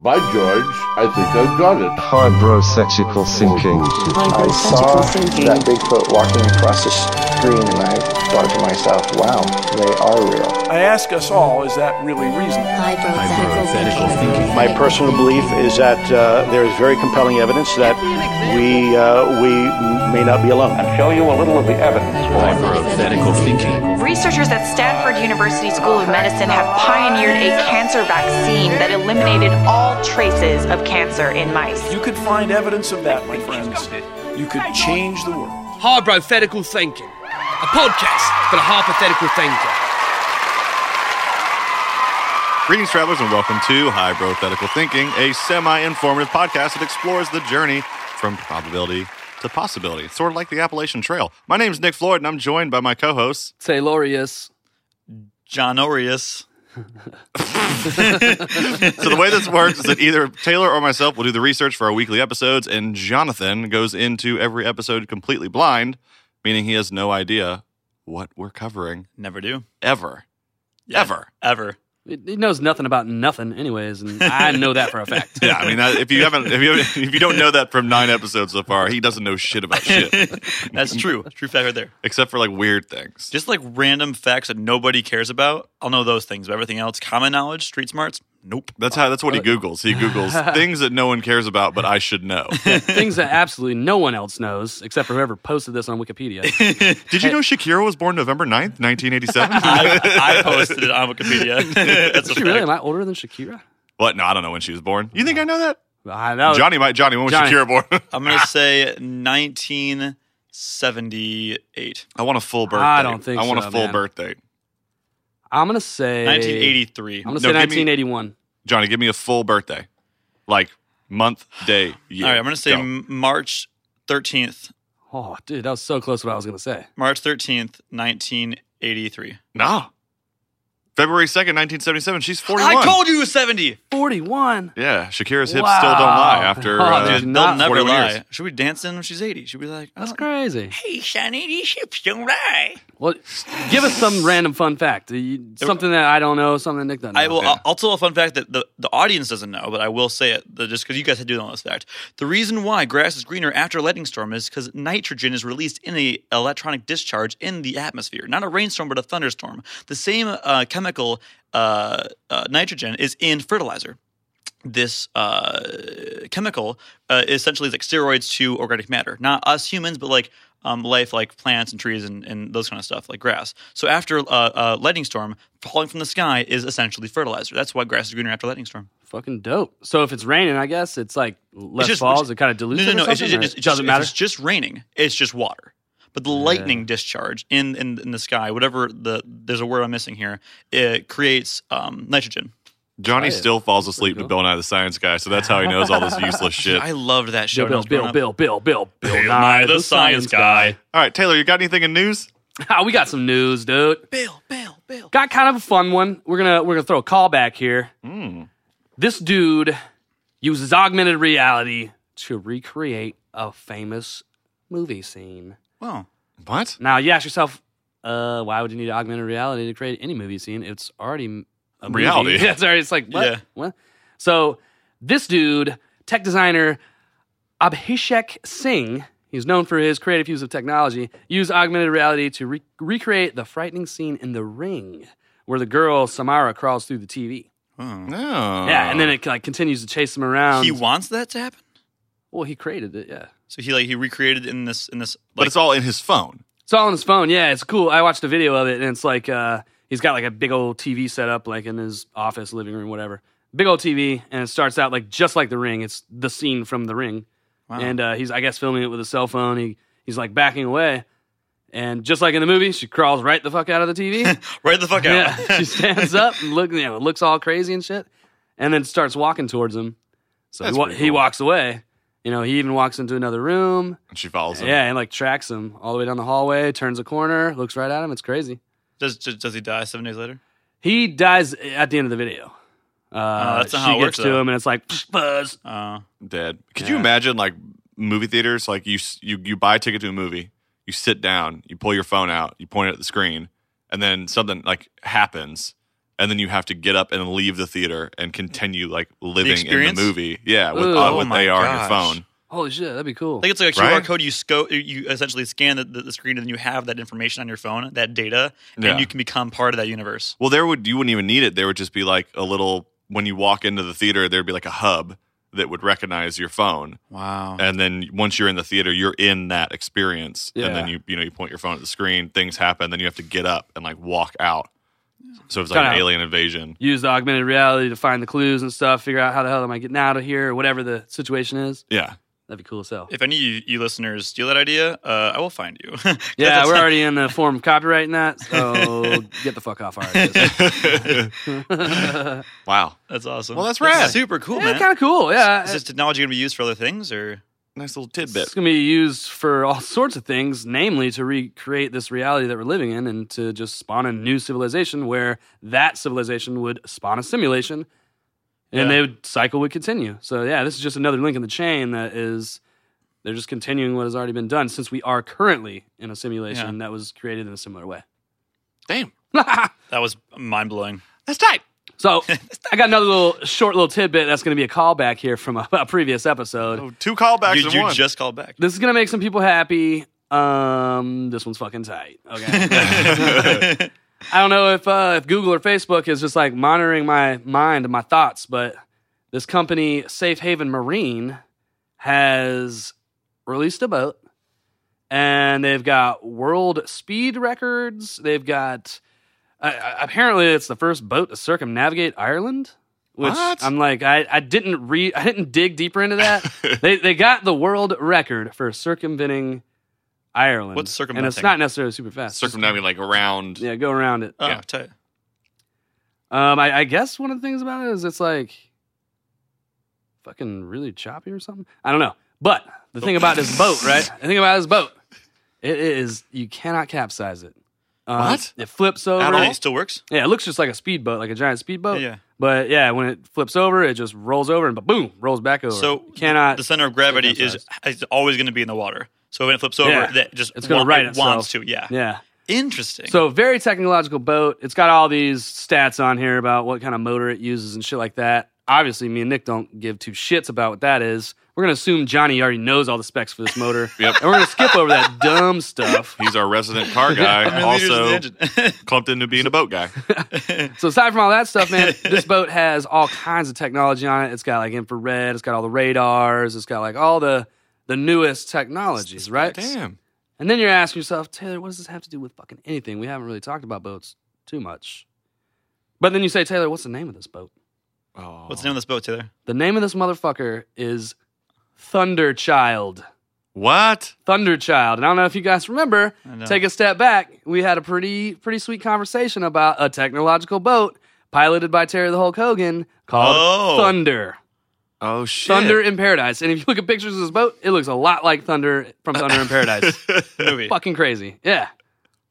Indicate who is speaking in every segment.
Speaker 1: By George, I think I've got it.
Speaker 2: Hybrosexual sinking.
Speaker 3: I saw
Speaker 4: Hypothetical thinking.
Speaker 3: that Bigfoot walking across the screen and I thought to myself, wow, they are real.
Speaker 5: I ask us all, is that really reasonable?
Speaker 4: Hypothetical thinking.
Speaker 6: My personal belief is that uh, there is very compelling evidence that we uh, we may not be alone.
Speaker 7: and show you a little of the evidence for it.
Speaker 4: Hypothetical thinking.
Speaker 8: Researchers at Stanford University School of Medicine have pioneered a cancer vaccine that eliminated all traces of cancer in mice.
Speaker 5: You could find evidence of that, my friends. You could change the world.
Speaker 9: Hypothetical thinking. A podcast for the hypothetical thinker.
Speaker 10: Greetings, travelers, and welcome to Hypothetical Thinking, a semi informative podcast that explores the journey from probability to possibility. It's sort of like the Appalachian Trail. My name is Nick Floyd, and I'm joined by my co hosts.
Speaker 9: Taylorius.
Speaker 10: John Orius. so the way this works is that either Taylor or myself will do the research for our weekly episodes, and Jonathan goes into every episode completely blind, meaning he has no idea what we're covering
Speaker 11: Never do.
Speaker 10: ever, ever.
Speaker 11: Ever.
Speaker 9: He knows nothing about nothing, anyways, and I know that for a fact.
Speaker 10: Yeah, I mean, that- if you haven't, if you if you don't know that from nine episodes so far, he doesn't know shit about shit
Speaker 11: That's true. True fact right there.
Speaker 10: except for like weird things.
Speaker 11: Just like random facts that nobody cares about. I'll know those things, but everything else, common knowledge, street smarts, nope. Uh,
Speaker 10: That's how. That's what he googles. He googles things that no one cares about, but I should know.
Speaker 9: Things that absolutely no one else knows, except for whoever posted this on Wikipedia.
Speaker 10: Did you know Shakira was born November 9th, nineteen eighty-seven?
Speaker 11: I, I posted it on Wikipedia. That's a
Speaker 9: Actually, really,
Speaker 11: fact.
Speaker 9: am I older than Shakira?
Speaker 10: What? No, I don't know when she was born. You think I know that?
Speaker 9: I know.
Speaker 10: Johnny might. Johnny, when was
Speaker 9: Johnny.
Speaker 10: Shakira born?
Speaker 11: Oh, I'm going to say 1978.
Speaker 10: I want a full birthday.
Speaker 9: I don't think
Speaker 10: I want
Speaker 9: so,
Speaker 10: a full
Speaker 9: man.
Speaker 10: birthday.
Speaker 9: I'm gonna say
Speaker 11: 1983.
Speaker 9: I'm gonna
Speaker 10: No,
Speaker 9: say
Speaker 10: give me-
Speaker 9: 1981.
Speaker 10: Johnny, give me a full birthday, like month, day, year.
Speaker 11: All right, I'm going to say
Speaker 10: Go.
Speaker 11: M March 13th.
Speaker 9: Oh, dude, that was so close to what I was gonna say.
Speaker 11: March 13th, 1983.
Speaker 10: no. February second, nineteen seventy-seven. She's forty-one.
Speaker 11: I told you it was 70.
Speaker 9: 41.
Speaker 10: Yeah, Shakira's hips
Speaker 9: Wow.
Speaker 10: still don't lie after
Speaker 9: Oh,
Speaker 10: uh,
Speaker 9: dude,
Speaker 11: They'll
Speaker 9: not
Speaker 11: never
Speaker 10: 41
Speaker 11: lie.
Speaker 10: years.
Speaker 11: Should we dance in when she's 80? She'd be like, oh,
Speaker 9: That's crazy.
Speaker 11: Hey, Sonny, these ships don't lie.
Speaker 9: Well, give us some random fun fact. You- Something that I don't know, something that Nick doesn't know.
Speaker 11: I will. I'll, I'll tell a fun fact that the, the audience doesn't know, but I will say it the, just because you guys had to know this fact. The reason why grass is greener after a lightning storm is because nitrogen is released in a electronic discharge in the atmosphere, not a rainstorm but a thunderstorm. The same uh, chemical uh, uh, nitrogen is in fertilizer. This uh, chemical uh, essentially is like steroids to organic matter, not us humans, but like um, life like plants and trees and, and those kind of stuff, like grass. So after a uh, uh, lightning storm, falling from the sky is essentially fertilizer. That's why grass is greener after a lightning storm.
Speaker 9: Fucking dope. So if it's raining, I guess it's like less
Speaker 11: It's just-
Speaker 9: falls. It kind of dilutes.
Speaker 11: No, no,
Speaker 9: it
Speaker 11: no.
Speaker 9: or
Speaker 11: It's,
Speaker 9: something,
Speaker 11: it's-
Speaker 9: or
Speaker 11: it's
Speaker 9: it doesn't
Speaker 11: just,
Speaker 9: matter.
Speaker 11: It's just raining. It's just water. But the lightning discharge in, in in the sky, whatever the there's a word I'm missing here, it creates um, nitrogen.
Speaker 10: Johnny
Speaker 9: Try it.
Speaker 10: still falls asleep
Speaker 9: Pretty
Speaker 10: to Bill Nye the Science Guy, so that's how he knows all this useless shit.
Speaker 11: I loved that show.
Speaker 9: Bill,
Speaker 11: when I
Speaker 9: Bill,
Speaker 11: was growing
Speaker 9: Bill,
Speaker 11: up.
Speaker 9: Bill, Bill, Bill, Bill,
Speaker 11: Bill
Speaker 9: Nye,
Speaker 11: Nye, the science guy.
Speaker 10: All right, Taylor, you got anything in news?
Speaker 9: Ah, we got some news, dude.
Speaker 11: Bill, Bill, Bill.
Speaker 9: Got kind of a fun one. We're gonna we're gonna throw a call back here. Hmm. This dude uses augmented reality to recreate a famous movie scene.
Speaker 11: Wow.
Speaker 10: What?
Speaker 9: Now you ask yourself, uh, why would you need augmented reality to create any movie scene? It's already m- a movie.
Speaker 10: Reality.
Speaker 9: Yeah, it's already it's like what?
Speaker 11: Yeah.
Speaker 9: What? So this dude, tech designer Abhishek Singh, he's known for his creative use of technology, used augmented reality to re- recreate the frightening scene in The Ring, where the girl Samara crawls through the TV.
Speaker 11: Oh.
Speaker 10: No.
Speaker 9: Yeah, and then it like continues to chase him around.
Speaker 11: Uh. He wants that to happen,
Speaker 9: well, he created it. Yeah.
Speaker 11: so he like he recreated in this in this. Like,
Speaker 10: but it's all in his phone.
Speaker 9: It's all on his phone. Yeah, it's cool. I watched a video of it, and it's like uh, he's got like a big old TV set up, like in his office, living room, whatever. Big old TV, and it starts out like just like The Ring. It's the scene from The Ring,
Speaker 11: Wow.
Speaker 9: and uh, he's I guess filming it with a cell phone. He he's like backing away, and just like in the movie, she crawls right the fuck out of the TV.
Speaker 11: right the fuck out.
Speaker 9: Yeah, she stands up and look, you know, looks all crazy and shit, and then starts walking towards him. So he,
Speaker 10: That's
Speaker 9: wa-
Speaker 10: pretty
Speaker 9: he
Speaker 10: cool.
Speaker 9: walks away. You know, he even walks into another room.
Speaker 10: And she follows him.
Speaker 9: Yeah, and like tracks him all the way down the hallway, turns a corner, looks right at him. It's crazy.
Speaker 11: Does, does does he die seven days later?
Speaker 9: He dies at the end of the video. Uh,
Speaker 11: Oh, that's not
Speaker 9: she
Speaker 11: how it
Speaker 9: gets
Speaker 11: works,
Speaker 9: to
Speaker 11: though.
Speaker 9: him, and it's like "Psh, buzz.
Speaker 11: Uh,
Speaker 10: Dead. Could you
Speaker 9: Yeah.
Speaker 10: imagine like movie theaters? Like you, s- you you buy a ticket to a movie, you sit down, you pull your phone out, you point it at the screen, and then something like happens, and then you have to get up and leave the theater and continue like living in
Speaker 11: experience?
Speaker 10: the movie. Yeah, with,
Speaker 9: Ooh.
Speaker 10: uh,
Speaker 9: Oh
Speaker 10: with
Speaker 11: my
Speaker 10: AR
Speaker 11: gosh.
Speaker 10: on your phone.
Speaker 9: Holy shit, that'd be cool.
Speaker 11: I think it's like a QR
Speaker 10: Right?
Speaker 11: code. You sco- you essentially scan the, the, the screen, and then you have that information on your phone, that data, and
Speaker 10: Yeah.
Speaker 11: you can become part of that universe.
Speaker 10: Well, there would you wouldn't even need it. There would just be like a little when you walk into the theater, there'd be like a hub that would recognize your phone,
Speaker 11: Wow.
Speaker 10: and then once you're in the theater, you're in that experience, and then
Speaker 9: Yeah.
Speaker 10: you you know you point your phone at the screen, things happen, then you have to get up and like walk out. So it's like
Speaker 9: Kinda-
Speaker 10: an alien invasion.
Speaker 9: Use the augmented reality to find the clues and stuff, figure out how the hell am I getting out of here or whatever the situation is.
Speaker 10: Yeah,
Speaker 9: That'd be cool as hell.
Speaker 11: If any of you, you listeners steal that idea, uh, I will find you. 'Cause
Speaker 9: Yeah,
Speaker 11: that's-
Speaker 9: we're already in the form of copyright and that, so get the fuck off our ideas.
Speaker 10: wow,
Speaker 11: That's awesome.
Speaker 10: Well, that's rad.
Speaker 11: super cool,
Speaker 9: yeah,
Speaker 11: man.
Speaker 9: kind of cool. Yeah,
Speaker 11: Is this technology going to be used for other things, or
Speaker 10: nice little
Speaker 9: it's
Speaker 10: tidbit.
Speaker 9: gonna be used for all sorts of things, namely to recreate this reality that we're living in and to just spawn a new civilization where that civilization would spawn a simulation, and
Speaker 11: Yeah.
Speaker 9: they would cycle would continue. So yeah, this is just another link in the chain that is. They're just continuing what has already been done since we are currently in a simulation that was created in a similar way.
Speaker 10: Damn,
Speaker 11: that was mind blowing?
Speaker 10: that's tight.
Speaker 9: So I got another little short little tidbit that's going to be a callback here from a, a previous episode.
Speaker 10: Oh, two callbacks
Speaker 11: You,
Speaker 10: in
Speaker 11: you
Speaker 10: one.
Speaker 11: just called back.
Speaker 9: This is going to make some people happy. Um, this one's fucking tight. Okay. I don't know if uh, if Google or Facebook is just like monitoring my mind and my thoughts, but this company, Safe Haven Marine, has released a boat, and they've got world speed records. They've got uh, apparently it's the first boat to circumnavigate Ireland. Which
Speaker 10: What?
Speaker 9: I'm like, I, I didn't read, I didn't dig deeper into that. they they got the world record for circumventing Ireland.
Speaker 11: What's
Speaker 9: And it's
Speaker 11: circumventing?
Speaker 9: not necessarily super fast. Just-
Speaker 10: circumnavigating like around.
Speaker 9: yeah, go around it.
Speaker 11: Oh,
Speaker 10: Yeah.
Speaker 11: tight.
Speaker 9: Um, I, I guess one of the things about it is it's like fucking really choppy or something. I don't know. But the thing about this boat, right? The thing about this boat, it is you cannot capsize it. Um,
Speaker 10: What?
Speaker 9: It flips over.
Speaker 10: At
Speaker 11: Really,
Speaker 10: all?
Speaker 11: it still works.
Speaker 9: Yeah, it looks just like a speedboat, like a giant speedboat.
Speaker 11: Yeah.
Speaker 9: But yeah, when it flips over, it just rolls over and boom, rolls back over.
Speaker 11: So
Speaker 9: You cannot.
Speaker 11: The center of gravity is, is always going to be in the water. So when it flips over,
Speaker 9: Yeah.
Speaker 11: that just
Speaker 9: It's gonna
Speaker 11: wa-
Speaker 9: right
Speaker 11: it wants
Speaker 9: itself.
Speaker 11: to. Yeah.
Speaker 9: yeah.
Speaker 11: Interesting.
Speaker 9: So very technological boat. It's got all these stats on here about what kind of motor it uses and shit like that. Obviously, me and Nick don't give two shits about what that is. We're gonna assume Johnny already knows all the specs for this motor,
Speaker 10: Yep.
Speaker 9: and we're gonna skip over that dumb stuff.
Speaker 10: He's our resident car guy.
Speaker 11: I mean, leaders of the
Speaker 10: also
Speaker 11: engine.
Speaker 10: clumped into being a boat guy.
Speaker 9: So aside from all that stuff, man, this boat has all kinds of technology on it. It's got like infrared. It's got all the radars. It's got like all the the newest technologies, Oh, right?
Speaker 10: Damn.
Speaker 9: And then you're asking yourself, Taylor, what does this have to do with fucking anything? We haven't really talked about boats too much. But then you say, Taylor, what's the name of this boat?
Speaker 10: Oh.
Speaker 11: What's the name of this boat, Taylor?
Speaker 9: The name of this motherfucker is Thunderchild.
Speaker 10: What?
Speaker 9: Thunderchild. And I don't know if you guys remember,
Speaker 11: I know.
Speaker 9: take a step back. We had a pretty pretty sweet conversation about a technological boat piloted by Terry the Hulk Hogan called
Speaker 11: Oh.
Speaker 9: Thunder.
Speaker 10: Oh shit.
Speaker 9: Thunder in Paradise. And if you look at pictures of this boat, it looks a lot like Thunder from Thunder in Paradise.
Speaker 11: Movie.
Speaker 9: Fucking crazy. Yeah.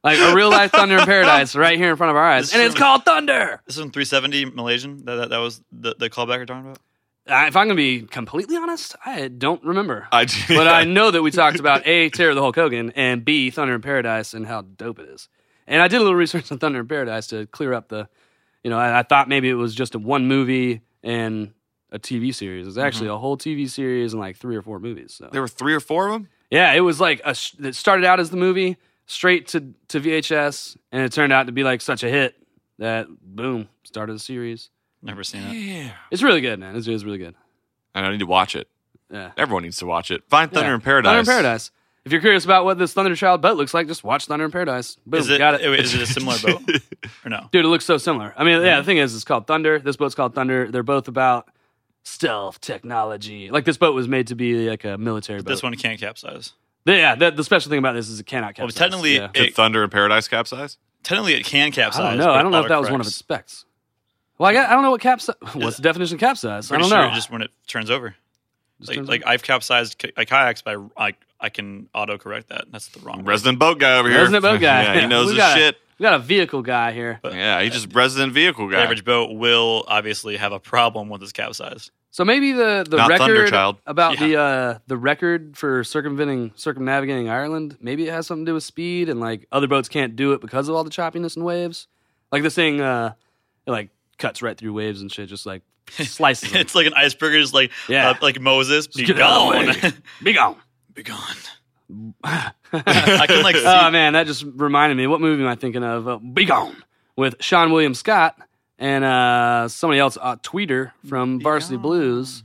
Speaker 9: Like a real life Thunder in Paradise right here in front of our eyes.
Speaker 11: This
Speaker 9: And it's
Speaker 11: is-
Speaker 9: called Thunder.
Speaker 11: This is from 370 Malaysian. That, that, that was the, the callback you're talking about?
Speaker 9: I- Uh, If I'm going to be completely honest, I don't remember.
Speaker 10: I do.
Speaker 9: but I know that we talked about A, Terror of the Hulk Hogan, and B, Thunder in Paradise and how dope it is. And I did a little research on Thunder in Paradise to clear up the, you know, I, I thought maybe it was just a one movie and a TV series. It's actually a whole TV series and like three or four movies. So.
Speaker 10: Mm-hmm. there were three or four of them.
Speaker 9: Yeah, it was like a sh- it started out as the movie straight to to VHS, and it turned out to be like such a hit that boom started a series.
Speaker 11: Never seen it.
Speaker 10: Yeah.
Speaker 9: It's really good, man. It's, it's really good.
Speaker 10: And I need to watch it.
Speaker 9: Yeah,
Speaker 10: Everyone needs to watch it. Find Thunder
Speaker 9: Yeah.
Speaker 10: in Paradise.
Speaker 9: Thunder in Paradise. If you're curious about what this Thunder Child boat looks like, just watch Thunder in Paradise. Boom,
Speaker 11: Is it,
Speaker 9: got it.
Speaker 11: wait, is it Mm-hmm. a similar boat? Or no?
Speaker 9: Dude, it looks so similar. I mean, yeah, the thing is, it's called Thunder. This boat's called Thunder. They're both about stealth technology. Like this boat was made to be like a military boat.
Speaker 11: This one can't capsize.
Speaker 9: yeah. The, the special thing about this is it cannot capsize.
Speaker 11: Well, technically,
Speaker 9: Yeah.
Speaker 10: Did
Speaker 11: it,
Speaker 10: Thunder in Paradise capsize?
Speaker 11: technically it can capsize.
Speaker 9: I don't know.
Speaker 11: but
Speaker 9: I don't know if that was one of
Speaker 11: autocorrects.
Speaker 9: its specs. Well, I, got, I don't know what capsize. What's the definition of capsize? I
Speaker 11: Pretty
Speaker 9: don't
Speaker 11: sure
Speaker 9: know.
Speaker 11: just when it turns over. Like,
Speaker 9: turns
Speaker 11: like I've capsized ki- uh, kayaks, but I, I, I can autocorrect that. That's the wrong word.
Speaker 10: Resident boat guy over here.
Speaker 9: Resident boat guy.
Speaker 10: yeah, he knows
Speaker 9: We
Speaker 10: his
Speaker 9: got a-
Speaker 10: shit.
Speaker 9: We got a vehicle guy here.
Speaker 10: yeah, he's just resident vehicle
Speaker 11: The
Speaker 10: guy.
Speaker 11: average boat will obviously have a problem with this capsized.
Speaker 9: So maybe the the
Speaker 10: Not
Speaker 9: record
Speaker 10: Thunderchild.
Speaker 9: about
Speaker 11: Yeah.
Speaker 9: the uh, the record for circumventing circumnavigating Ireland. Maybe it has something to do with speed and like other boats can't do it because of all the choppiness and waves. Like this thing, uh, it It like cuts right through waves and shit, just like slices. them.
Speaker 10: it's like an iceberg, just like
Speaker 9: Yeah.
Speaker 10: uh, like Moses, be
Speaker 9: Get out of
Speaker 10: gone,
Speaker 9: the way. Be gone.
Speaker 10: be gone. Um, I can like see
Speaker 9: Oh man, that just reminded me. What movie am I thinking of? Uh, Be Gone with Sean William Scott and uh, somebody else, uh, Tweeter from Varsity Blues,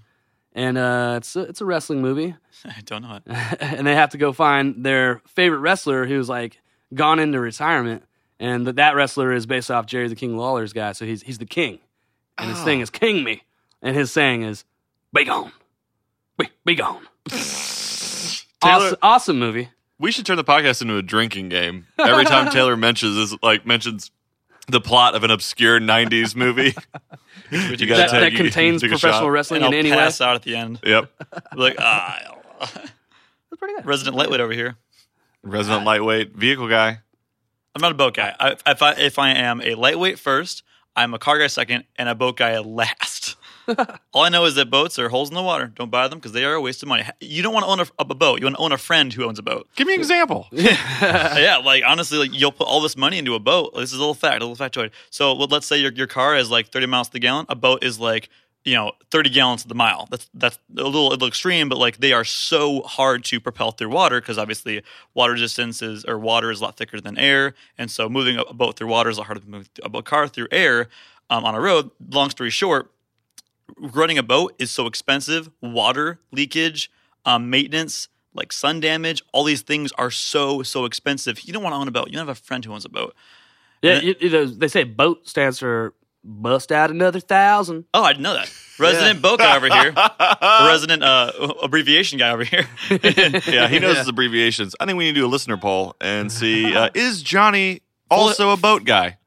Speaker 9: and uh, it's a, it's a wrestling movie,
Speaker 10: I don't know it.
Speaker 9: and they have to go find their favorite wrestler who's like gone into retirement, and that that wrestler is based off Jerry the King Lawler's guy, so he's he's the king, and
Speaker 12: Oh.
Speaker 9: his thing is King Me, and his saying is Be Gone, Be, be Gone.
Speaker 12: Taylor-
Speaker 9: awesome, awesome movie.
Speaker 12: We should turn the podcast into a drinking game. Every time Taylor mentions is like mentions the plot of an obscure '90s movie.
Speaker 10: Would
Speaker 12: gotta
Speaker 10: you
Speaker 9: That,
Speaker 10: guys-
Speaker 12: take-
Speaker 9: that
Speaker 12: you-
Speaker 9: contains
Speaker 12: take a
Speaker 9: professional
Speaker 12: shot.
Speaker 9: wrestling
Speaker 10: and I'll
Speaker 9: in any way.
Speaker 10: pass out at the end.
Speaker 12: yep,
Speaker 10: Like ah, resident lightweight over here.
Speaker 12: resident lightweight vehicle guy.
Speaker 10: I'm not a boat guy. I, if I if I am a lightweight first, I'm a car guy second, and a boat guy last. All I know is that boats are holes in the water. Don't buy them because they are a waste of money. You don't want to own a, a boat. You want to own a friend who owns a boat.
Speaker 12: Give me an example.
Speaker 10: yeah, like honestly, like you'll put all this money into a boat. This is a little fact, a little factoid. So well, let's say your your car is like 30 miles to the gallon. A boat is like you know 30 gallons to the mile. That's that's a little, a little extreme, but like they are so hard to propel through water because obviously water distance is or water is a lot thicker than air, and so moving a a boat through water is a lot harder than moving a boat car through air um, on a road. Long story short, running a boat is so expensive. Water leakage, um, maintenance, like sun damage, all these things are so so expensive. You don't want to own a boat. You don't have a friend who owns a boat.
Speaker 9: Yeah, you, you know, they say boat stands for bust out another thousand.
Speaker 10: Oh, I didn't know that. Resident boat guy over here. Resident uh, abbreviation guy over here.
Speaker 12: Yeah, he knows his abbreviations. I think we need to do a listener poll and see uh, is Johnny also a boat guy?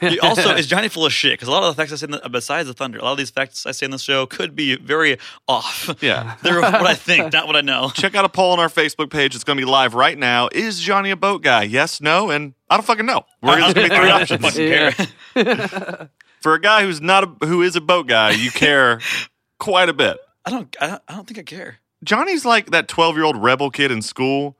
Speaker 10: He also, is Johnny full of shit? Because a lot of the facts I say, in the, besides the thunder, a lot of these facts I say in the show could be very off.
Speaker 12: Yeah.
Speaker 10: They're what I think, not what I know.
Speaker 12: Check out a poll on our Facebook page. It's going to be live right now. Is Johnny a boat guy? Yes, no, and I don't fucking know. We're going to be three
Speaker 10: I don't
Speaker 12: options.
Speaker 10: fucking care.
Speaker 12: For a guy who's not a, who is a boat guy, you care quite a bit.
Speaker 10: I don't. I don't. I don't think I care.
Speaker 12: Johnny's like that 12 year old rebel kid in school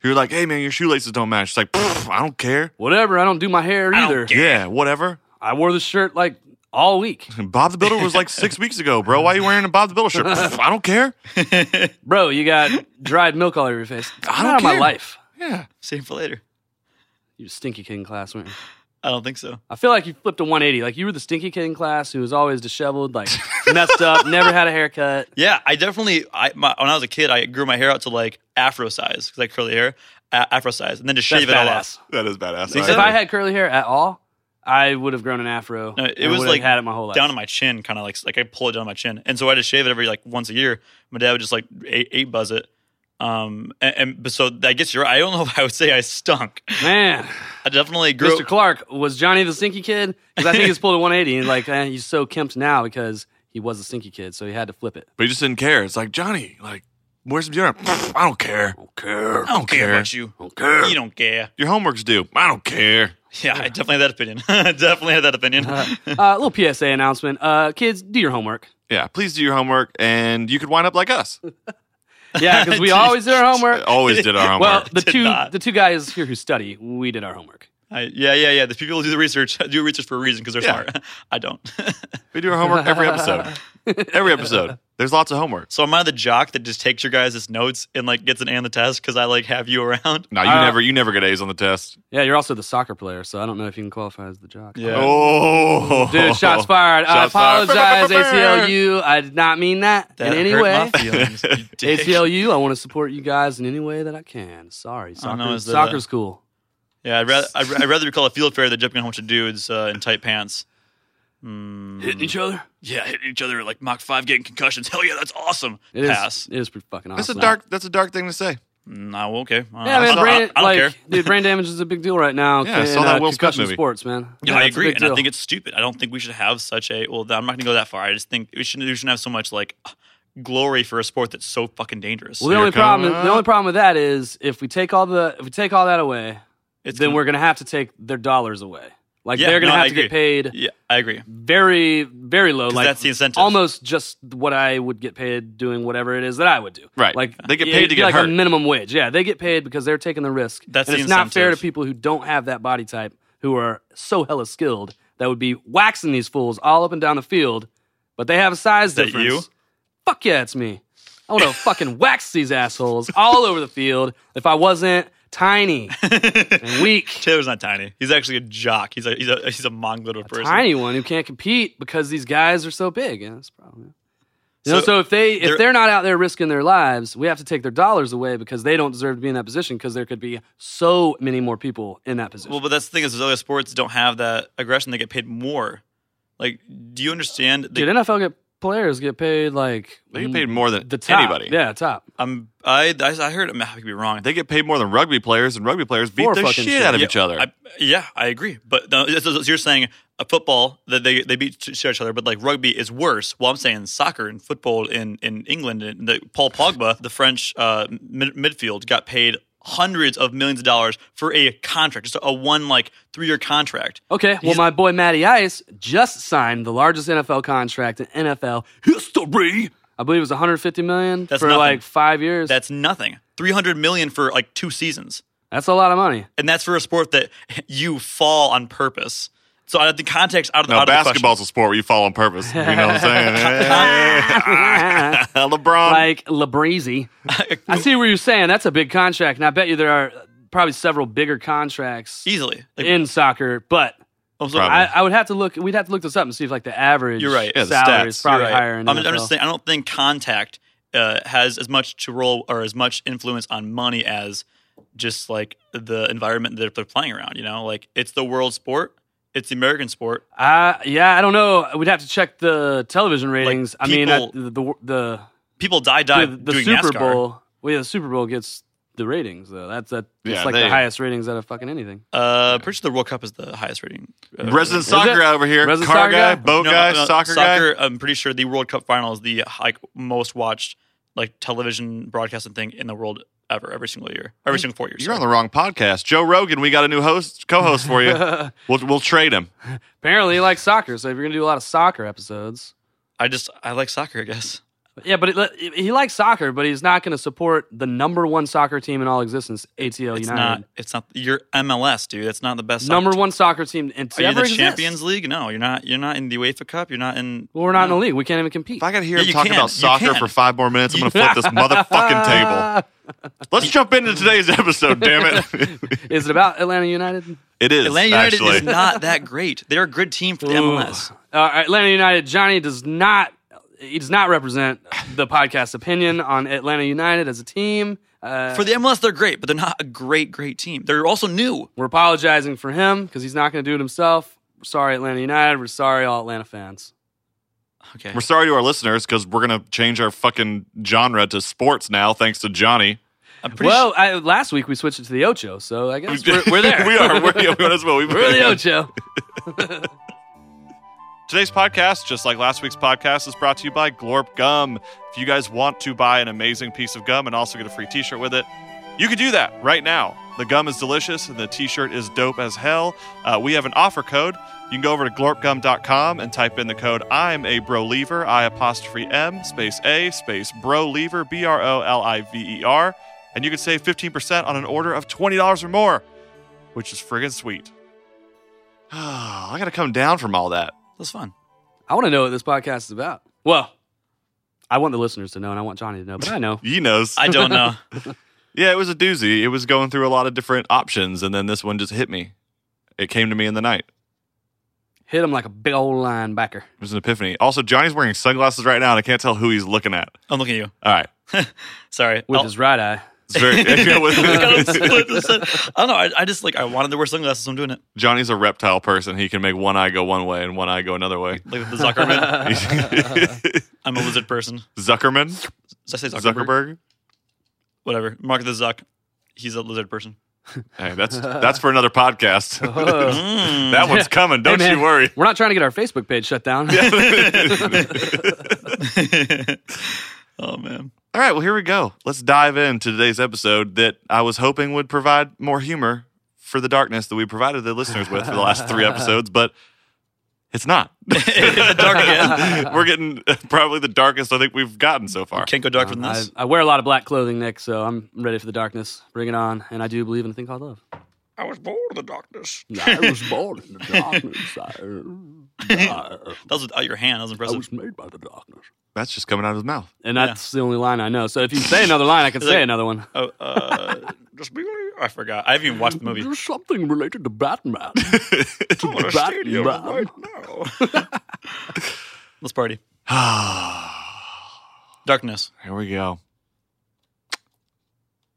Speaker 12: who are like, hey, man, your shoelaces don't match. It's like, "Pff, I don't care.
Speaker 9: Whatever. I don't do my hair
Speaker 10: don't
Speaker 9: either.
Speaker 10: care.
Speaker 12: Yeah, whatever.
Speaker 9: I wore this shirt like all week,
Speaker 12: And Bob the Builder was like six weeks ago, bro. Why are you wearing a Bob the Builder shirt? "Pff, I don't care.
Speaker 9: bro. You got dried milk all over your face.
Speaker 12: I
Speaker 9: Get
Speaker 12: don't
Speaker 9: out of my
Speaker 12: care.
Speaker 9: life.
Speaker 12: Yeah.
Speaker 10: Save for later.
Speaker 9: You stinky kid in class, weren't you?
Speaker 10: I don't think so.
Speaker 9: I feel like you flipped a 180. Like you were the stinky kid in class who was always disheveled, like messed up, never had a haircut.
Speaker 10: Yeah, I definitely. I my, when I was a kid, I grew my hair out to like afro size because I had curly hair, a- afro size, and then just
Speaker 9: That's
Speaker 10: shave it all
Speaker 9: badass.
Speaker 10: off.
Speaker 12: That is badass.
Speaker 10: Think
Speaker 9: If
Speaker 10: so?
Speaker 9: I had curly hair at all, I would have grown an afro.
Speaker 10: No, it
Speaker 9: and
Speaker 10: was
Speaker 9: would have
Speaker 10: like
Speaker 9: had it my whole life.
Speaker 10: Down to my chin, kind of like like I pull it down to my chin, and so I just shave it every like once a year. My dad would just like eight, eight buzz it, um, and, and but so that gets you right. I don't know if I would say I stunk.
Speaker 9: Man,
Speaker 10: I definitely grew.
Speaker 9: Mr. Clark was Johnny the Stinky Kid because I think he's pulled a 180 and like eh, he's so kempt now because he was a Stinky Kid, so he had to flip it.
Speaker 12: But he just didn't care. It's like, Johnny, like, where's some deodorant? "Pff, I don't care. I don't care.
Speaker 10: I don't care about you.
Speaker 12: care.
Speaker 10: You don't care.
Speaker 12: Your homework's due. I don't care.
Speaker 10: Yeah, I definitely had that opinion. I definitely had that opinion.
Speaker 12: Uh-huh.
Speaker 9: Uh, little PSA announcement: uh, Kids, do your homework.
Speaker 12: Yeah, please do your homework, and you could wind up like us.
Speaker 9: Yeah, because we always do our
Speaker 12: I
Speaker 9: homework.
Speaker 12: always did our homework.
Speaker 9: Well, the
Speaker 10: Did
Speaker 9: two
Speaker 10: not.
Speaker 9: the two guys here who study, we did our homework.
Speaker 10: I, yeah, yeah, yeah. The people who do the research do research for a reason because they're
Speaker 12: Yeah.
Speaker 10: smart. I don't.
Speaker 12: we do our homework every episode. every episode. There's lots of homework.
Speaker 10: So am I the jock that just takes your guys' notes and like gets an A on the test because I like have you around?
Speaker 12: No, you
Speaker 9: Uh,
Speaker 12: never you never get A's on the test.
Speaker 9: Yeah, you're also the soccer player, so I don't know if you can qualify as the jock.
Speaker 12: Oh,
Speaker 9: Dude, shots fired. I
Speaker 12: Shots fired.
Speaker 9: apologize, ACLU. I did not mean that,
Speaker 10: That
Speaker 9: in any
Speaker 10: hurt
Speaker 9: way.
Speaker 10: my feelings. you dick.
Speaker 9: ACLU, I want to support you guys in any way that I can. Sorry,
Speaker 10: don't
Speaker 9: soccer,
Speaker 10: know, is the-
Speaker 9: soccer's cool.
Speaker 10: Yeah, I'd rather I'd, I'd rather be called a field fair than jumping on a bunch of dudes uh, in tight pants.
Speaker 9: Hitting
Speaker 10: Mm,
Speaker 9: each other.
Speaker 10: Yeah, hitting each other like Mach five, getting concussions. Hell yeah, that's awesome.
Speaker 9: It is.
Speaker 10: Pass.
Speaker 9: It is pretty fucking awesome.
Speaker 12: That's a dark that's a dark thing to say.
Speaker 10: No, okay. Uh,
Speaker 9: Yeah, man.
Speaker 10: I, I,
Speaker 9: brain,
Speaker 10: I don't
Speaker 9: like,
Speaker 10: care.
Speaker 9: dude, brain damage is a big deal right now.
Speaker 12: Yeah, I
Speaker 9: in,
Speaker 12: saw that
Speaker 9: uh,
Speaker 12: Will Smith
Speaker 9: concussion
Speaker 12: movie.
Speaker 9: sports, man.
Speaker 10: Yeah, I
Speaker 9: that's a
Speaker 10: agree,
Speaker 9: big
Speaker 10: and I
Speaker 9: deal.
Speaker 10: think it's stupid. I don't think we should have such a. Well, I'm not going to go that far. I just think we shouldn't. We shouldn't have so much like glory for a sport that's so fucking dangerous.
Speaker 9: Well, the
Speaker 12: Here
Speaker 9: only problem,
Speaker 12: come-
Speaker 9: the only problem with that is if we take all the, if we take all that away,
Speaker 10: It's
Speaker 9: then
Speaker 10: gonna-
Speaker 9: we're gonna have to take their dollars away. Like
Speaker 10: Yeah,
Speaker 9: they're gonna
Speaker 10: no,
Speaker 9: have
Speaker 10: I
Speaker 9: to get
Speaker 10: agree.
Speaker 9: paid
Speaker 10: yeah, I agree.
Speaker 9: very, very low. Like
Speaker 10: that's the incentive.
Speaker 9: Almost just what I would get paid doing whatever it is that I would do.
Speaker 12: Right.
Speaker 9: Like
Speaker 12: They get
Speaker 9: it'd
Speaker 12: paid to
Speaker 9: be
Speaker 12: get
Speaker 9: like
Speaker 12: hurt.
Speaker 9: a minimum wage. Yeah, they get paid because they're taking the risk.
Speaker 10: That's
Speaker 9: and
Speaker 10: the
Speaker 9: it's not fair to
Speaker 10: incentive.
Speaker 9: people who don't have that body type who are so hella skilled that would be waxing these fools all up and down the field, but they have a size
Speaker 11: that
Speaker 9: difference.
Speaker 11: you?
Speaker 9: Fuck yeah, it's me. I would have fucking waxed these assholes all over the field if I wasn't tiny and weak.
Speaker 11: Taylor's not tiny. He's actually a jock. He's a he's a he's a mong little person.
Speaker 9: Tiny one who can't compete because these guys are so big. Yeah, that's probably. You know,
Speaker 11: So,
Speaker 9: so if they
Speaker 11: they're-
Speaker 9: if they're not out there risking their lives, we have to take their dollars away because they don't deserve to be in that position because there could be so many more people in that position.
Speaker 11: Well, but that's the thing is, those other sports don't have that aggression. They get paid more. Like, do you understand? The,
Speaker 9: Dude, NFL get players get paid like
Speaker 10: They get paid more than
Speaker 9: the top.
Speaker 10: anybody.
Speaker 9: Yeah, top.
Speaker 11: I'm I I, I heard. I could be wrong.
Speaker 10: They get paid more than rugby players, and rugby players beat
Speaker 9: For
Speaker 10: the
Speaker 9: fucking
Speaker 10: shit
Speaker 9: sure.
Speaker 10: out of
Speaker 11: yeah,
Speaker 10: each other.
Speaker 11: I, yeah, I agree. But no, so- so you're saying a football that they they beat each other, but like rugby is worse. Well, I'm saying soccer and football in in England. And the, Paul Pogba, the French uh, mid, midfield, got paid hundreds of millions of dollars for a contract, just a one like three year contract.
Speaker 9: Okay, well,
Speaker 11: He's-
Speaker 9: my boy Matty Ice just signed the largest NFL contract in NFL history. I believe it was 150 million
Speaker 11: That's
Speaker 9: for
Speaker 11: nothing.
Speaker 9: like five years.
Speaker 11: That's nothing. Three hundred million for like two seasons.
Speaker 9: That's a lot of money.
Speaker 11: and that's for a sport that you fall on purpose. So out of the context, out of the,
Speaker 10: no,
Speaker 11: out of the question-
Speaker 10: basketball's a sport where you fall on purpose. You know what I'm saying? LeBron.
Speaker 9: like Labrizi. I see where you're saying. That's a big contract, and I bet you there are probably several bigger contracts
Speaker 11: easily. Like,
Speaker 9: in soccer. But
Speaker 11: I'm sorry.
Speaker 10: Probably.
Speaker 9: I, I would have to look. We'd have to look this up and see if like the average
Speaker 11: You're right. Yeah,
Speaker 10: the
Speaker 9: salary is
Speaker 10: stats.
Speaker 9: probably
Speaker 11: You're right.
Speaker 9: higher. In
Speaker 11: I'm,
Speaker 9: NFL.
Speaker 11: I'm just saying, I don't think contact uh, has as much to roll or as much influence on money as just like the environment that they're playing around. You know, like it's the world sport, it's the American sport.
Speaker 9: Uh, yeah, I don't know. We'd have to check the television ratings. I mean, I,
Speaker 11: people-
Speaker 9: the the the,
Speaker 11: People die die
Speaker 9: the- the
Speaker 11: doing
Speaker 9: Super
Speaker 11: NASCAR.
Speaker 9: Bowl. Well, yeah, the Super Bowl gets the ratings though. That's that. It's
Speaker 10: Yeah,
Speaker 9: like
Speaker 10: they-
Speaker 9: the highest ratings out of fucking anything.
Speaker 11: Uh, pretty sure the World Cup is the highest rating. uh,
Speaker 10: Resident
Speaker 9: it?
Speaker 10: soccer guy over here.
Speaker 9: Resident
Speaker 10: Car
Speaker 9: soccer
Speaker 10: guy,
Speaker 9: guy?
Speaker 10: boat guy, soccer, guy.
Speaker 11: I'm pretty sure the World Cup final is the like most watched like television broadcasting thing in the world ever, every single year, every single four years.
Speaker 10: You're on the wrong podcast. Joe Rogan, we got a new host, co-host for you. we'll we'll trade him.
Speaker 9: Apparently, you like soccer. So if you're gonna do a lot of soccer episodes,
Speaker 11: I just I like soccer, I guess.
Speaker 9: yeah, but it, he likes soccer, but he's not gonna support the number one soccer team in all existence, ATL
Speaker 11: It's
Speaker 9: United.
Speaker 11: not. It's not. You're MLS, dude. That's not the best. soccer
Speaker 9: number
Speaker 11: team.
Speaker 9: one soccer team in
Speaker 11: Are you in
Speaker 9: ever
Speaker 11: the
Speaker 9: exist.
Speaker 11: Champions League? No, you're not. You're not in the UEFA Cup. You're not in.
Speaker 9: Well, we're not in the league. We can't even compete.
Speaker 10: If I got to hear
Speaker 11: Yeah,
Speaker 10: him
Speaker 11: you
Speaker 10: talking
Speaker 11: can. You
Speaker 10: about soccer
Speaker 11: can.
Speaker 10: for five more minutes, I'm
Speaker 11: You-
Speaker 10: going to flip this motherfucking table. Let's jump into today's episode, damn it.
Speaker 9: Is it about Atlanta United?
Speaker 10: it is,
Speaker 11: Atlanta United
Speaker 10: actually.
Speaker 11: is not that great. They're a good team for the MLS.
Speaker 9: Ooh. Uh, Atlanta United. Johnny does not. He does not represent the podcast opinion on Atlanta United as a team. Uh,
Speaker 11: For the MLS, they're great, but they're not a great, great team. They're also new.
Speaker 9: we're apologizing for him because he's not going to do it himself. We're sorry, Atlanta United. We're sorry, all Atlanta fans.
Speaker 11: Okay.
Speaker 10: We're sorry to our listeners because we're going to change our fucking genre to sports now, thanks to Johnny.
Speaker 11: I'm pretty
Speaker 9: Well, I, last week we switched it to the Ocho, so I guess we're, we're there.
Speaker 10: we are. We're, yeah, we might as well. We-
Speaker 9: We're the Ocho.
Speaker 10: Today's podcast, just like last week's podcast, is brought to you by Glorp Gum. If you guys want to buy an amazing piece of gum and also get a free t shirt with it, you can do that right now. The gum is delicious and the t shirt is dope as hell. Uh, we have an offer code. You can go over to glorpgum.com and type in the code I'm a bro lever, I apostrophe M, space A, space bro lever, B R O L I V E R, and you can save 15% on an order of $20 or more, which is friggin' sweet. I gotta come down from all that.
Speaker 11: That's fun.
Speaker 9: I want to know what this podcast is about. Well, I want the listeners to know, and I want Johnny to know, but I know.
Speaker 10: He knows.
Speaker 11: I don't know.
Speaker 10: yeah, it was a doozy. It was going through a lot of different options, and then this one just hit me. It came to me in the night.
Speaker 9: Hit him like a big old linebacker.
Speaker 10: It was an epiphany. Also, Johnny's wearing sunglasses right now, and I can't tell who he's looking at.
Speaker 11: I'm looking at you.
Speaker 10: All right,
Speaker 11: Sorry.
Speaker 9: with
Speaker 11: I'll-
Speaker 9: his right Oh. eye.
Speaker 10: it's very. yeah,
Speaker 11: Got him
Speaker 10: with-
Speaker 11: split the set. I don't know. I, I just like I wanted to wear sunglasses. So I'm doing it
Speaker 10: Johnny's a reptile person. He can make one eye go one way and one eye go another way.
Speaker 11: like the Zuckerman.
Speaker 10: Zuckerman,
Speaker 11: I'm a lizard person. Did I say Zuckerberg?
Speaker 10: Zuckerberg.
Speaker 11: Whatever. Mark the Zuck. He's a lizard person.
Speaker 10: Hey, that's that's for another podcast.
Speaker 11: Mm.
Speaker 10: that one's coming. Don't
Speaker 9: Hey, man,
Speaker 10: you worry.
Speaker 9: We're not trying to get our Facebook page shut down.
Speaker 11: oh man.
Speaker 10: All right, well, here we go. Let's dive into today's episode that I was hoping would provide more humor for the darkness that we provided the listeners with for the last three episodes, but it's not.
Speaker 11: Dark again.
Speaker 10: We're getting probably the darkest I think we've gotten so far.
Speaker 11: Can't go darker than
Speaker 9: Um, I,
Speaker 11: this.
Speaker 9: I wear a lot of black clothing, Nick, so I'm ready for the darkness. Bring it on. And I do believe in a thing called love.
Speaker 11: I was born in the darkness.
Speaker 13: I was born in the darkness. I,
Speaker 11: that was without your hand. That was
Speaker 13: I
Speaker 11: impressive.
Speaker 13: was made by the darkness.
Speaker 10: That's just coming out of his mouth.
Speaker 9: And that's the only line I know. So if you say another line, I can
Speaker 11: It's
Speaker 9: say
Speaker 11: like-
Speaker 9: another one.
Speaker 11: Oh, uh, just be. I forgot. I haven't even watched the movie.
Speaker 13: There's something related to Batman.
Speaker 11: It's on a stadium
Speaker 13: Batman.
Speaker 11: right now. Let's party. Darkness.
Speaker 10: Here we go.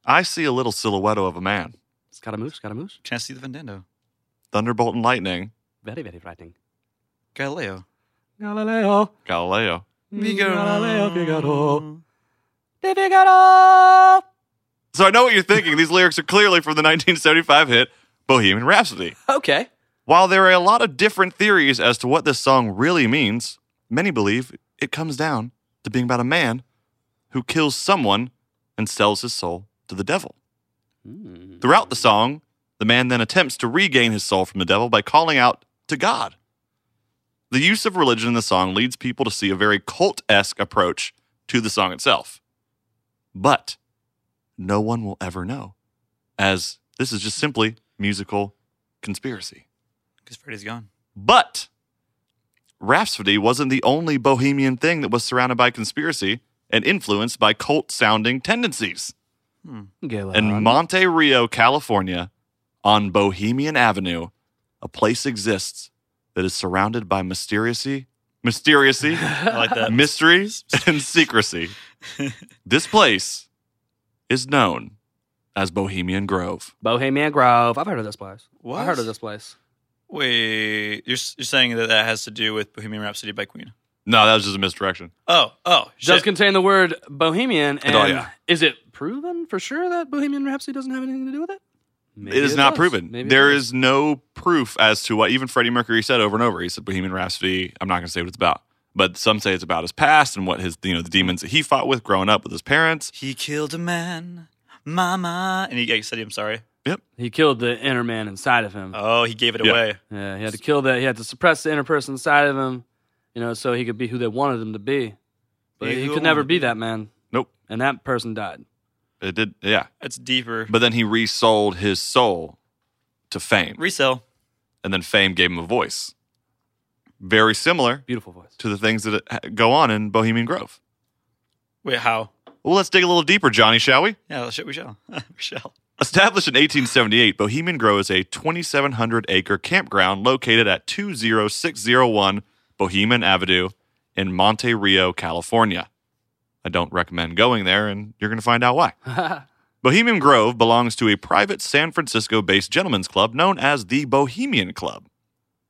Speaker 10: I see a little silhouette of a man.
Speaker 9: Scaramouche, Scaramouche.
Speaker 11: Can I see the Vendando?
Speaker 10: Thunderbolt and lightning.
Speaker 9: Very, very frightening.
Speaker 11: Galileo.
Speaker 9: Galileo.
Speaker 10: Galileo.
Speaker 9: Galileo
Speaker 11: Mm.
Speaker 9: Figaro. De Figaro.
Speaker 10: So I know what you're thinking. These lyrics are clearly from the 1975 hit Bohemian Rhapsody.
Speaker 9: Okay.
Speaker 10: While there are a lot of different theories as to what this song really means, many believe it comes down to being about a man who kills someone and sells his soul to the devil.
Speaker 9: Hmm.
Speaker 10: Throughout the song, the man then attempts to regain his soul from the devil by calling out to God. The use of religion in the song leads people to see a very cult esque approach to the song itself. But no one will ever know, as this is just simply musical conspiracy.
Speaker 11: Because Freddy's gone.
Speaker 10: But Rhapsody wasn't the only bohemian thing that was surrounded by conspiracy and influenced by cult sounding tendencies.
Speaker 9: Go
Speaker 10: In
Speaker 9: on.
Speaker 10: Monte Rio, California, on Bohemian Avenue, a place exists that is surrounded by mysteriousy, mysteriousy,
Speaker 11: I like that.
Speaker 10: mystery, and secrecy. This place is known as Bohemian Grove.
Speaker 9: Bohemian Grove. I've heard of this place.
Speaker 11: What?
Speaker 9: I've heard of this place.
Speaker 11: Wait, you're, s- you're saying that that has to do with Bohemian Rhapsody by Queen?
Speaker 10: No, that was just a misdirection.
Speaker 11: Oh, oh,
Speaker 9: Does
Speaker 11: shit.
Speaker 9: contain the word Bohemian, and
Speaker 10: Oh, yeah.
Speaker 9: is it proven for sure that Bohemian Rhapsody doesn't have anything to do with it? Maybe
Speaker 10: it is not
Speaker 9: does.
Speaker 10: proven. There
Speaker 9: Maybe it
Speaker 10: is
Speaker 9: does.
Speaker 10: no proof as to what even Freddie Mercury said over and over. He said Bohemian Rhapsody. I'm not going to say what it's about, but some say it's about his past and what his you know the demons that he fought with growing up with his parents.
Speaker 11: he killed a man, mama, and he, yeah, he said, "I'm sorry."
Speaker 9: He killed the inner man inside of him.
Speaker 11: Oh, he gave it
Speaker 10: Yeah.
Speaker 11: away.
Speaker 9: Yeah, he had to kill that. He had to suppress the inner person inside of him, you know, so he could be who they wanted him to be. But
Speaker 11: Be
Speaker 9: he
Speaker 11: who I
Speaker 9: could never
Speaker 11: wanna
Speaker 9: be
Speaker 11: be.
Speaker 9: that man.
Speaker 10: Nope.
Speaker 9: And that person died.
Speaker 10: It did, yeah.
Speaker 11: That's deeper.
Speaker 10: But then he resold his soul to fame,
Speaker 11: Resell.
Speaker 10: and then fame gave him a voice, very similar
Speaker 9: Beautiful voice.
Speaker 10: to the things that uh, go on in Bohemian Grove.
Speaker 11: Wait, how?
Speaker 10: Well, let's dig a little deeper, Johnny, shall we?
Speaker 11: Yeah, shit, we shall. we shall.
Speaker 10: Established in 1878, Bohemian Grove is a 2,700 acre campground located at 20601 Bohemian Avenue in Monte Rio, California. I don't recommend going there, and you're going to find out why. Bohemian Grove belongs to a private San Francisco based gentlemen's club known as the Bohemian Club.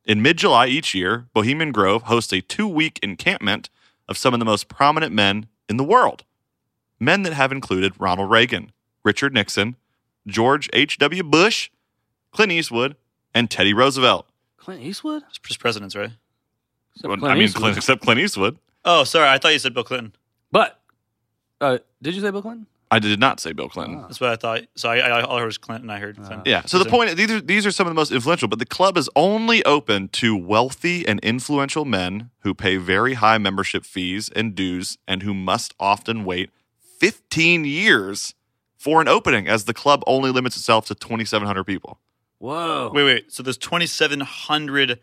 Speaker 10: In mid July each year, Bohemian Grove hosts a two week encampment of some of the most prominent men in the world. Men that have included Ronald Reagan, Richard Nixon, George H.W. Bush, Clint Eastwood, and Teddy Roosevelt.
Speaker 9: Clint Eastwood?
Speaker 11: It's just presidents, right?
Speaker 9: Except
Speaker 10: Well,
Speaker 9: Clint
Speaker 10: I mean,
Speaker 9: Eastwood.
Speaker 10: Clint, except Clint Eastwood.
Speaker 11: Oh, sorry. I thought you said Bill Clinton.
Speaker 9: But, uh, did you say Bill Clinton?
Speaker 10: I did not say Bill Clinton.
Speaker 11: That's what I thought. So I, I all I heard was Clinton. I heard. Clinton.
Speaker 10: Yeah. So the point these are these are some of the most influential, but the club is only open to wealthy and influential men who pay very high membership fees and dues and who must often wait 15 years for an opening as the club only limits itself to 2700 people.
Speaker 9: Whoa.
Speaker 11: Wait, wait. So there's 2,700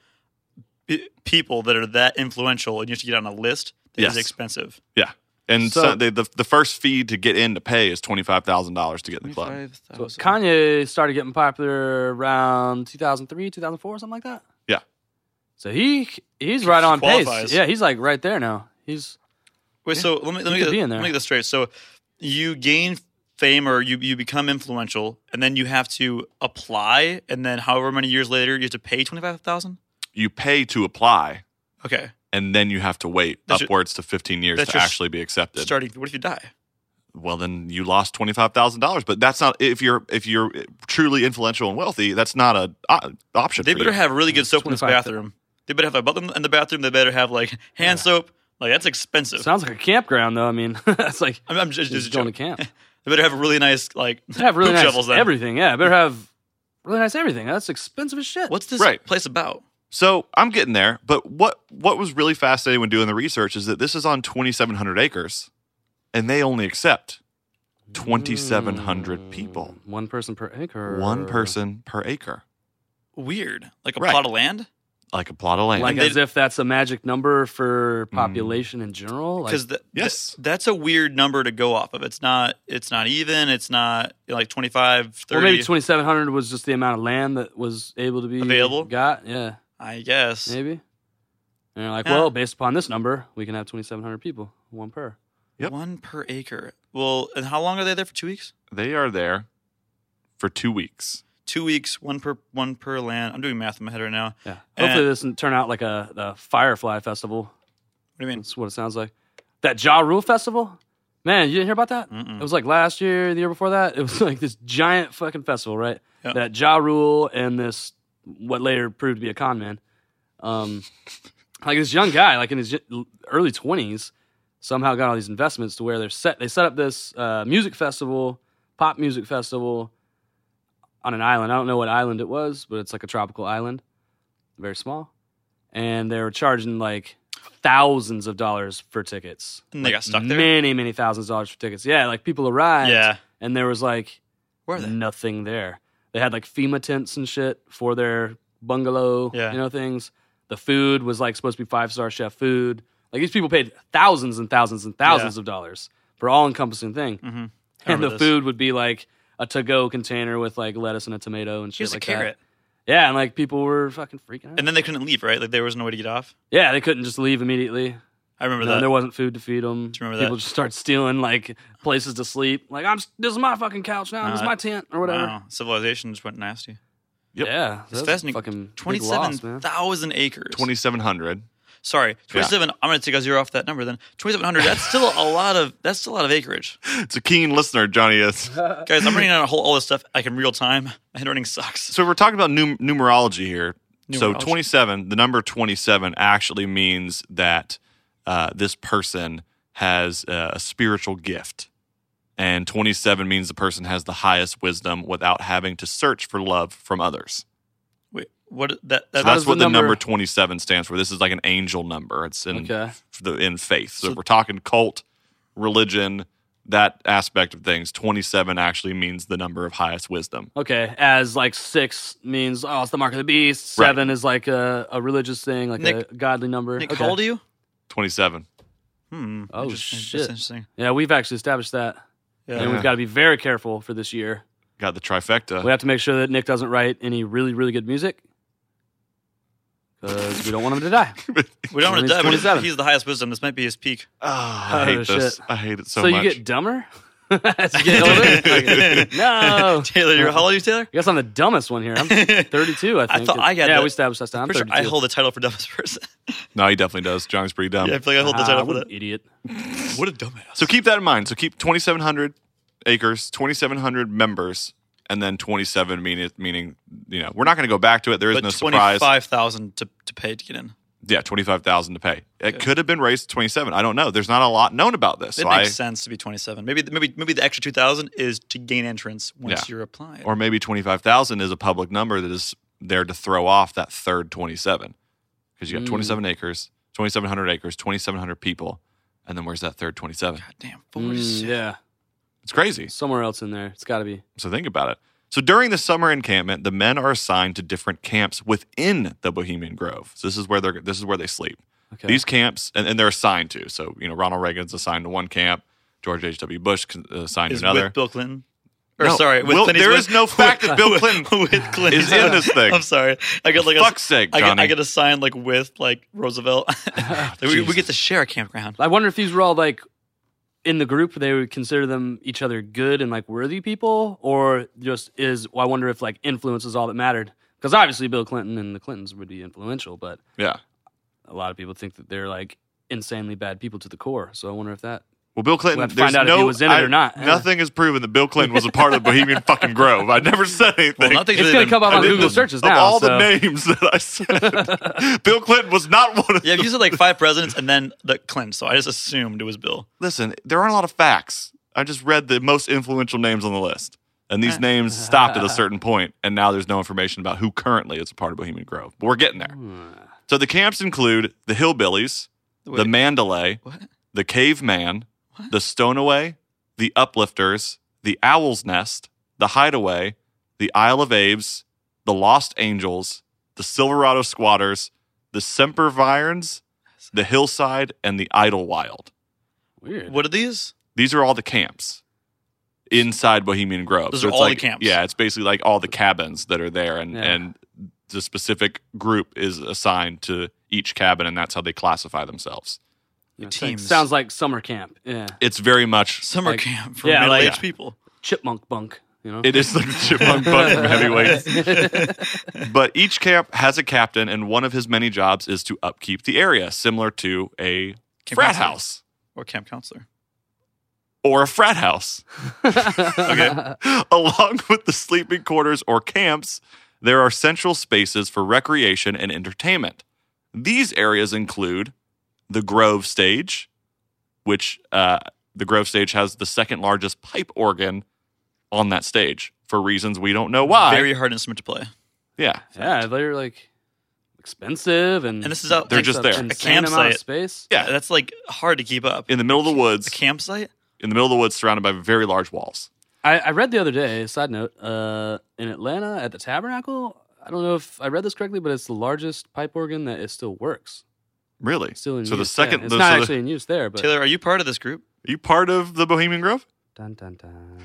Speaker 11: p- people that are that influential, and you have to get on a list. That is
Speaker 10: Yes.
Speaker 11: expensive.
Speaker 10: Yeah. And so,
Speaker 9: So-
Speaker 10: they, the the first fee to get in to pay is $25,000 to get in the club.
Speaker 9: So Kanye started getting popular around 2003, 2004, something like that.
Speaker 10: Yeah.
Speaker 9: So he he's right on pace.
Speaker 11: qualifies.
Speaker 9: Yeah, he's like right there now. He's
Speaker 11: Wait, so let me let me,
Speaker 9: could
Speaker 11: get,
Speaker 9: be in there.
Speaker 11: let me get this straight. So you gain fame or you, you become influential, and then you have to apply, and then however many years later, you have to pay 25000
Speaker 10: You pay to apply
Speaker 11: Okay.
Speaker 10: and then you have to wait
Speaker 11: That's your-
Speaker 10: upwards to 15 years
Speaker 11: that's
Speaker 10: to
Speaker 11: your s-
Speaker 10: actually be accepted.
Speaker 11: Starting, what if you die?
Speaker 10: well then you lost $25,000 but that's not if you're if you're truly influential and wealthy that's not a uh, option
Speaker 11: They
Speaker 10: for
Speaker 11: better
Speaker 10: you.
Speaker 11: have
Speaker 9: Mm,
Speaker 11: really good soap in this
Speaker 9: 25.
Speaker 11: bathroom. They better have a button in the bathroom. They better have like hand soap. Like that's expensive.
Speaker 9: sounds like a campground though. I mean, that's like
Speaker 11: I'm, I'm just,
Speaker 9: he's
Speaker 11: just
Speaker 9: going
Speaker 11: joking.
Speaker 9: to camp.
Speaker 11: They better have a really nice like
Speaker 9: Better have really
Speaker 11: poop
Speaker 9: nice
Speaker 11: shovels. Then.
Speaker 9: everything. Yeah, better have really nice everything. That's expensive as shit.
Speaker 11: What's this
Speaker 10: Right.
Speaker 11: place about?
Speaker 10: so i'm getting there but what what was really fascinating when doing the research is that this is on 2700 acres and they only accept 2,700 people.
Speaker 9: One person per acre.
Speaker 10: One person per acre.
Speaker 11: Weird. Like a
Speaker 10: Right.
Speaker 11: plot of land?
Speaker 10: Like Mm. a plot of land.
Speaker 9: Like
Speaker 11: Like
Speaker 9: as if that's a magic number for population in general. Like,
Speaker 11: Because
Speaker 10: yes.
Speaker 11: that's a weird number to go off of. It's not it's not even. It's not like 25, 30.
Speaker 9: or maybe twenty seven hundred was just the amount of land that was able to be
Speaker 11: Available?
Speaker 9: Got yeah,
Speaker 11: I guess.
Speaker 9: maybe. And they're like,
Speaker 11: Yeah.
Speaker 9: well, based upon this number, we can have twenty seven hundred people, one per.
Speaker 10: Yep.
Speaker 11: One per acre. Well, and how long are they there for? Two weeks?
Speaker 10: They are there for two weeks.
Speaker 11: Two weeks, one per one per land. I'm doing math in my head right now.
Speaker 9: Yeah.
Speaker 11: And-
Speaker 9: Hopefully, this doesn't turn out like a, a Firefly festival.
Speaker 11: What do you mean?
Speaker 9: That's what it sounds like. That Ja Rule festival? Man, you didn't hear about that? It was like last year, the year before that. It was like this giant fucking festival, right?
Speaker 11: Yeah.
Speaker 9: That Ja Rule and this, what later proved to be a con man. Um, like this young guy, like in his y- early 20s, somehow got all these investments to where they're set, they set up this uh, music festival, pop music festival on an island. I don't know what island it was, but it's like a tropical island, very small. And they were charging like thousands of dollars for tickets.
Speaker 11: And they got Hmm. stuck there?
Speaker 9: Many, many thousands of dollars for tickets. Yeah, like people arrived.
Speaker 11: Yeah.
Speaker 9: And there was like
Speaker 11: Where are they?
Speaker 9: nothing there. They had like FEMA tents and shit for their bungalow,
Speaker 11: Yeah.
Speaker 9: you know, things. The food was like supposed to be five star chef food. Like these people paid thousands and thousands and thousands of dollars for all encompassing thing.
Speaker 11: Mm-hmm.
Speaker 9: And
Speaker 11: remember
Speaker 9: the
Speaker 11: this.
Speaker 9: food would be like a to go container with like lettuce and a tomato and shit
Speaker 11: Here's
Speaker 9: like
Speaker 11: a carrot.
Speaker 9: that. Yeah, and like people were fucking freaking out.
Speaker 11: And then they couldn't leave, right? Like there was no way to get off.
Speaker 9: yeah, they couldn't just leave immediately.
Speaker 11: I remember
Speaker 9: No,
Speaker 11: that.
Speaker 9: there wasn't food to feed them.
Speaker 11: you remember that?
Speaker 9: People just start stealing like places to sleep. Like I'm, s- this is my fucking couch now.
Speaker 11: No,
Speaker 9: this is
Speaker 11: that-
Speaker 9: my tent or whatever.
Speaker 11: Uh, Wow. Civilization just went nasty.
Speaker 10: Yep.
Speaker 9: Yeah,
Speaker 11: It's
Speaker 9: that's
Speaker 11: fascinating.
Speaker 9: Fucking big loss, man.
Speaker 11: 27,000 acres.
Speaker 10: 2,700.
Speaker 11: Sorry, 27. I'm going to take a zero off that number then. 2,700. That's still a lot of that's still a lot of acreage.
Speaker 10: It's a keen listener, Johnny is.
Speaker 11: Guys, I'm running out of whole all this stuff like in real time. My running sucks.
Speaker 10: so we're talking about num- numerology here. So
Speaker 11: Numerology.
Speaker 10: 27, the number 27 actually means that uh, this person has uh, a spiritual gift. And 27 means the person has the highest wisdom without having to search for love from others.
Speaker 11: Wait, what that,
Speaker 10: So
Speaker 11: that
Speaker 10: that's
Speaker 9: does
Speaker 10: what the
Speaker 9: the
Speaker 10: number,
Speaker 9: number-
Speaker 10: 27 stands for. This is like an angel number. It's in
Speaker 9: Okay.
Speaker 10: f- the in faith. So, if we're talking cult, religion, that aspect of things, 27 actually means the number of highest wisdom.
Speaker 9: Okay, as like six means oh, it's the mark of the beast.
Speaker 10: Right.
Speaker 9: Seven is like a, a religious thing, like
Speaker 11: Nick-
Speaker 9: a godly number.
Speaker 11: Nick,
Speaker 9: okay.
Speaker 11: how old are you?
Speaker 10: 27.
Speaker 11: Hmm.
Speaker 9: Oh,
Speaker 11: interesting.
Speaker 9: shit.
Speaker 11: That's interesting.
Speaker 9: Yeah, we've actually established that,
Speaker 11: Yeah.
Speaker 9: and we've got to be very careful for this year.
Speaker 10: Got the trifecta.
Speaker 9: We have to make sure that Nick doesn't write any really, really good music because we don't want him to die.
Speaker 11: We don't want
Speaker 9: He's
Speaker 11: to die, but
Speaker 9: 27.
Speaker 11: he's- he's the highest wisdom. This might be his peak.
Speaker 10: Ah, I
Speaker 9: Oh,
Speaker 10: hate this.
Speaker 9: shit.
Speaker 10: I hate it so,
Speaker 9: So, you
Speaker 10: much.
Speaker 9: get dumber as you get older. Like, no,
Speaker 11: Taylor, you're how old are you, Taylor?
Speaker 9: I guess I'm the dumbest one here. I'm 32, I think.
Speaker 11: thought I got
Speaker 9: yeah,
Speaker 11: that.
Speaker 9: we established that. I'm
Speaker 11: For sure,
Speaker 9: 32.
Speaker 11: I hold the title for dumbest person.
Speaker 10: no, he definitely does. Johnny's pretty dumb.
Speaker 11: yeah, I feel like I hold the
Speaker 9: Ah,
Speaker 11: title for
Speaker 9: what an
Speaker 11: that.
Speaker 9: idiot.
Speaker 11: What a dumbass.
Speaker 10: So keep that in mind. So keep 2,700 acres, 2,700 members, and then 27 meaning, meaning you know, we're not going to go back to it. There is
Speaker 11: but
Speaker 10: no surprise.
Speaker 11: 25,000 to, to pay to get in.
Speaker 10: Yeah, 25,000 to pay. It could have been raised to 27. I don't know. There's not a lot known about this.
Speaker 11: It
Speaker 10: So
Speaker 11: makes
Speaker 10: I,
Speaker 11: sense to be 27. Maybe maybe maybe the extra 2,000 is to gain entrance once
Speaker 10: Yeah.
Speaker 11: you're applying.
Speaker 10: or maybe 25,000 is a public number that is there to throw off that third 27 because you
Speaker 11: Mm.
Speaker 10: got 27 acres, 2,700 acres, 2,700 people. And then where's that third 27?
Speaker 11: God damn,
Speaker 9: Mm,
Speaker 11: 46.
Speaker 9: yeah,
Speaker 10: It's crazy.
Speaker 9: somewhere else in there. It's got to be.
Speaker 10: So think about it. So during the summer encampment, the men are assigned to different camps within the Bohemian Grove. So this is where they're this is where they sleep.
Speaker 9: Okay.
Speaker 10: These camps, and, and they're assigned to. So you know, Ronald Reagan's assigned to one camp. George H. W. Bush con- uh, assigned
Speaker 11: Is
Speaker 10: to another.
Speaker 11: with Bill Clinton. Or
Speaker 10: No,
Speaker 11: sorry, with
Speaker 10: Will-
Speaker 11: Clint
Speaker 10: there
Speaker 11: Eastwood.
Speaker 10: is no fact that Bill Clinton
Speaker 11: with Clint
Speaker 10: is in
Speaker 11: Eastwood.
Speaker 10: this thing.
Speaker 11: I'm sorry. I get like a,
Speaker 10: fuck's sake,
Speaker 11: I get,
Speaker 10: Johnny.
Speaker 11: I get assigned like with like Roosevelt. Like, we, we get to share a campground.
Speaker 9: Oh, I wonder if these were all like in the group, they would consider them each other good and like worthy people, or just is. Well, I wonder if like influence is all that mattered. Because obviously Bill Clinton and the Clintons would be influential, but
Speaker 10: Yeah.
Speaker 9: a lot of people think that they're like insanely bad people to the core. So I wonder if that.
Speaker 10: Well, Bill Clinton.
Speaker 9: We'll have to
Speaker 10: there's
Speaker 9: find out if
Speaker 10: no,
Speaker 9: he was in it
Speaker 10: I-
Speaker 9: or not. Yeah.
Speaker 10: Nothing is proven that Bill Clinton was a part of the Bohemian fucking Grove. I never said anything.
Speaker 11: Well, nothing's
Speaker 9: It's
Speaker 11: really
Speaker 9: gonna
Speaker 11: been-
Speaker 9: come up
Speaker 10: I
Speaker 9: on
Speaker 10: didn't-
Speaker 9: Google searches
Speaker 10: of
Speaker 9: now.
Speaker 10: all
Speaker 9: so-
Speaker 10: the names that I said, Bill Clinton was not one of
Speaker 11: Yeah,
Speaker 10: them.
Speaker 11: you said like five presidents and then the Clinton, so I just assumed it was Bill.
Speaker 10: listen, there aren't a lot of facts. I just read the most influential names on the list. And
Speaker 11: Uh.
Speaker 10: these names stopped at a certain point, and now there's no information about who currently is a part of Bohemian Grove. But we're getting there. So the camps include the Hillbillies, the
Speaker 11: Hmm. Wait.
Speaker 10: Mandalay,
Speaker 11: What?
Speaker 10: the Caveman, the Stoneway, the Uplifters, The Owl's Nest, The Hideaway, The Isle of Aves, The Lost Angels, The Silverado Squatters, The Sempervirens, The Hillside, and The Idlewild.
Speaker 9: Weird.
Speaker 11: What are these?
Speaker 10: These are all the camps inside Bohemian Grove.
Speaker 11: Those
Speaker 10: So
Speaker 11: are
Speaker 10: it's
Speaker 11: all the
Speaker 10: like-
Speaker 11: camps.
Speaker 10: Yeah, it's basically like all the cabins that are there, and
Speaker 9: Yeah.
Speaker 10: and the specific group is assigned to each cabin, and that's how they classify themselves.
Speaker 9: You know, it's like-
Speaker 11: Teams.
Speaker 9: sounds like summer camp. Yeah.
Speaker 10: It's very much
Speaker 11: Summer
Speaker 9: Like-
Speaker 11: camp for
Speaker 9: yeah, like-
Speaker 11: middle-aged
Speaker 10: Yeah.
Speaker 11: people.
Speaker 9: Chipmunk bunk. You know.
Speaker 10: it is like the chipmunk bunk from heavyweights. But each camp has a captain, and one of his many jobs is to upkeep the area, similar to a
Speaker 11: Camp
Speaker 10: frat
Speaker 11: counselor.
Speaker 10: house
Speaker 11: Or camp counselor.
Speaker 10: or a frat house.
Speaker 9: okay.
Speaker 10: Along with the sleeping quarters or camps, there are central spaces for recreation and entertainment. These areas include the Grove Stage, which uh, the Grove Stage has the second largest pipe organ on that stage for reasons we don't know why.
Speaker 11: Very hard instrument to play.
Speaker 10: yeah.
Speaker 9: Yeah, they're like expensive and
Speaker 11: And this is out-
Speaker 10: They're just there. A
Speaker 9: Insane amount of
Speaker 11: campsite.
Speaker 9: space.
Speaker 10: Yeah.
Speaker 11: That's like hard to keep up.
Speaker 10: In the middle of the woods,
Speaker 11: A campsite?
Speaker 10: in the middle of the woods, surrounded by very large walls.
Speaker 9: I, I read the other day, side note, uh, in Atlanta at the Tabernacle. I don't know if I read this correctly, but it's the largest pipe organ that it still works.
Speaker 10: Really?
Speaker 9: It's still in
Speaker 10: so
Speaker 9: use.
Speaker 10: the
Speaker 9: yeah.
Speaker 10: second,
Speaker 9: it's
Speaker 10: the-
Speaker 9: not
Speaker 10: so the-
Speaker 9: actually in use there, but
Speaker 11: Taylor, are you part of this group?
Speaker 10: you part of the Bohemian Grove?
Speaker 9: dun, dun, dun.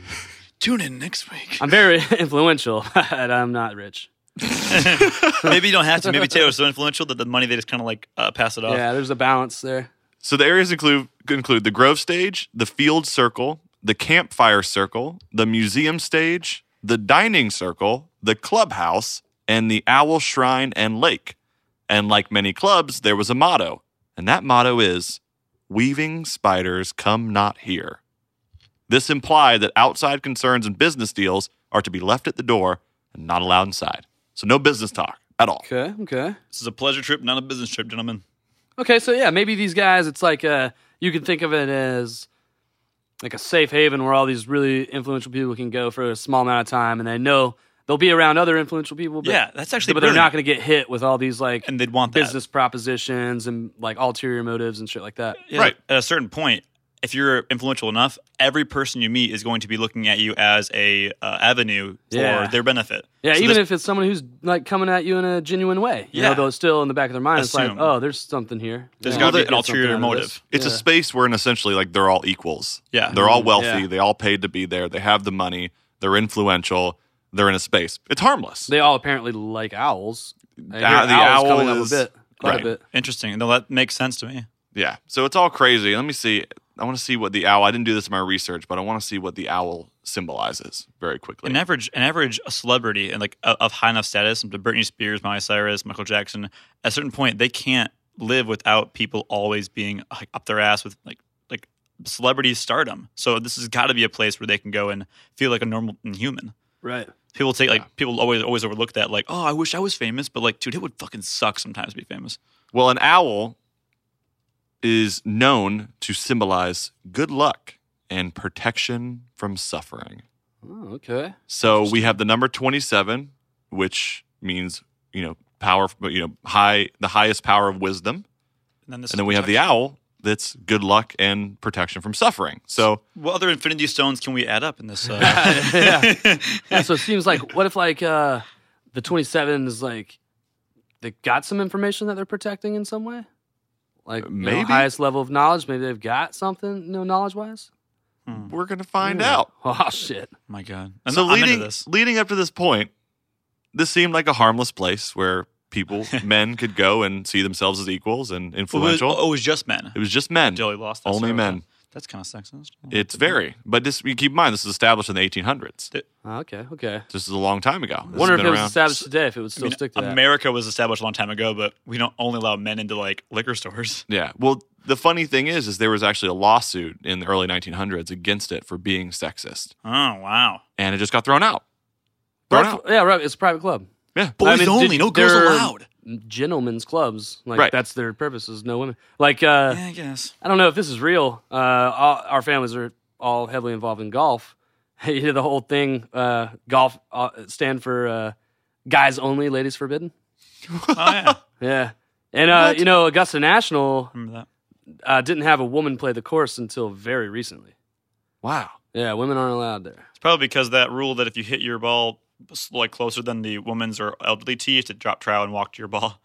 Speaker 11: Tune in next week.
Speaker 9: I'm very influential, and I'm not rich.
Speaker 11: maybe you don't have to. Maybe Taylor's so influential that the money they just kind of like uh, pass it off.
Speaker 9: Yeah, there's a balance there.
Speaker 10: So the areas include include the Grove Stage, the Field Circle, the Campfire Circle, the Museum Stage, the Dining Circle, the Clubhouse, and the Owl Shrine and Lake. And like many clubs, there was a motto, and that motto is "Weaving spiders come not here." This implied that outside concerns and business deals are to be left at the door and not allowed inside. So no business talk at all.
Speaker 9: Okay, okay,
Speaker 11: This is a pleasure trip, not a business trip, gentlemen.
Speaker 9: okay. So yeah, maybe these guys. It's like uh, you can think of it as like a safe haven where all these really influential people can go for a small amount of time, and they know they'll be around other influential people. But,
Speaker 11: yeah, that's actually.
Speaker 9: but they're not
Speaker 11: brilliant.
Speaker 9: going to get hit with all these like
Speaker 11: And they'd want that.
Speaker 9: business propositions and like ulterior motives and shit like that.
Speaker 11: Yeah,
Speaker 10: Right.
Speaker 11: At a certain point, if you're influential enough, every person you meet is going to be looking at you as a uh, avenue for
Speaker 9: Yeah.
Speaker 11: their benefit.
Speaker 9: Yeah,
Speaker 11: So
Speaker 9: even
Speaker 11: this-
Speaker 9: if it's someone who's like coming at you in a genuine way, you know,
Speaker 11: Yeah.
Speaker 9: though it's still in the back of their mind, it's
Speaker 11: Assume.
Speaker 9: like, oh, there's something here.
Speaker 11: There's
Speaker 9: Yeah.
Speaker 11: gotta be
Speaker 9: I'll
Speaker 11: an
Speaker 9: get something
Speaker 11: ulterior
Speaker 9: out of
Speaker 11: motive.
Speaker 9: this.
Speaker 10: It's a
Speaker 9: Yeah. Mm,
Speaker 10: space where, in essentially, like they're all equals.
Speaker 11: Yeah.
Speaker 10: they're all wealthy.
Speaker 9: Yeah.
Speaker 10: They all paid to be there. They have the money. They're influential. They're in a space. It's harmless.
Speaker 9: They all apparently like owls. I hear
Speaker 10: Ah, the
Speaker 9: owls coming
Speaker 10: owl
Speaker 9: up
Speaker 10: is-
Speaker 9: a bit, quite
Speaker 10: right.
Speaker 9: a bit.
Speaker 11: Interesting. No, that makes sense to me.
Speaker 10: yeah. So it's all crazy. Let me see. I want to see what the owl. I didn't do this in my research, but I want to see what the owl symbolizes very quickly.
Speaker 11: An average, an average celebrity and like of of high enough status, to Britney Spears, Miley Cyrus, Michael Jackson. At a certain point, they can't live without people always being like, up their ass with like like celebrity stardom. So this has got to be a place where they can go and feel like a normal human.
Speaker 9: Right.
Speaker 11: People take like people always always overlook that like oh I wish I was famous but like dude it would fucking suck sometimes to be famous.
Speaker 10: well, an owl is known to symbolize good luck and protection from suffering.
Speaker 9: Oh, okay.
Speaker 10: So we have the number 27, which means, you know, power, you know, high, the highest power of wisdom.
Speaker 11: And then this
Speaker 10: And then we have the owl that's good luck and protection from suffering. So
Speaker 11: What other Infinity Stones can we add up in this? Uh,
Speaker 9: Yeah, so it seems like what if like uh the 27 is like they got some information that they're protecting in some way? Like you know,
Speaker 10: Maybe.
Speaker 9: highest level of knowledge, maybe they've got something, you know, knowledge wise.
Speaker 10: we're going to find
Speaker 9: Yeah.
Speaker 10: out.
Speaker 9: Oh shit.
Speaker 11: my God, Hmm. I'm,
Speaker 10: so
Speaker 11: I'm into
Speaker 10: leading,
Speaker 11: this.
Speaker 10: leading up to this point, this seemed like a harmless place where people, men could go and see themselves as equals and influential.
Speaker 11: It was, oh, it was just men.
Speaker 10: it was just men.
Speaker 11: Joey lost. That
Speaker 10: Only
Speaker 11: sorry about
Speaker 10: men.
Speaker 11: that. That's kind of sexist.
Speaker 10: It's very, but this, you keep in mind, this was established in the 1800s.
Speaker 9: Oh, okay, okay.
Speaker 10: This is a long time ago. This
Speaker 9: Wonder
Speaker 10: has
Speaker 9: if
Speaker 10: been
Speaker 9: it was
Speaker 10: around.
Speaker 9: established today, if it would
Speaker 11: I
Speaker 9: still
Speaker 11: mean,
Speaker 9: stick to that.
Speaker 11: America was established a long time ago, but we don't only allow men into like liquor stores.
Speaker 10: Yeah. Well, the funny thing is, is there was actually a lawsuit in the early 1900s against it for being sexist,
Speaker 11: Oh wow,
Speaker 10: and it just got thrown out. Thrown
Speaker 9: But-
Speaker 10: out.
Speaker 9: yeah, right. It's a private club.
Speaker 10: Yeah.
Speaker 11: boys
Speaker 9: I mean,
Speaker 11: only,
Speaker 9: did-
Speaker 11: no girls
Speaker 9: they're
Speaker 11: allowed.
Speaker 9: Gentlemen's clubs, like
Speaker 10: Right.
Speaker 9: that's their purpose is no women. Like uh,
Speaker 11: yeah, I guess.
Speaker 9: I don't know if this is real. Uh, all, our families are all heavily involved in golf. you know the whole thing. Uh, golf uh, stand for uh, guys only, ladies forbidden.
Speaker 11: Oh yeah,
Speaker 9: Yeah, and uh, you know Augusta National
Speaker 11: remember that?
Speaker 9: uh, didn't have a woman play the course until very recently. Wow. Yeah, women aren't allowed there.
Speaker 11: It's probably because that rule that if you hit your ball s- like closer than the woman's or elderly tee, you have to drop trow and walk to your ball.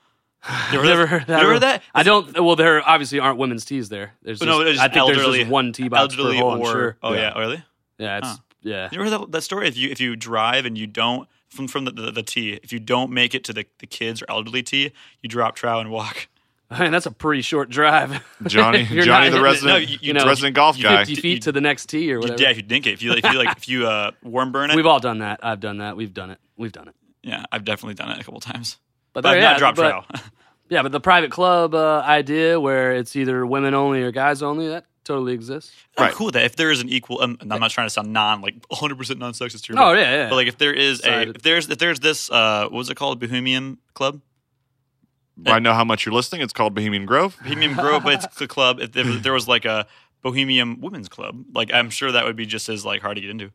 Speaker 11: You
Speaker 9: I've never heard that.
Speaker 11: You ever
Speaker 9: rule.
Speaker 11: heard that?
Speaker 9: I don't. Well, there obviously aren't women's tees there. There's
Speaker 11: But
Speaker 9: just,
Speaker 11: no, it's
Speaker 9: I
Speaker 11: just
Speaker 9: think there's
Speaker 11: elderly-
Speaker 9: just one tee box per
Speaker 11: elderly
Speaker 9: hole. I'm
Speaker 11: or
Speaker 9: sure.
Speaker 11: oh yeah, really?
Speaker 9: Yeah, it's
Speaker 11: Huh.
Speaker 9: yeah.
Speaker 11: You ever heard that, that story? If you if you drive and you don't from from the, the, the tee, if you don't make it to the, the kids or elderly tee, you drop trow and walk.
Speaker 9: Man, that's a pretty short drive.
Speaker 10: Johnny-
Speaker 9: You're
Speaker 10: Johnny the
Speaker 9: hitting it,
Speaker 10: resident- the resident golf
Speaker 9: you
Speaker 10: guy.
Speaker 9: 50 feet to the next tee or
Speaker 11: You,
Speaker 9: whatever.
Speaker 11: yeah, if you dink it, if you like, if you like, if you uh, warm burn it,
Speaker 9: We've all done that. I've done that. We've done it. We've done it.
Speaker 11: yeah, I've definitely done it a couple times.
Speaker 9: But
Speaker 11: But,
Speaker 9: there-
Speaker 11: I've
Speaker 9: yeah,
Speaker 11: not dropped
Speaker 9: but-
Speaker 11: trow.
Speaker 9: Yeah, but the private club uh, idea where it's either women only or guys only, that totally exists.
Speaker 11: I'm cool with that. If there is an equal, um, and I'm not trying to sound non like 100 percent non sexist here.
Speaker 9: Oh,
Speaker 11: but-
Speaker 9: yeah, yeah.
Speaker 11: But like if there is a
Speaker 9: Side-
Speaker 11: if there's if there's this uh what was it called Bohemian Club
Speaker 10: I know how much you're listening. It's called Bohemian Grove.
Speaker 11: Bohemian Grove, but it's a club. If there, if there was like a Bohemian Women's Club, like I'm sure that would be just as like hard to get into.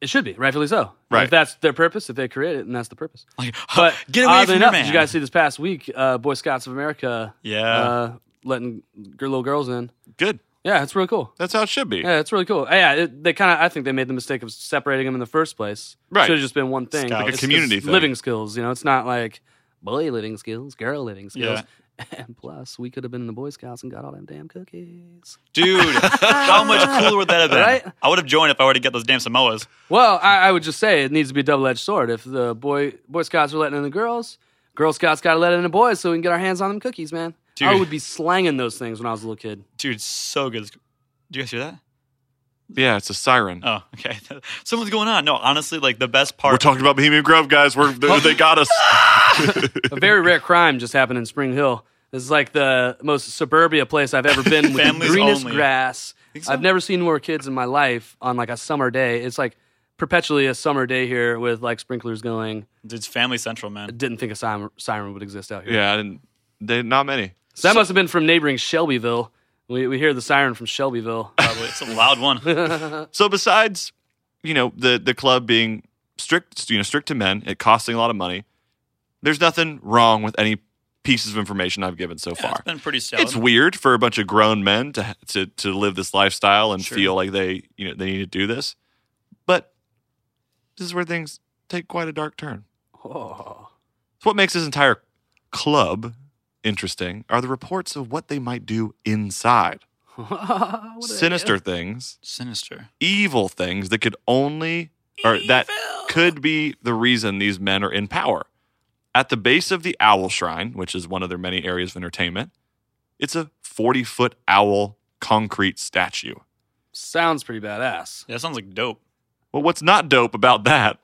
Speaker 9: It should be, rightfully so.
Speaker 11: Right.
Speaker 9: If that's their purpose, if they create it, and that's the purpose.
Speaker 11: Like
Speaker 9: But
Speaker 11: get away
Speaker 9: oddly
Speaker 11: from your
Speaker 9: enough,
Speaker 11: man.
Speaker 9: did you guys see this past week, uh, Boy Scouts of America
Speaker 11: Yeah.
Speaker 9: uh, letting g- little girls in?
Speaker 10: Good.
Speaker 9: Yeah, it's really cool.
Speaker 10: That's how it should be.
Speaker 9: Yeah, it's really cool. Yeah, it, they kind of. I think they made the mistake of separating them in the first place.
Speaker 10: Right.
Speaker 9: should have just been one thing.
Speaker 10: Like a
Speaker 9: It's-
Speaker 10: community
Speaker 9: it's
Speaker 10: thing.
Speaker 9: living skills. You know, it's not like boy living skills, girl living skills.
Speaker 11: Yeah.
Speaker 9: And plus, we could have been in the Boy Scouts and got all them damn cookies.
Speaker 11: Dude, how much cooler would that have been?
Speaker 9: Right?
Speaker 11: I would have joined if I would have got those damn Samoas.
Speaker 9: Well, I, I would just say it needs to be a double edged sword. If the boy Boy Scouts are letting in the girls, Girl Scouts got to let in the boys so we can get our hands on them cookies, man. I
Speaker 11: Dude.
Speaker 9: would be slanging those things when I was a little kid.
Speaker 11: Dude, so good. Do you guys hear that?
Speaker 10: Yeah, it's a siren.
Speaker 11: Oh, okay. Something's going on. No, honestly, like the best part.
Speaker 10: We're talking about Bohemian Grove, guys. We're they, they got us.
Speaker 9: a very rare crime just happened in Spring Hill. This is like the most suburbia place I've ever been with the
Speaker 11: Families
Speaker 9: greenest
Speaker 11: only.
Speaker 9: grass.
Speaker 11: Think so?
Speaker 9: I've never seen more kids in my life on like a summer day. It's like perpetually a summer day here with like sprinklers going.
Speaker 11: It's Family Central, man.
Speaker 9: Didn't think a siren, siren would exist out here.
Speaker 10: Yeah, I didn't. They, not many.
Speaker 9: So that must have been from neighboring Shelbyville. We, we hear the siren from Shelbyville.
Speaker 11: Probably. It's a loud one.
Speaker 10: So besides, you know, the the club being strict, you know, strict to men, it costing a lot of money. There's nothing wrong with any pieces of information I've given so
Speaker 11: Yeah,
Speaker 10: far.
Speaker 11: it's been pretty solid.
Speaker 10: It's weird for a bunch of grown men to to to live this lifestyle and
Speaker 11: Sure.
Speaker 10: feel like they you know they need to do this, but this is where things take quite a dark turn.
Speaker 9: Oh.
Speaker 10: It's what makes this entire club interesting are the reports of what they might do inside. Sinister things,
Speaker 11: Sinister.
Speaker 10: evil things that could only or that could be the reason these men are in power. At the base of the owl shrine, which is one of their many areas of entertainment, it's a 40 foot owl concrete statue.
Speaker 9: Sounds pretty badass.
Speaker 11: Yeah, that sounds like dope.
Speaker 10: Well, what's not dope about that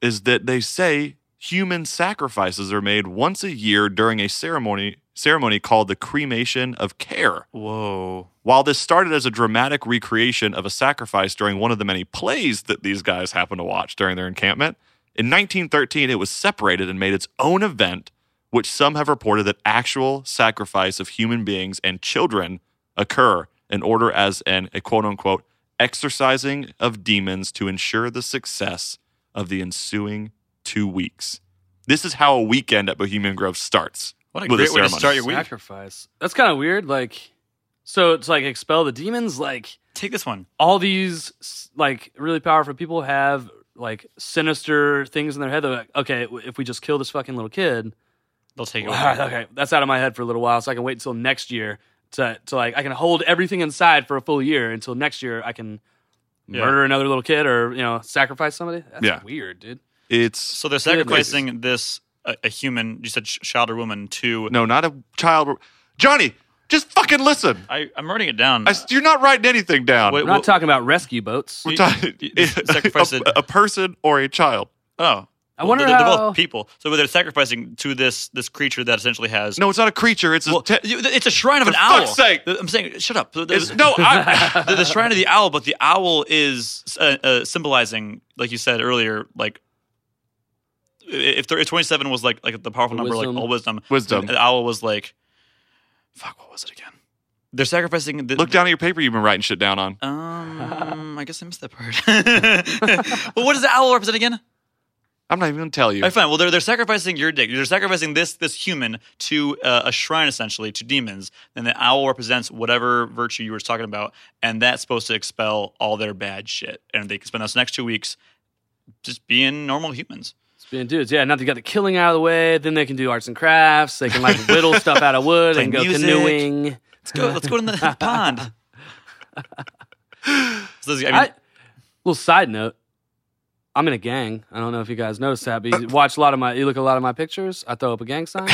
Speaker 10: is that they say human sacrifices are made once a year during a ceremony ceremony called the cremation of care.
Speaker 11: Whoa.
Speaker 10: While this started as a dramatic recreation of a sacrifice during one of the many plays that these guys happen to watch during their encampment, in 1913 it was separated and made its own event, which some have reported that actual sacrifice of human beings and children occur in order as an a quote unquote exercising of demons to ensure the success of the ensuing two weeks. This is how a weekend at Bohemian Grove starts.
Speaker 11: What a
Speaker 10: with
Speaker 11: great way to
Speaker 10: ceremony.
Speaker 11: start your week.
Speaker 9: Sacrifice. That's kind of weird. Like, so it's like expel the demons. Like,
Speaker 11: Take this one.
Speaker 9: all these s- like really powerful people have like sinister things in their head. They're like, okay, w- if we just kill this fucking little kid,
Speaker 11: They'll take it. over.
Speaker 9: okay, that's out of my head for a little while, so I can wait until next year to to like I can hold everything inside for a full year until next year I can
Speaker 11: Yeah.
Speaker 9: murder another little kid or you know sacrifice somebody. That's
Speaker 10: Yeah.
Speaker 9: weird, dude.
Speaker 10: It's
Speaker 11: So they're sacrificing this a, a human. You said ch- child or woman to.
Speaker 10: No, not a child. Johnny, just fucking listen.
Speaker 11: I, I'm writing it down.
Speaker 10: I, you're not writing anything down.
Speaker 11: Wait,
Speaker 9: We're
Speaker 11: Well-
Speaker 9: not talking about rescue boats.
Speaker 10: We're talking
Speaker 11: you- you sacrificed
Speaker 10: a,
Speaker 11: it.
Speaker 10: a person or a child.
Speaker 11: oh,
Speaker 9: I wonder
Speaker 11: they're, they're
Speaker 9: how-
Speaker 11: both people. So they're sacrificing to this this creature that essentially has.
Speaker 10: No, it's not a creature. It's a
Speaker 11: Well,
Speaker 10: te-
Speaker 11: you- it's a shrine of
Speaker 10: For
Speaker 11: an owl.
Speaker 10: fuck's sake.
Speaker 11: I'm saying, shut up.
Speaker 10: it's, no. I,
Speaker 11: the, the shrine of the owl, but the owl is uh, uh, symbolizing, like you said earlier, like i- if there, if twenty seven was like like the powerful number,
Speaker 9: Wisdom.
Speaker 11: like all wisdom,
Speaker 10: Wisdom.
Speaker 11: and the owl was like, fuck, what was it again? They're sacrificing. The,
Speaker 10: look down at your paper you've been writing shit down on.
Speaker 11: Um, I guess I missed that part. but what does the owl represent again?
Speaker 10: I'm not even going to tell you.
Speaker 11: All right, fine. Well, they're, they're sacrificing your dick. They're sacrificing this this human to uh, a shrine, essentially, to demons. And the owl represents whatever virtue you were talking about, and that's supposed to expel all their bad shit. And they can spend those next two weeks just being normal humans.
Speaker 9: Just being dudes, yeah. Now they got the killing out of the way. Then they can do arts and crafts. They can like whittle stuff out of wood
Speaker 11: Play
Speaker 9: and go
Speaker 11: music.
Speaker 9: canoeing.
Speaker 11: Let's go. Let's go to the pond. So this- I mean,
Speaker 9: I- little side note. I'm in a gang. I don't know if you guys noticed that, but you watch a lot of my, you look at a lot of my pictures. I throw up a gang sign.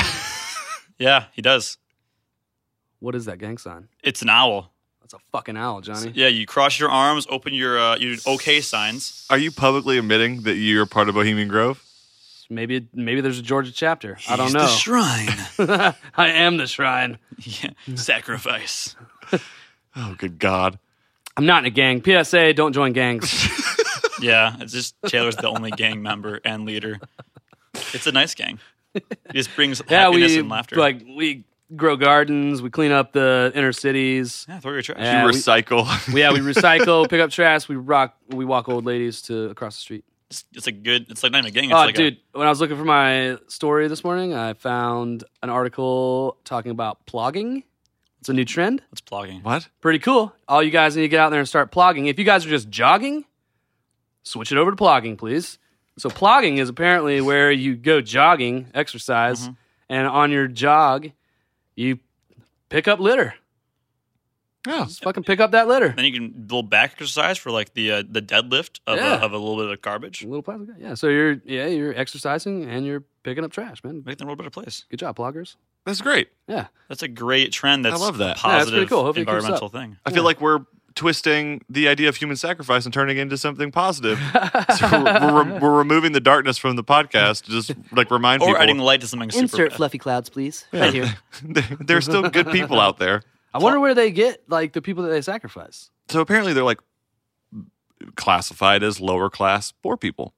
Speaker 11: yeah, he does.
Speaker 9: what is that gang sign?
Speaker 11: It's an owl.
Speaker 9: That's a fucking owl, Johnny.
Speaker 11: Yeah, you cross your arms, open your uh, your OK signs.
Speaker 10: Are you publicly admitting that you're part of Bohemian Grove?
Speaker 9: Maybe, maybe there's a Georgia chapter. I don't
Speaker 11: He's
Speaker 9: know.
Speaker 11: The shrine.
Speaker 9: I am the shrine.
Speaker 11: yeah. Sacrifice.
Speaker 10: Oh, good God.
Speaker 9: I'm not in a gang. PSA: Don't join gangs.
Speaker 11: Yeah, it's just Taylor's the only gang member and leader. It's a nice gang. It just brings
Speaker 9: yeah,
Speaker 11: happiness
Speaker 9: we
Speaker 11: and laughter.
Speaker 9: like we grow gardens. We clean up the inner cities.
Speaker 11: yeah, throw your trash.
Speaker 9: Yeah,
Speaker 10: you
Speaker 9: we-
Speaker 10: recycle.
Speaker 9: We- yeah, we recycle, pick up trash. We rock. We walk old ladies to across the street.
Speaker 11: It's, it's a good. It's like not even a gang. It's
Speaker 9: Oh,
Speaker 11: like
Speaker 9: dude! when I was looking for my story this morning, I found an article talking about plogging. It's a new trend.
Speaker 11: A, it's plugging.
Speaker 10: what?
Speaker 9: Pretty cool. All you guys need to get out there and start plogging. If you guys are just jogging, switch it over to plogging, please. So plogging is apparently where you go jogging, exercise, and on your jog, you pick up litter.
Speaker 10: Oh,
Speaker 9: Just fucking pick up that litter.
Speaker 11: Then you can do a little back exercise for like the uh, the deadlift of,
Speaker 9: Yeah.
Speaker 11: a, of a little bit of garbage.
Speaker 9: A little plastic. guy. Yeah. So you're yeah, you're exercising and you're picking up trash, man.
Speaker 11: Make the world a better place.
Speaker 9: Good job, bloggers.
Speaker 10: that's great.
Speaker 9: Yeah.
Speaker 11: That's a great trend. That's
Speaker 10: love that.
Speaker 11: A
Speaker 9: Yeah, that's
Speaker 11: positive
Speaker 9: pretty cool. Hopefully it keeps
Speaker 11: environmental
Speaker 9: up.
Speaker 11: thing.
Speaker 10: I feel like we're twisting the idea of human sacrifice and turning it into something positive. so we're, we're, we're removing the darkness from the podcast to just like remind
Speaker 11: Or
Speaker 10: people
Speaker 11: adding light to something super. bad.
Speaker 9: fluffy clouds, please. here.
Speaker 10: there's still good people out there.
Speaker 9: I wonder where they get like the people that they sacrifice.
Speaker 10: So apparently they're like classified as lower class poor people.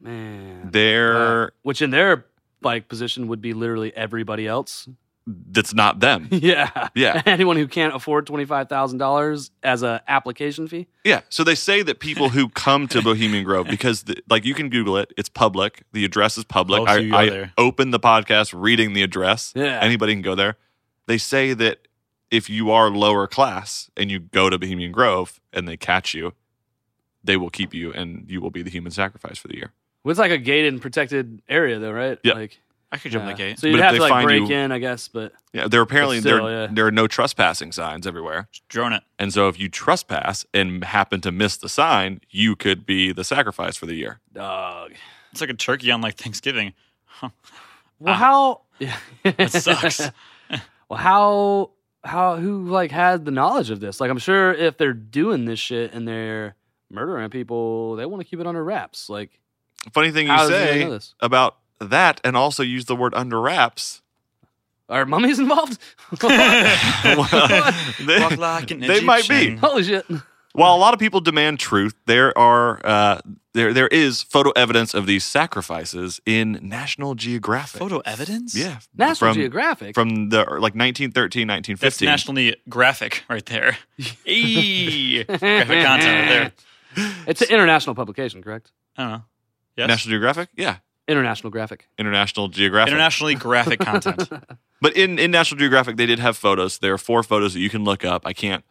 Speaker 9: Man. Uh,
Speaker 10: They're
Speaker 9: Which in their like position would be literally everybody else.
Speaker 10: that's not them.
Speaker 9: Yeah.
Speaker 10: Yeah.
Speaker 9: Anyone who can't afford twenty five thousand dollars as a application fee.
Speaker 10: Yeah. So they say that people who come to Bohemian Grove, because the, like you can Google it, it's public. The address is public.
Speaker 11: Oh, so you
Speaker 10: I,
Speaker 11: go
Speaker 10: I
Speaker 11: there.
Speaker 10: open the podcast reading the address.
Speaker 9: Yeah.
Speaker 10: Anybody can go there. They say that if you are lower class and you go to Bohemian Grove and they catch you, they will keep you and you will be the human sacrifice for the year.
Speaker 9: Well, It's like a gated and protected area though, right?
Speaker 10: Yeah.
Speaker 9: Like
Speaker 11: I could jump
Speaker 9: yeah.
Speaker 11: the gate.
Speaker 9: So you'd
Speaker 10: But if
Speaker 9: have
Speaker 10: they
Speaker 9: to like
Speaker 10: find
Speaker 9: break
Speaker 10: you-
Speaker 9: in, I guess, but
Speaker 10: Yeah. There apparently
Speaker 9: But still,
Speaker 10: there,
Speaker 9: yeah.
Speaker 10: there are no trespassing signs everywhere.
Speaker 11: Drone it.
Speaker 10: And so if you trespass and happen to miss the sign, you could be the sacrifice for the year.
Speaker 9: dog.
Speaker 11: It's like a turkey on like Thanksgiving.
Speaker 9: Well,
Speaker 11: Ah.
Speaker 9: how? Yeah.
Speaker 11: That sucks.
Speaker 9: well, how? How? Who like had the knowledge of this? Like, I'm sure if they're doing this shit and they're murdering people, they want to keep it under wraps. Like,
Speaker 10: Funny thing you
Speaker 9: How does he
Speaker 10: say
Speaker 9: know this?
Speaker 10: about that, and also use the word under wraps.
Speaker 9: are mummies involved?
Speaker 10: Well,
Speaker 11: Walk
Speaker 10: they-
Speaker 11: like an
Speaker 10: They might be.
Speaker 11: Egyptian.
Speaker 9: Holy shit!
Speaker 10: While a lot of people demand truth, there are uh, there there is photo evidence of these sacrifices in National Geographic.
Speaker 11: Photo evidence?
Speaker 10: yeah,
Speaker 9: National
Speaker 10: from,
Speaker 9: Geographic.
Speaker 10: from the like 1913,
Speaker 11: That's
Speaker 10: 1915.
Speaker 11: nationally graphic right there. Eee, graphic content right there.
Speaker 9: it's an international publication, correct?
Speaker 11: I don't know. Yes.
Speaker 10: National Geographic, yeah,
Speaker 9: International graphic.
Speaker 10: International Geographic.
Speaker 11: Internationally graphic content.
Speaker 10: But in, in National Geographic, they did have photos. There are four photos that you can look up. I can't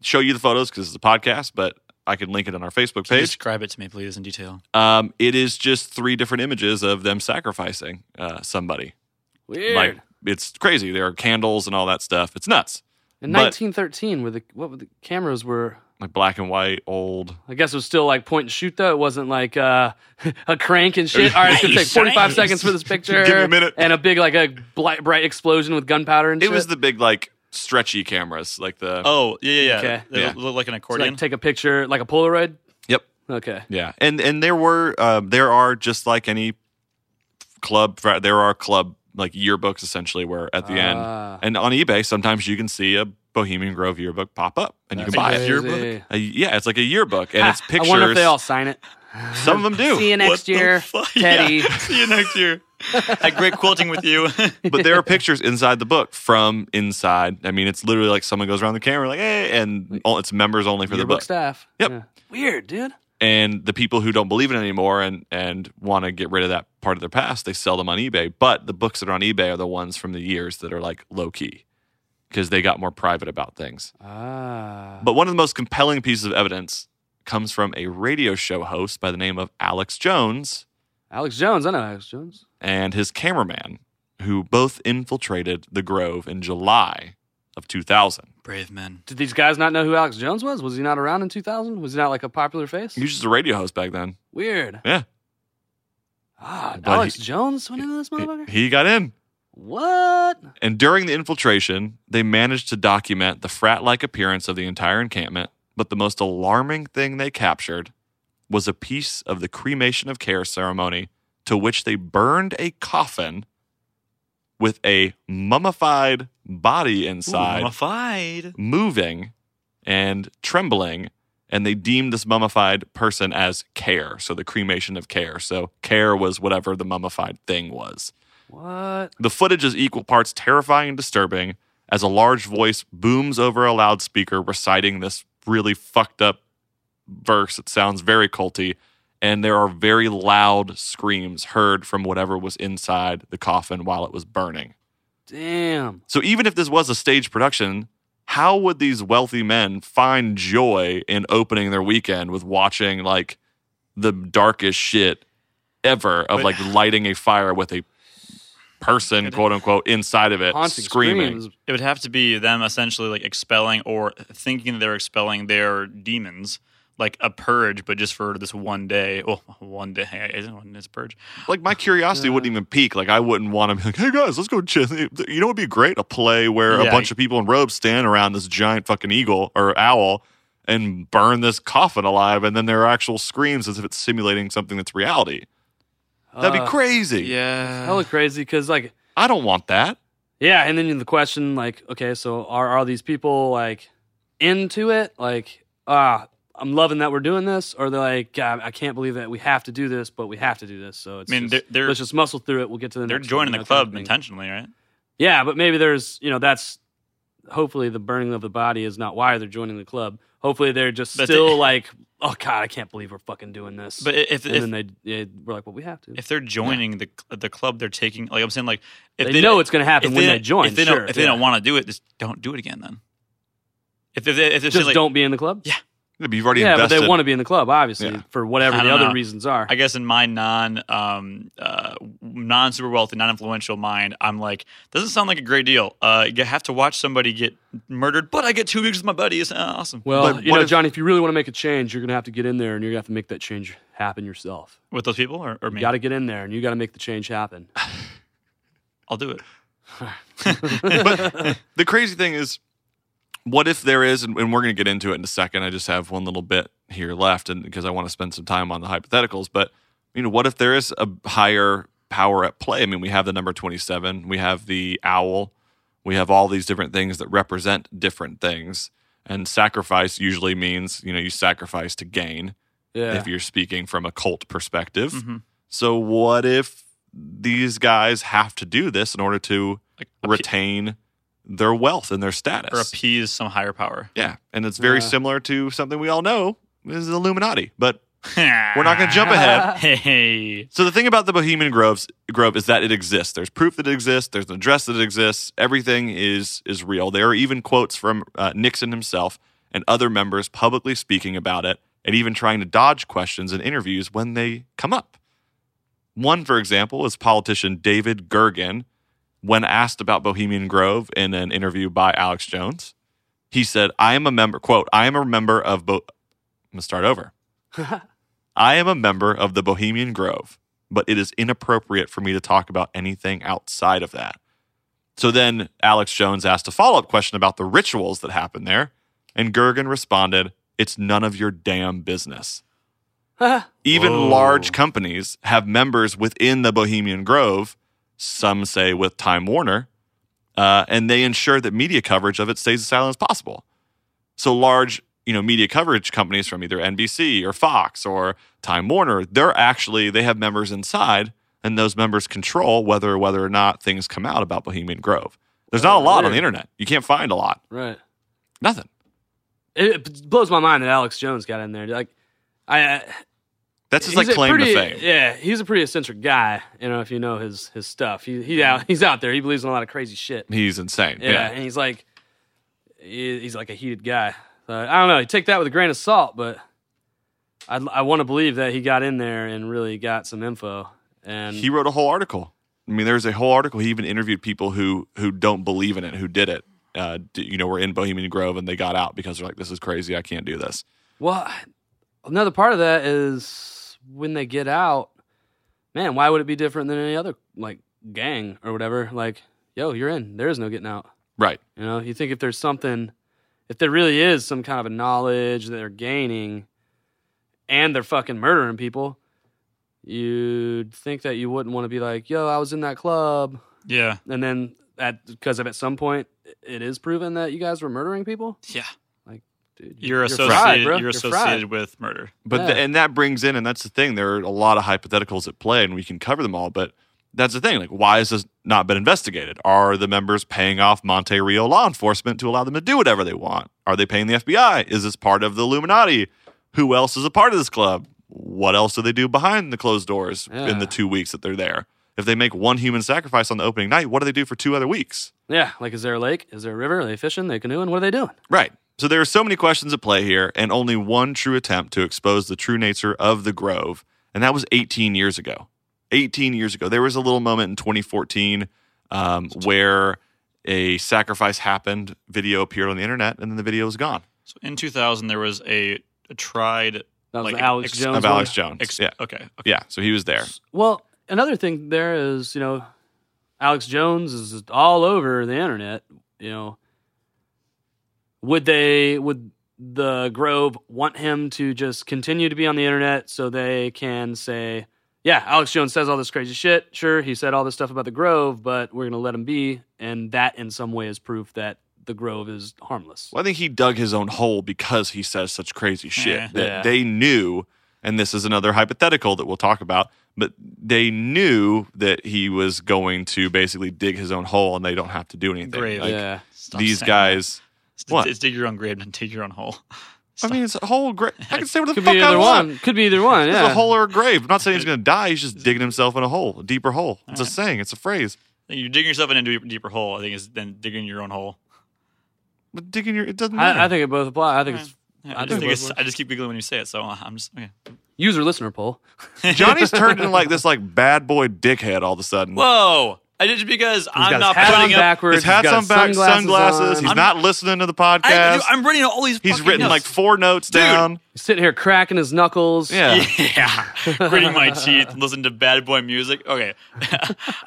Speaker 10: show you the photos because it's a podcast, but I can link it on our Facebook
Speaker 11: Can you
Speaker 10: page.
Speaker 11: describe it to me, please, in detail.
Speaker 10: Um, it is just three different images of them sacrificing uh, somebody.
Speaker 9: Weird.
Speaker 10: Like it's crazy. There are candles and all that stuff. It's nuts.
Speaker 9: In
Speaker 10: but-
Speaker 9: 1913, where the what were the cameras were.
Speaker 10: Like black and white, old.
Speaker 9: I guess it was still like point and shoot though. It wasn't like uh, a crank and shit. All right, it's gonna take
Speaker 11: Nice,
Speaker 9: forty five
Speaker 11: nice.
Speaker 9: seconds for this picture.
Speaker 10: Give me a minute.
Speaker 9: And a big like a bli- bright explosion with gunpowder and
Speaker 10: It
Speaker 9: shit.
Speaker 10: was the big like stretchy cameras, like the
Speaker 11: Oh, yeah, yeah, yeah.
Speaker 9: Okay.
Speaker 11: They
Speaker 10: Yeah.
Speaker 11: look like an
Speaker 9: So,
Speaker 11: accordion.
Speaker 9: like take a picture like a Polaroid.
Speaker 10: yep,
Speaker 9: Okay.
Speaker 10: yeah. And and there were uh, there are just like any club. There are club like yearbooks essentially where at the
Speaker 9: Ah.
Speaker 10: end and on eBay sometimes you can see a Bohemian Grove yearbook pop up and you can buy it.
Speaker 9: Crazy.
Speaker 10: A- yeah, it's like a yearbook and it's
Speaker 9: I
Speaker 10: pictures.
Speaker 9: wonder if they all sign it.
Speaker 10: Some of them do.
Speaker 9: See you
Speaker 11: What
Speaker 9: next
Speaker 11: the
Speaker 9: year,
Speaker 11: fu-
Speaker 9: Teddy.
Speaker 11: Yeah. See you next year. Had great quilting with you.
Speaker 10: but there are pictures inside the book from inside. I mean, it's literally like someone goes around the camera, like, hey, and all, it's members only for the
Speaker 9: Yearbook
Speaker 10: book.
Speaker 9: staff.
Speaker 10: Yep.
Speaker 9: Yeah. Weird, dude.
Speaker 10: and the people who don't believe in it anymore and and want to get rid of that part of their past they sell them on ebay but the books that are on ebay are the ones from the years that are like low key because they got more private about things
Speaker 9: Ah.
Speaker 10: but one of the most compelling pieces of evidence comes from a radio show host by the name of alex jones
Speaker 9: Alex Jones. I know Alex Jones.
Speaker 10: and his cameraman who both infiltrated the grove in july of 2000
Speaker 11: Brave men.
Speaker 9: Did these guys not know who Alex Jones was? Was he not around in 2000? Was he not like a popular face?
Speaker 10: he was just a radio host back then
Speaker 9: Weird.
Speaker 10: yeah
Speaker 9: Ah,
Speaker 10: But
Speaker 9: Alex
Speaker 10: he-
Speaker 9: Jones went into this motherfucker?
Speaker 10: he got in
Speaker 9: what?
Speaker 10: And during the infiltration, they managed to document the frat like appearance of the entire encampment. But the most alarming thing they captured was a piece of the cremation of care ceremony to which they burned a coffin with a mummified body
Speaker 11: Ooh,
Speaker 10: inside,
Speaker 11: mummified.
Speaker 10: moving and trembling. And they deemed this mummified person as care. So the cremation of care. So care was whatever the mummified thing was.
Speaker 9: What?
Speaker 10: The footage is equal parts terrifying and disturbing as a large voice booms over a loudspeaker reciting this really fucked up verse. It sounds very culty, and there are very loud screams heard from whatever was inside the coffin while it was burning.
Speaker 9: Damn.
Speaker 10: So, even if this was a stage production, how would these wealthy men find joy in opening their weekend with watching like the darkest shit ever of
Speaker 11: But-
Speaker 10: like lighting a fire with a person, quote unquote, inside of it
Speaker 9: Haunting
Speaker 10: screaming?
Speaker 9: screams.
Speaker 11: It would have to be them essentially like expelling or thinking they're expelling their demons, like a purge, but just for this one day. Well, one day isn't one it's a purge.
Speaker 10: Like my curiosity wouldn't even peak. Like I wouldn't want to be like, hey guys, let's go. Chill. You know, it'd be great a play where a
Speaker 11: Yeah.
Speaker 10: bunch of people in robes stand around this giant fucking eagle or owl and burn this coffin alive, and then there are actual screams as if it's simulating something that's reality. That'd be
Speaker 9: Uh,
Speaker 10: crazy.
Speaker 11: Yeah.
Speaker 9: Hella crazy because, like,
Speaker 10: I don't want that.
Speaker 9: yeah, and then the question, like, okay, so are, are these people, like, into it? Like, ah, I'm loving that we're doing this. Or they're like, God, I can't believe that we have to do this, but we have to do this. So it's
Speaker 11: I mean,
Speaker 9: just,
Speaker 11: they're- they're-
Speaker 9: let's just muscle through it. We'll get to the
Speaker 11: They're
Speaker 9: next
Speaker 11: joining
Speaker 9: one,
Speaker 11: the
Speaker 9: that kind of
Speaker 11: club
Speaker 9: thing.
Speaker 11: intentionally, right?
Speaker 9: Yeah, but maybe there's, you know, that's hopefully the burning of the body is not why they're joining the club. Hopefully they're just
Speaker 11: But
Speaker 9: still
Speaker 11: they-
Speaker 9: like, oh God, I can't believe we're fucking doing this.
Speaker 11: But if
Speaker 9: and
Speaker 11: if,
Speaker 9: then they, yeah, we're like, well, we have to.
Speaker 11: if they're joining the the club, they're taking like I'm saying like if
Speaker 9: They know it's gonna happen
Speaker 11: if
Speaker 9: when they join,
Speaker 11: If they
Speaker 9: sure,
Speaker 11: don't, if
Speaker 9: yeah.
Speaker 11: they don't want to do it, just don't do it again. Then if if they, if they're
Speaker 9: just
Speaker 11: saying, like,
Speaker 9: don't be in the club.
Speaker 11: Yeah,
Speaker 10: You've already
Speaker 9: Yeah, but
Speaker 10: invested.
Speaker 9: they want to be in the club, obviously,
Speaker 10: Yeah.
Speaker 9: for whatever
Speaker 11: I
Speaker 9: the
Speaker 11: don't
Speaker 9: other
Speaker 11: know.
Speaker 9: reasons are.
Speaker 11: I guess in my non um, uh, non super wealthy, non influential mind, I'm like, doesn't sound like a great deal. Uh, you have to watch somebody get murdered, but I get two weeks with my buddies. Uh, awesome.
Speaker 9: well,
Speaker 10: but
Speaker 9: you
Speaker 10: what
Speaker 9: know,
Speaker 10: if-
Speaker 9: Johnny, if you really want to make a change, you're gonna have to get in there and you're gonna have to make that change happen yourself.
Speaker 11: with those people or, or me,
Speaker 9: You got to get in there and you got to make the change happen.
Speaker 11: I'll do it.
Speaker 10: but the crazy thing is, what if there is, and, and we're going to get into it in a second. I just have one little bit here left, and because I want to spend some time on the hypotheticals. But you know, what if there is a higher power at play? I mean, we have the number twenty-seven, we have the owl, we have all these different things that represent different things, and sacrifice usually means you know you sacrifice to gain.
Speaker 9: Yeah,
Speaker 10: if you're speaking from a cult perspective.
Speaker 11: Mm-hmm.
Speaker 10: So what if these guys have to do this in order to
Speaker 11: Like appe-
Speaker 10: retain their wealth and their
Speaker 11: or
Speaker 10: status?
Speaker 11: appease some higher power.
Speaker 10: yeah, and it's very
Speaker 9: Yeah.
Speaker 10: similar to something we all know is the Illuminati, but
Speaker 11: We're
Speaker 10: not gonna jump ahead.
Speaker 11: Hey,
Speaker 10: So the thing about the Bohemian Groves Grove is that it exists. There's proof that it exists. There's an address that it exists. Everything is is real. There are even quotes from uh, Nixon himself and other members publicly speaking about it, and even trying to dodge questions in interviews when they come up. One, for example, is politician David Gergen. When asked about Bohemian Grove in an interview by Alex Jones, he said, "I am a member." Quote: "I am a member of." Bo- I'm gonna start over. I am a member of the Bohemian Grove, but it is inappropriate for me to talk about anything outside of that. So then Alex Jones asked a follow up question about the rituals that happened there, and Gergen responded, It's none of your damn business. Even
Speaker 11: Whoa.
Speaker 10: large companies have members within the Bohemian Grove, some say with Time Warner, uh, and they ensure that media coverage of it stays as silent as possible. So large, you know, media coverage companies from either NBC or Fox or Time Warner, they're actually they have members inside, and those members control whether whether or not things come out about Bohemian Grove. There's not a
Speaker 9: Oh,
Speaker 10: lot on
Speaker 9: weird.
Speaker 10: the internet. You can't find a lot.
Speaker 9: right.
Speaker 10: Nothing.
Speaker 9: It blows my mind that Alex Jones got in there. Like, I.
Speaker 10: That's his
Speaker 9: he's
Speaker 10: like
Speaker 9: a
Speaker 10: claim
Speaker 9: pretty-
Speaker 10: to fame.
Speaker 9: Yeah, he's a pretty eccentric guy. You know, if you know his his stuff, he, he out, he's out there. He believes in a lot of crazy shit.
Speaker 10: He's insane.
Speaker 9: Yeah,
Speaker 10: Yeah.
Speaker 9: and he's like, he- he's like a heated guy. So, I don't know. You take that with a grain of salt, but I, I want to believe that he got in there and really got some info. And
Speaker 10: He wrote a whole article. I mean, there's a whole article. He even interviewed people who who don't believe in it, who did it. Uh, d- you know, were in Bohemian Grove and they got out because they're like, "This is crazy. I can't do this."
Speaker 9: well, another part of that is when they get out, man. Why would it be different than any other like gang or whatever? Like, yo, you're in. There is no getting out.
Speaker 10: Right.
Speaker 9: You know, you think if there's something, if there really is some kind of a knowledge that they're gaining and they're fucking murdering people, you'd think that you wouldn't want to be like, yo, I was in that club.
Speaker 11: Yeah.
Speaker 9: And then at, because if at some point it is proven that you guys were murdering people.
Speaker 11: Yeah.
Speaker 9: Like, dude,
Speaker 11: You're
Speaker 9: fried,
Speaker 11: associated-
Speaker 9: bro.
Speaker 11: you're
Speaker 9: fried.
Speaker 11: associated with murder.
Speaker 10: But
Speaker 9: Yeah.
Speaker 10: th- and that brings in, and that's the thing. There are a lot of hypotheticals at play, and we can cover them all. But that's the thing. Like, why has this not been investigated? Are the members paying off Monte Rio law enforcement to allow them to do whatever they want? Are they paying the FBI? Is this part of the Illuminati? Who else is a part of this club? What else do they do behind the closed doors in
Speaker 9: Yeah.
Speaker 10: the two weeks that they're there? If they make one human sacrifice on the opening night, what do they do for two other weeks?
Speaker 9: Yeah. Like, is there a lake? Is there a river? Are they fishing? they canoeing? What are they doing?
Speaker 10: Right. So there are so many questions at play here, and only one true attempt to expose the true nature of the Grove, and that was 18 years ago. 18 years ago, there was a little moment in 2014 um, where a sacrifice happened. Video appeared on the internet, and then the video was gone.
Speaker 11: So in 2000, there was a, a tried
Speaker 9: That was
Speaker 11: like
Speaker 9: the Alex
Speaker 11: ex-
Speaker 9: Jones
Speaker 10: Of Alex Jones.
Speaker 11: ex-
Speaker 10: yeah.
Speaker 11: Okay. okay.
Speaker 10: Yeah. So he was there.
Speaker 9: Well, another thing there is, you know, Alex Jones is all over the internet. You know, would they would the Grove want him to just continue to be on the internet so they can say, yeah, Alex Jones says all this crazy shit. Sure, he said all this stuff about the Grove, but we're gonna let him be, and that in some way is proof that the Grove is harmless.
Speaker 10: Well, I think he dug his own hole because he says such crazy shit
Speaker 11: Yeah.
Speaker 10: that
Speaker 9: Yeah.
Speaker 10: they knew, and this is another hypothetical that we'll talk about, but they knew that he was going to basically dig his own hole and they don't have to do anything.
Speaker 11: Grave.
Speaker 10: Like,
Speaker 9: yeah,
Speaker 11: Stop
Speaker 10: These
Speaker 11: saying
Speaker 10: guys,
Speaker 11: that. It's,
Speaker 10: what?
Speaker 11: it's dig your own grave and dig your own hole.
Speaker 10: I mean, it's a whole grave. I can say what the
Speaker 9: could
Speaker 10: fuck
Speaker 9: be
Speaker 10: I
Speaker 9: either
Speaker 10: want.
Speaker 9: one. Could be either one.
Speaker 10: It's
Speaker 9: Yeah,
Speaker 10: a hole or a grave. I'm not saying he's going to die. He's just digging himself in a hole, a deeper hole. It's a saying, it's a phrase.
Speaker 11: You're digging yourself into a deeper hole. I think is than digging your own hole.
Speaker 10: But digging your, it doesn't matter.
Speaker 9: I, I think it both apply. I think it's
Speaker 11: I,
Speaker 9: I
Speaker 11: just
Speaker 9: think
Speaker 11: think it's,
Speaker 9: both
Speaker 11: I just keep giggling when you say it. So uh, I'm just okay.
Speaker 9: user listener poll.
Speaker 10: Johnny's turned into like this like bad boy dickhead all of a sudden.
Speaker 11: Whoa! I did it because
Speaker 9: He's
Speaker 11: I'm
Speaker 9: got
Speaker 11: not
Speaker 9: his hat on
Speaker 11: putting up.
Speaker 9: backwards.
Speaker 10: His hat's
Speaker 9: he's got
Speaker 10: on back, sunglasses.
Speaker 9: on.
Speaker 10: He's
Speaker 11: I'm-
Speaker 10: not listening to the podcast.
Speaker 11: I, dude, I'm running all these.
Speaker 10: He's
Speaker 11: fucking
Speaker 10: written
Speaker 11: notes.
Speaker 10: like four notes down.
Speaker 9: He's sitting here cracking his knuckles.
Speaker 10: Yeah.
Speaker 11: Yeah, gritting my teeth, and listening to bad boy music. Okay,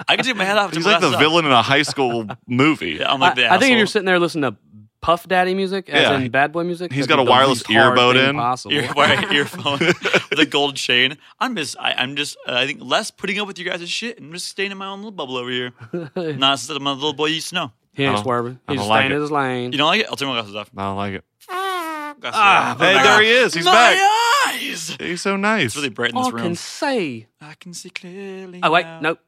Speaker 11: I can take my hat off.
Speaker 10: He's
Speaker 11: to
Speaker 10: like the
Speaker 11: mess up.
Speaker 10: villain in a high school movie.
Speaker 11: Yeah, I'm
Speaker 9: I,
Speaker 11: like the
Speaker 9: I think if you're
Speaker 11: asshole.
Speaker 9: sitting there listening to Puff Daddy music, as
Speaker 10: Yeah.
Speaker 9: in bad boy music,
Speaker 10: He's got
Speaker 9: that'd be
Speaker 10: a
Speaker 9: the
Speaker 10: wireless
Speaker 9: least hard
Speaker 10: earbud
Speaker 9: thing
Speaker 10: in.
Speaker 9: Possible.
Speaker 11: Ear, wire, earphone with a gold chain. I'm just, I, I'm just, uh, I think less putting up with your guys' shit and just staying in my own little bubble over here. Not instead of my little boy you used to know.
Speaker 9: he ain't
Speaker 10: I don't-
Speaker 9: swerving.
Speaker 10: I don't
Speaker 9: He's just
Speaker 10: like
Speaker 9: staying
Speaker 10: it.
Speaker 9: in his lane.
Speaker 11: You don't like it? I'll turn my glasses off.
Speaker 10: I don't like it.
Speaker 11: Glasses
Speaker 9: Ah,
Speaker 11: off.
Speaker 10: Hey,
Speaker 11: my
Speaker 10: there he is. He's
Speaker 11: my
Speaker 10: back.
Speaker 11: eyes.
Speaker 10: He's so nice.
Speaker 11: It's really bright in
Speaker 9: All
Speaker 11: this
Speaker 9: I can
Speaker 11: room.
Speaker 9: say.
Speaker 11: I can see clearly.
Speaker 9: Oh wait,
Speaker 11: now.
Speaker 9: nope,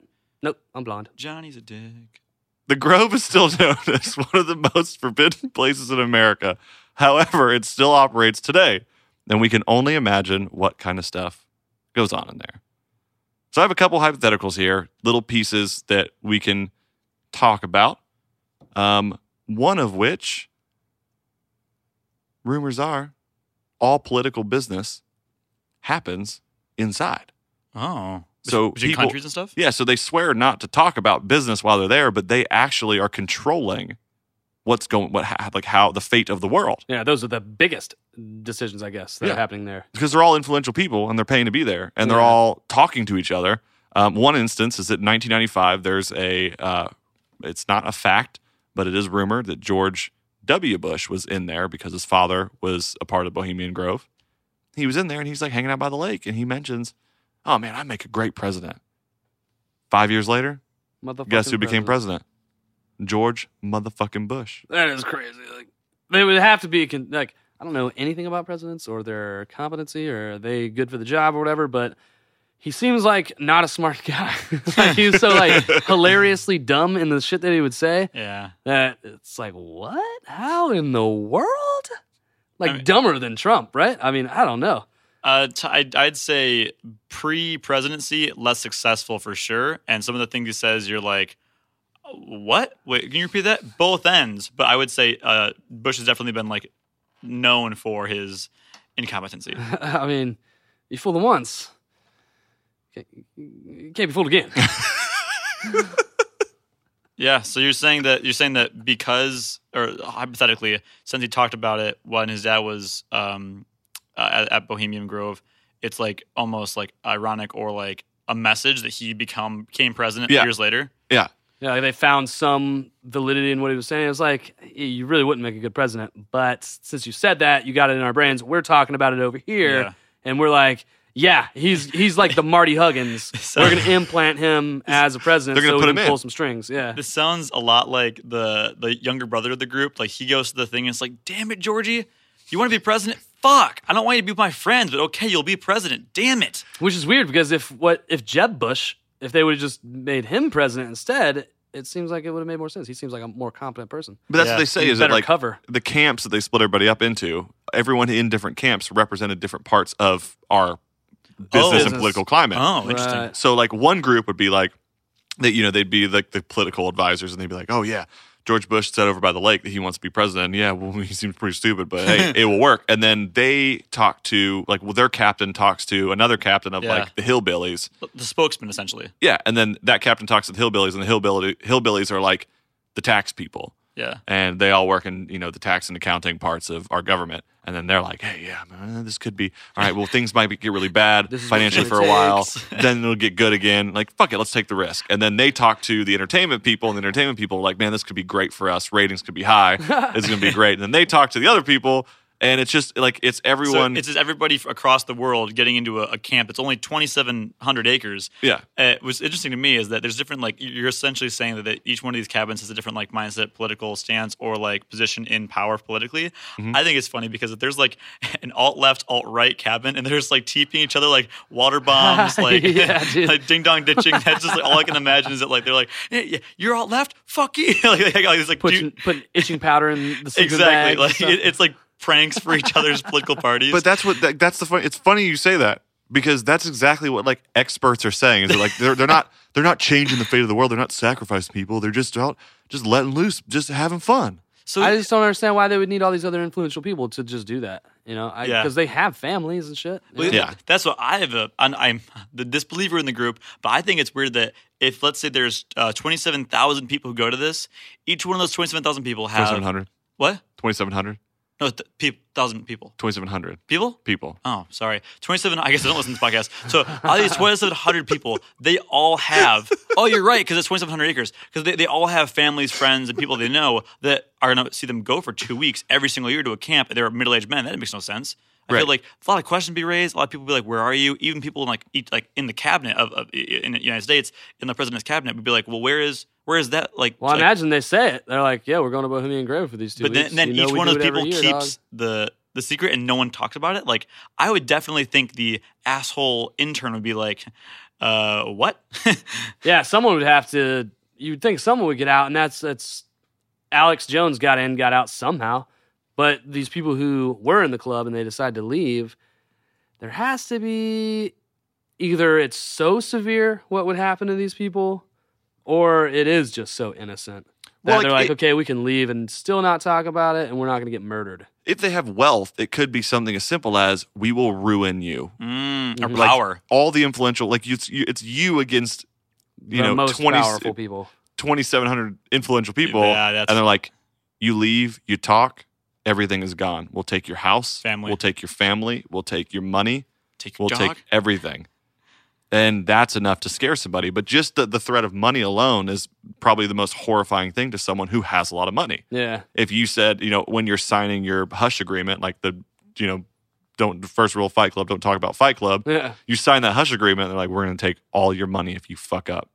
Speaker 9: nope. I'm blind.
Speaker 11: Johnny's a dick.
Speaker 10: The Grove is still known as one of the most forbidden places in America. However, it still operates today. And we can only imagine what kind of stuff goes on in there. So I have a couple hypotheticals here, little pieces that we can talk about. Um, one of which, rumors are, all political business happens inside.
Speaker 11: Oh.
Speaker 10: So
Speaker 11: between
Speaker 10: people-
Speaker 11: countries and stuff?
Speaker 10: Yeah, so they swear not to talk about business while they're there, but they actually are controlling what's going, what ha- like how the fate of the world
Speaker 9: Yeah, those are the biggest decisions, I guess, that
Speaker 10: Yeah.
Speaker 9: are happening there.
Speaker 10: because they're all influential people and they're paying to be there and they're
Speaker 9: Yeah.
Speaker 10: all talking to each other. Um, one instance is that in 1995, there's a, uh, it's not a fact, but it is rumored that George W. Bush was in there because his father was a part of Bohemian Grove. He was in there and he's like hanging out by the lake and he mentions, oh man, I make a great president. Five years later,
Speaker 9: Motherfucking
Speaker 10: Guess who became president? George motherfucking Bush.
Speaker 9: That is crazy. Like they would have to be con- like I don't know anything about presidents or their competency or are they good for the job or whatever, but he seems like not a smart guy. It's like he was so like hilariously dumb in the shit that he would say
Speaker 11: Yeah.
Speaker 9: that it's like what? How in the world? Like
Speaker 11: I mean-
Speaker 9: dumber than Trump, right? I mean, I don't know.
Speaker 11: Uh, t- I'd, I'd say pre presidency, less successful for sure. And some of the things he says, you're like, what? Wait, can you repeat that? Both ends. But I would say uh, Bush has definitely been like known for his incompetency.
Speaker 9: I mean, you fooled him once. Can't- You can't be fooled again.
Speaker 11: yeah. So you're saying that you're saying that because, or hypothetically, since he talked about it when his dad was um, uh, at, at Bohemian Grove, it's like almost like ironic or like a message that he become became president
Speaker 10: Yeah.
Speaker 11: years later.
Speaker 10: Yeah.
Speaker 9: yeah, they found some validity in what he was saying. It was like, you really wouldn't make a good president. But since you said that, you got it in our brains. We're talking about it over here.
Speaker 11: Yeah.
Speaker 9: And we're like, yeah, he's he's like the Marty Huggins.
Speaker 11: So-
Speaker 9: we're going to implant him as a president
Speaker 10: They're gonna put
Speaker 9: so we
Speaker 10: him
Speaker 9: can
Speaker 10: in.
Speaker 9: pull some strings. Yeah.
Speaker 11: This sounds a lot like the the younger brother of the group. Like he goes to the thing and it's like, damn it, Georgie, you want to be president? Fuck, I don't want you to be my friend, but okay, you'll be president. Damn it.
Speaker 9: Which is weird because if what if Jeb Bush, if they would have just made him president instead, it seems like it would have made more sense. He seems like a more competent person.
Speaker 10: But that's
Speaker 11: Yeah.
Speaker 10: what they say is that
Speaker 9: better
Speaker 10: like
Speaker 9: cover.
Speaker 10: the camps that they split everybody up into, everyone in different camps represented different parts of our business
Speaker 11: Oh. Business.
Speaker 10: and political climate.
Speaker 11: Oh, interesting.
Speaker 9: Right.
Speaker 10: So like one group would be like that, you know, they'd be like the political advisors, and they'd be like, "Oh yeah, George Bush said over by the lake that he wants to be president. Yeah, well, he seems pretty stupid, but hey, it will work." And then they talk to like, well, their captain talks to another captain of
Speaker 11: Yeah.
Speaker 10: like the hillbillies.
Speaker 11: The spokesman, essentially.
Speaker 10: Yeah, and then that captain talks to the hillbillies, and the hillbilly hillbillies are like the tax people,
Speaker 11: Yeah.
Speaker 10: and they all work in you know the tax and accounting parts of our government. And then they're like, "Hey, yeah, man, this could be all right. Well, things might be, get really bad
Speaker 9: This is what
Speaker 10: financially
Speaker 9: it
Speaker 10: for a while.
Speaker 11: takes."
Speaker 10: then it'll get good again. Like, fuck it, let's take the risk." And then they talk to the entertainment people, and the entertainment people are like, "Man, this could be great for us. Ratings could be high. It's gonna be great." And then they talk to the other people, and it's just like it's everyone.
Speaker 11: So it's just everybody f- across the world getting into a, a camp that's only 2,700 acres.
Speaker 10: yeah,
Speaker 11: Uh, what's interesting to me is that there's different, like, you're essentially saying that, that each one of these cabins has a different, like, mindset, political stance, or, like, position in power politically.
Speaker 10: Mm-hmm.
Speaker 11: I think it's funny because if there's, like, an alt left, alt right cabin, and they're just, like, TPing each other, like, water bombs, like,
Speaker 9: Yeah, dude.
Speaker 11: like ding dong ditching. That's just like, all I can imagine is that, like, they're like, "Eh, yeah, you're alt left? Fuck you. like, like, like, it's like,
Speaker 9: Putting
Speaker 11: dude,
Speaker 9: putting itching powder in the sleeping
Speaker 11: exactly.
Speaker 9: bag and
Speaker 11: Like,
Speaker 9: stuff.
Speaker 11: it, it's like pranks for each other's political parties.
Speaker 10: But that's what that, that's the fun. It's funny you say that because that's exactly what like experts are saying. Is they're like they're they're not they're not changing the fate of the world. They're not sacrificing people. They're just out just letting loose, just having fun.
Speaker 11: so
Speaker 9: I just don't understand why they would need all these other influential people to just do that. You know, because
Speaker 11: Yeah.
Speaker 9: they have families and shit. you know?
Speaker 11: Well,
Speaker 10: Yeah.
Speaker 11: that's what I have. A, I'm, I'm the disbeliever in the group, but I think it's weird that if let's say there's uh, 27,000 people who go to this, each one of those 27,000 people have
Speaker 10: 2700,
Speaker 11: what?
Speaker 10: 2700,
Speaker 11: No, th- pe- thousand people.
Speaker 10: 2700
Speaker 11: People?
Speaker 10: people.
Speaker 11: Oh, sorry. 27, I guess I don't listen to this podcast. So, all these 2,700 people, they all have, oh, you're right, because it's 2,700 acres, because they, they all have families, friends, and people they know that are going to see them go for two weeks every single year to a camp, and they're middle aged men. That makes no sense. I feel
Speaker 10: Right.
Speaker 11: like a lot of questions be raised. A lot of people be like, "Where are you?" Even people in like each, like in the cabinet of, of in the United States, in the president's cabinet, would be like, "Well, where is where is that?" Like,
Speaker 9: Well, I
Speaker 11: like-
Speaker 9: imagine they say it. They're like, "Yeah, we're going to Bohemian Grove for these two
Speaker 11: but then,
Speaker 9: weeks."
Speaker 11: then
Speaker 9: You know
Speaker 11: each
Speaker 9: we
Speaker 11: one
Speaker 9: do
Speaker 11: of the
Speaker 9: it every
Speaker 11: people
Speaker 9: year,
Speaker 11: keeps the the secret and no one talks about it like i would definitely think the asshole intern would be like uh what
Speaker 9: dog. Yeah, someone would have to. You'd think someone would get out, and that's that's Alex Jones got in, got out somehow. But these people who were in the club and they decide to leave, there has to be either it's so severe what would happen to these people, or it is just so innocent that
Speaker 10: Well, like,
Speaker 9: they're like,
Speaker 10: it-
Speaker 9: okay, we can leave and still not talk about it, and we're not going to get murdered.
Speaker 10: If they have wealth, it could be something as simple as "We will ruin you."
Speaker 11: mm, or
Speaker 10: Mm-hmm. Like,
Speaker 11: power
Speaker 10: all the influential, like you, it's you, it's you against you
Speaker 9: the
Speaker 10: know
Speaker 9: most
Speaker 10: 20,
Speaker 9: powerful people.
Speaker 10: 2,700 influential people,
Speaker 11: Yeah, that's-
Speaker 10: and they're like, "You leave, you talk, everything is gone. We'll take your house,
Speaker 11: Family.
Speaker 10: we'll take your family, we'll take your money,
Speaker 11: take your
Speaker 10: we'll
Speaker 11: dog
Speaker 10: take everything." And that's enough to scare somebody. But just the, the threat of money alone is probably the most horrifying thing to someone who has a lot of money.
Speaker 9: Yeah.
Speaker 10: If you said, you know, when you're signing your hush agreement, like the, you know, don't first rule of Fight Club, don't talk about Fight Club.
Speaker 9: Yeah.
Speaker 10: You sign that hush agreement, they're like, we're going to take all your money if you fuck up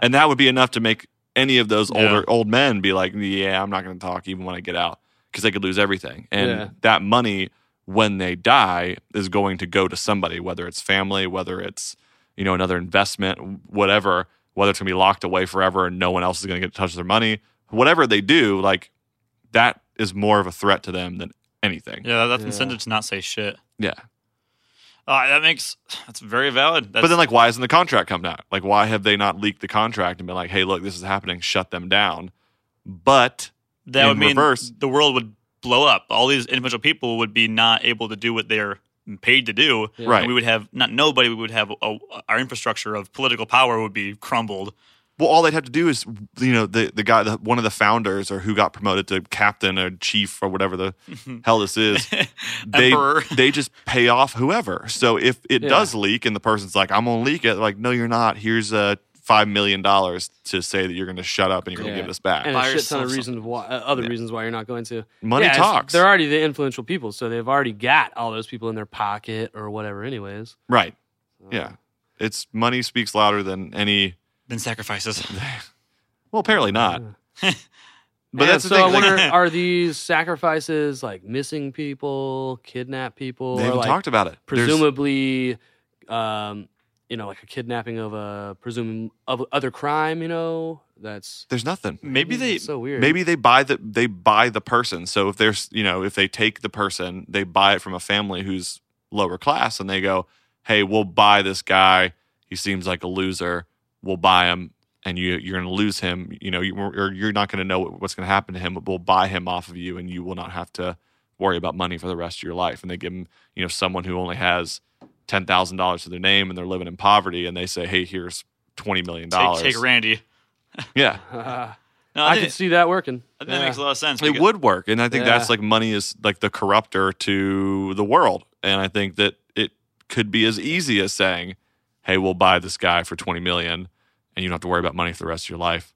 Speaker 10: and that would be enough to make any of those
Speaker 11: Yeah.
Speaker 10: older old men be like, "Yeah, I'm not going to talk even when I get out because they could lose everything." And
Speaker 9: Yeah.
Speaker 10: that money when they die is going to go to somebody, whether it's family, whether it's you know another investment, whatever. Whether it's going to be locked away forever and no one else is going to get to touch their money, whatever they do, like that is more of a threat to them than anything.
Speaker 11: yeah that's
Speaker 9: Yeah.
Speaker 11: incentive to not say shit
Speaker 10: Yeah.
Speaker 11: Uh, that makes that's very valid. That's,
Speaker 10: but then, like, why isn't the contract coming out? Like, why have they not leaked the contract and been like, "Hey, look, this is happening. Shut them down." But
Speaker 11: that
Speaker 10: in
Speaker 11: would mean
Speaker 10: reverse-
Speaker 11: the world would blow up. All these individual people would be not able to do what they're paid to do.
Speaker 10: Yeah. Right.
Speaker 11: And we would have not nobody. We would have a, our infrastructure of political power would be crumbled.
Speaker 10: well, all they'd have to do is, you know, the the guy, the, one of the founders, or who got promoted to captain or chief or whatever the hell this is. they
Speaker 11: Emperor.
Speaker 10: they just pay off whoever. So if it
Speaker 9: Yeah.
Speaker 10: does leak and the person's like, "I'm gonna leak it," like, no, you're not. Here's uh, five million dollars to say that you're gonna shut up and you're gonna
Speaker 9: Yeah.
Speaker 10: give this back.
Speaker 9: and
Speaker 11: Buy
Speaker 9: a shit ton
Speaker 11: yourself
Speaker 9: of reasons why, uh, other
Speaker 10: Yeah.
Speaker 9: reasons why you're not going to.
Speaker 10: Money
Speaker 9: Yeah, it's-
Speaker 10: talks.
Speaker 9: They're already the influential people, so they've already got all those people in their pocket or whatever. Anyways,
Speaker 10: Right. Yeah. It's money speaks louder than any.
Speaker 11: Then sacrifices.
Speaker 10: Well, apparently not.
Speaker 9: but
Speaker 10: But that's the
Speaker 9: so
Speaker 10: thing.
Speaker 9: I
Speaker 10: like,
Speaker 9: wonder: are these sacrifices like missing people, kidnapped people,
Speaker 10: they
Speaker 9: or
Speaker 10: haven't
Speaker 9: like
Speaker 10: talked about it. There's-
Speaker 9: presumably, um, you know, like a kidnapping of a presume of other crime? You know, that's
Speaker 10: there's nothing.
Speaker 11: Maybe they
Speaker 9: it's so weird.
Speaker 10: Maybe they buy the they buy the person. So if there's you know if they take the person, they buy it from a family who's lower class, and they go, "Hey, we'll buy this guy. He seems like a loser. We'll buy him, and you you're going to lose him. You know, you, or you're not going to know what, what's going to happen to him. But we'll buy him off of you, and you will not have to worry about money for the rest of your life." And they give him you know someone who only has ten thousand dollars to their name, and they're living in poverty, and they say, "Hey, here's twenty million
Speaker 11: take,
Speaker 10: dollars."
Speaker 11: take Randy.
Speaker 10: yeah.
Speaker 11: No, I,
Speaker 9: I
Speaker 11: think,
Speaker 9: could see that working.
Speaker 11: I think that makes a lot of sense.
Speaker 10: it
Speaker 11: because-
Speaker 10: would work and i think that's
Speaker 9: Yeah.
Speaker 10: like money is like the corruptor to the world and i think that it could be as easy as saying hey we'll buy this guy for 20 million and you don't have to worry about money for the rest of your life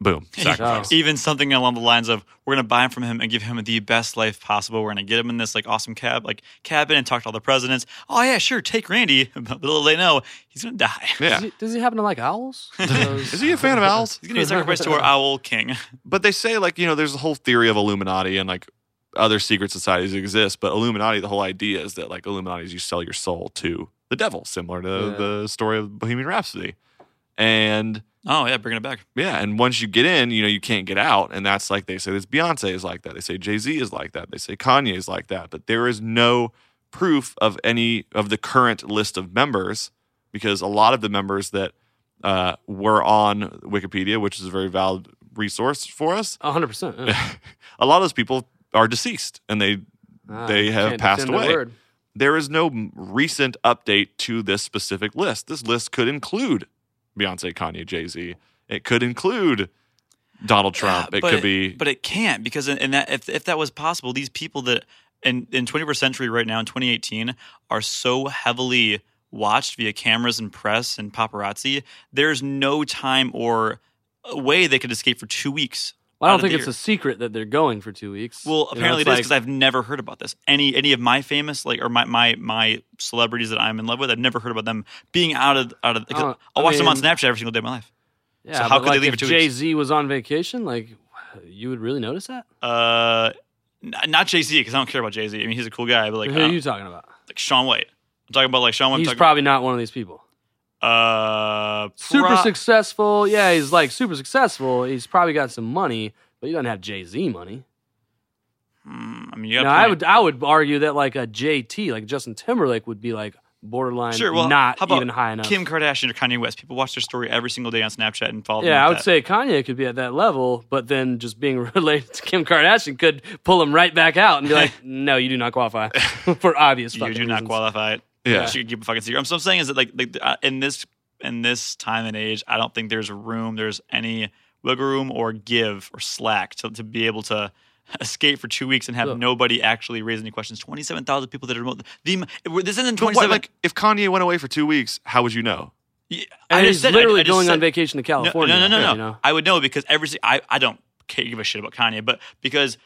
Speaker 10: boom sacrifice
Speaker 11: even something along the lines of we're going to buy from him and give him the best life possible we're going to get him in this like awesome cab like cabin and talk to all the presidents oh yeah sure take randy but little they know he's going to die
Speaker 10: yeah
Speaker 9: Does, he, does he happen to like owls?
Speaker 10: is he a fan of owls
Speaker 11: he's going to be sacrificed to our owl king
Speaker 10: but they say like you know there's a whole theory of illuminati and like other secret societies exist but illuminati the whole idea is that like illuminati is you sell your soul to the devil similar to
Speaker 9: Yeah.
Speaker 10: the story of bohemian rhapsody and
Speaker 11: oh yeah bringing it back
Speaker 10: Yeah, and once you get in, you know you can't get out, and that's like they say this Beyonce is like that. They say Jay Z is like that. They say Kanye is like that. But there is no proof of any of the current list of members because a lot of the members that uh, were on Wikipedia, which is a very valid resource for us,
Speaker 9: hundred percent.
Speaker 10: a lot of those people are deceased and they
Speaker 9: Ah,
Speaker 10: They have passed away. there is no m- recent update to this specific list. This list could include Beyonce, Kanye, Jay Z. It could include Donald Trump.
Speaker 11: Yeah,
Speaker 10: it
Speaker 11: but
Speaker 10: could be
Speaker 11: but it can't because in, in that if, if that was possible these people that in in 21st century right now in 2018 are so heavily watched via cameras and press and paparazzi there's no time or way they could escape for two weeks
Speaker 9: Well, I
Speaker 11: out
Speaker 9: don't
Speaker 11: of
Speaker 9: think
Speaker 11: the
Speaker 9: it's
Speaker 11: year.
Speaker 9: a secret that they're going for two weeks. You
Speaker 11: Well,
Speaker 9: know,
Speaker 11: apparently
Speaker 9: it's
Speaker 11: it is because I've never heard about this. Any any of my famous like or my my my celebrities that I'm in love with, I've never heard about them being out of out of. 'cause
Speaker 9: Oh,
Speaker 11: I'll
Speaker 9: I
Speaker 11: watch them on
Speaker 9: mean-
Speaker 11: Snapchat every single day of my life.
Speaker 9: yeah,
Speaker 11: so how
Speaker 9: but,
Speaker 11: could they
Speaker 9: like,
Speaker 11: leave
Speaker 9: if
Speaker 11: it two
Speaker 9: Jay
Speaker 11: weeks?
Speaker 9: Z was on vacation, like you would really notice that.
Speaker 11: Uh, n- not Jay Z because I don't care about Jay Z. I mean, he's a cool guy, but like,
Speaker 9: Who are
Speaker 11: uh,
Speaker 9: you talking about?
Speaker 11: like Sean White. I'm talking about like Sean White. I'm
Speaker 9: He's
Speaker 11: talking-
Speaker 9: probably not one of these people.
Speaker 11: uh,
Speaker 9: Super
Speaker 11: pro-
Speaker 9: successful. Yeah, he's like super successful. He's probably got some money, but he doesn't have Jay Z money.
Speaker 11: Mm, I mean, you
Speaker 9: Now,
Speaker 11: got
Speaker 9: I
Speaker 11: point.
Speaker 9: would I would argue that like a JT, like Justin Timberlake, would be like borderline
Speaker 11: Sure, well,
Speaker 9: not
Speaker 11: how about
Speaker 9: even high enough.
Speaker 11: Kim Kardashian or Kanye West. People watch their story every single day on Snapchat and follow. them
Speaker 9: yeah,
Speaker 11: like
Speaker 9: I would
Speaker 11: that.
Speaker 9: say Kanye could be at that level, but then just being related to Kim Kardashian could pull him right back out and be like, "No, you do not qualify for obvious
Speaker 11: you
Speaker 9: fucking
Speaker 11: do not
Speaker 9: reasons.
Speaker 11: qualify.
Speaker 10: Yeah.
Speaker 11: she could keep a fucking secret. I'm so I'm saying is that like, like uh, in this in this time and age, I don't think there's room, there's any wiggle room or give or slack to, to be able to escape for two weeks and have
Speaker 9: Look.
Speaker 11: nobody actually raise any questions. Twenty seven thousand people that are remote. The this isn't
Speaker 10: But
Speaker 11: twenty
Speaker 10: what,
Speaker 11: seven.
Speaker 10: like, if Kanye went away for two weeks, how would you know?
Speaker 9: And
Speaker 11: I just
Speaker 9: he's
Speaker 11: said- I-
Speaker 9: literally
Speaker 11: I just
Speaker 9: going on
Speaker 11: said-
Speaker 9: vacation to
Speaker 11: No,
Speaker 9: California.
Speaker 11: No, no, no, no.
Speaker 9: You know?
Speaker 11: I would know because every si- I I don't ca- give a shit about Kanye, but because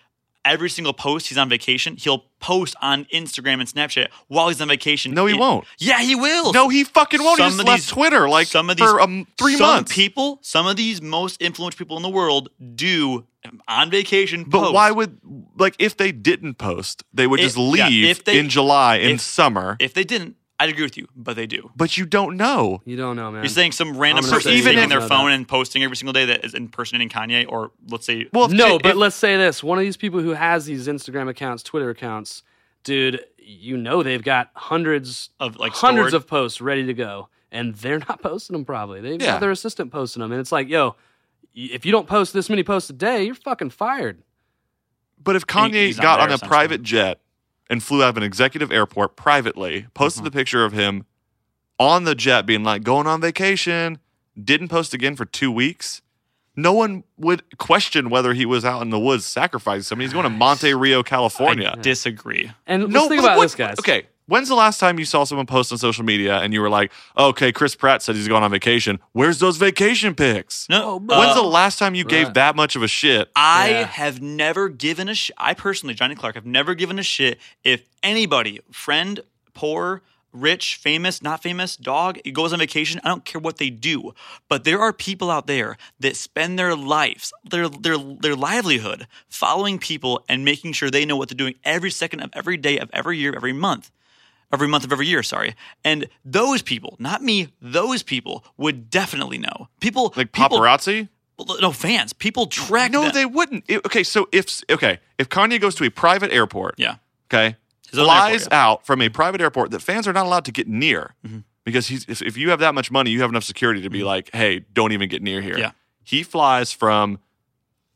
Speaker 11: every single post he's on vacation, he'll post on Instagram and Snapchat while he's on vacation.
Speaker 10: No, he
Speaker 11: And-
Speaker 10: won't.
Speaker 11: Yeah, he will.
Speaker 10: No, he fucking won't. he
Speaker 11: Some
Speaker 10: just
Speaker 11: of
Speaker 10: left
Speaker 11: these-
Speaker 10: Twitter like
Speaker 11: some of these
Speaker 10: for um, three
Speaker 11: some
Speaker 10: months.
Speaker 11: People, some of these most influential people in the world do um, on vacation.
Speaker 10: but
Speaker 11: post.
Speaker 10: why would like if they didn't post, they would
Speaker 11: If-
Speaker 10: just
Speaker 11: yeah,
Speaker 10: leave
Speaker 11: if they-
Speaker 10: in July in
Speaker 11: if-
Speaker 10: summer.
Speaker 11: If they didn't, I'd agree with you. But they do.
Speaker 10: but you don't know.
Speaker 9: you don't know, man.
Speaker 11: You're saying some random
Speaker 9: I'm gonna
Speaker 11: person
Speaker 10: say
Speaker 11: even
Speaker 10: you
Speaker 11: taking
Speaker 10: don't
Speaker 11: their
Speaker 9: know
Speaker 11: phone
Speaker 9: that.
Speaker 11: and posting every single day that is impersonating Kanye, or let's say,
Speaker 10: Well, if
Speaker 9: no,
Speaker 10: Jay-
Speaker 9: but
Speaker 10: if-
Speaker 9: let's say this: one of these people who has these Instagram accounts, Twitter accounts, dude, you know they've got hundreds
Speaker 11: of like
Speaker 9: hundreds
Speaker 11: stored?
Speaker 9: of posts ready to go, and they're not posting them. Probably they've
Speaker 11: Yeah.
Speaker 9: got their assistant posting them, and it's like, yo, y- if you don't post this many posts a day, you're fucking fired.
Speaker 10: But if
Speaker 9: And
Speaker 10: Kanye
Speaker 9: he's on
Speaker 10: got
Speaker 9: there
Speaker 10: on
Speaker 9: or
Speaker 10: a
Speaker 9: something.
Speaker 10: private jet and flew out of an executive airport privately,
Speaker 9: Mm-hmm.
Speaker 10: posted the picture of him on the jet being like going on vacation, didn't post again for two weeks, no one would question whether he was out in the woods sacrificing somebody. He's going to Monte Rio, California.
Speaker 11: I disagree.
Speaker 9: And
Speaker 10: No,
Speaker 9: let's think
Speaker 10: but
Speaker 9: about
Speaker 10: what-
Speaker 9: this, guys.
Speaker 10: Okay. When's the last time you saw someone post on social media and you were like, okay, Chris Pratt said he's going on vacation. Where's those vacation pics?
Speaker 9: Oh,
Speaker 11: No,
Speaker 10: When's the
Speaker 11: uh,
Speaker 10: last time you gave that much of a shit?
Speaker 11: I have never given a sh- I personally, Johnny Clark, have never given a shit if anybody, friend, poor, rich, famous, not famous, dog, it goes on vacation. I don't care what they do. But there are people out there that spend their lives, their their their livelihood following people and making sure they know what they're doing every second of every day of every year of every month every month of every year, sorry. And those people, not me, those people would definitely know. People like
Speaker 10: paparazzi?
Speaker 11: no fans. People track.
Speaker 10: No, they wouldn't. It- okay, so if okay, if Kanye goes to a private airport,
Speaker 11: Yeah.
Speaker 10: okay,
Speaker 11: own
Speaker 10: flies
Speaker 11: airport,
Speaker 10: out from a private airport that fans are not allowed to get near
Speaker 11: Mm-hmm.
Speaker 10: because he's if, if you have that much money, you have enough security to be like, hey, don't even get near here.
Speaker 11: Yeah.
Speaker 10: He flies from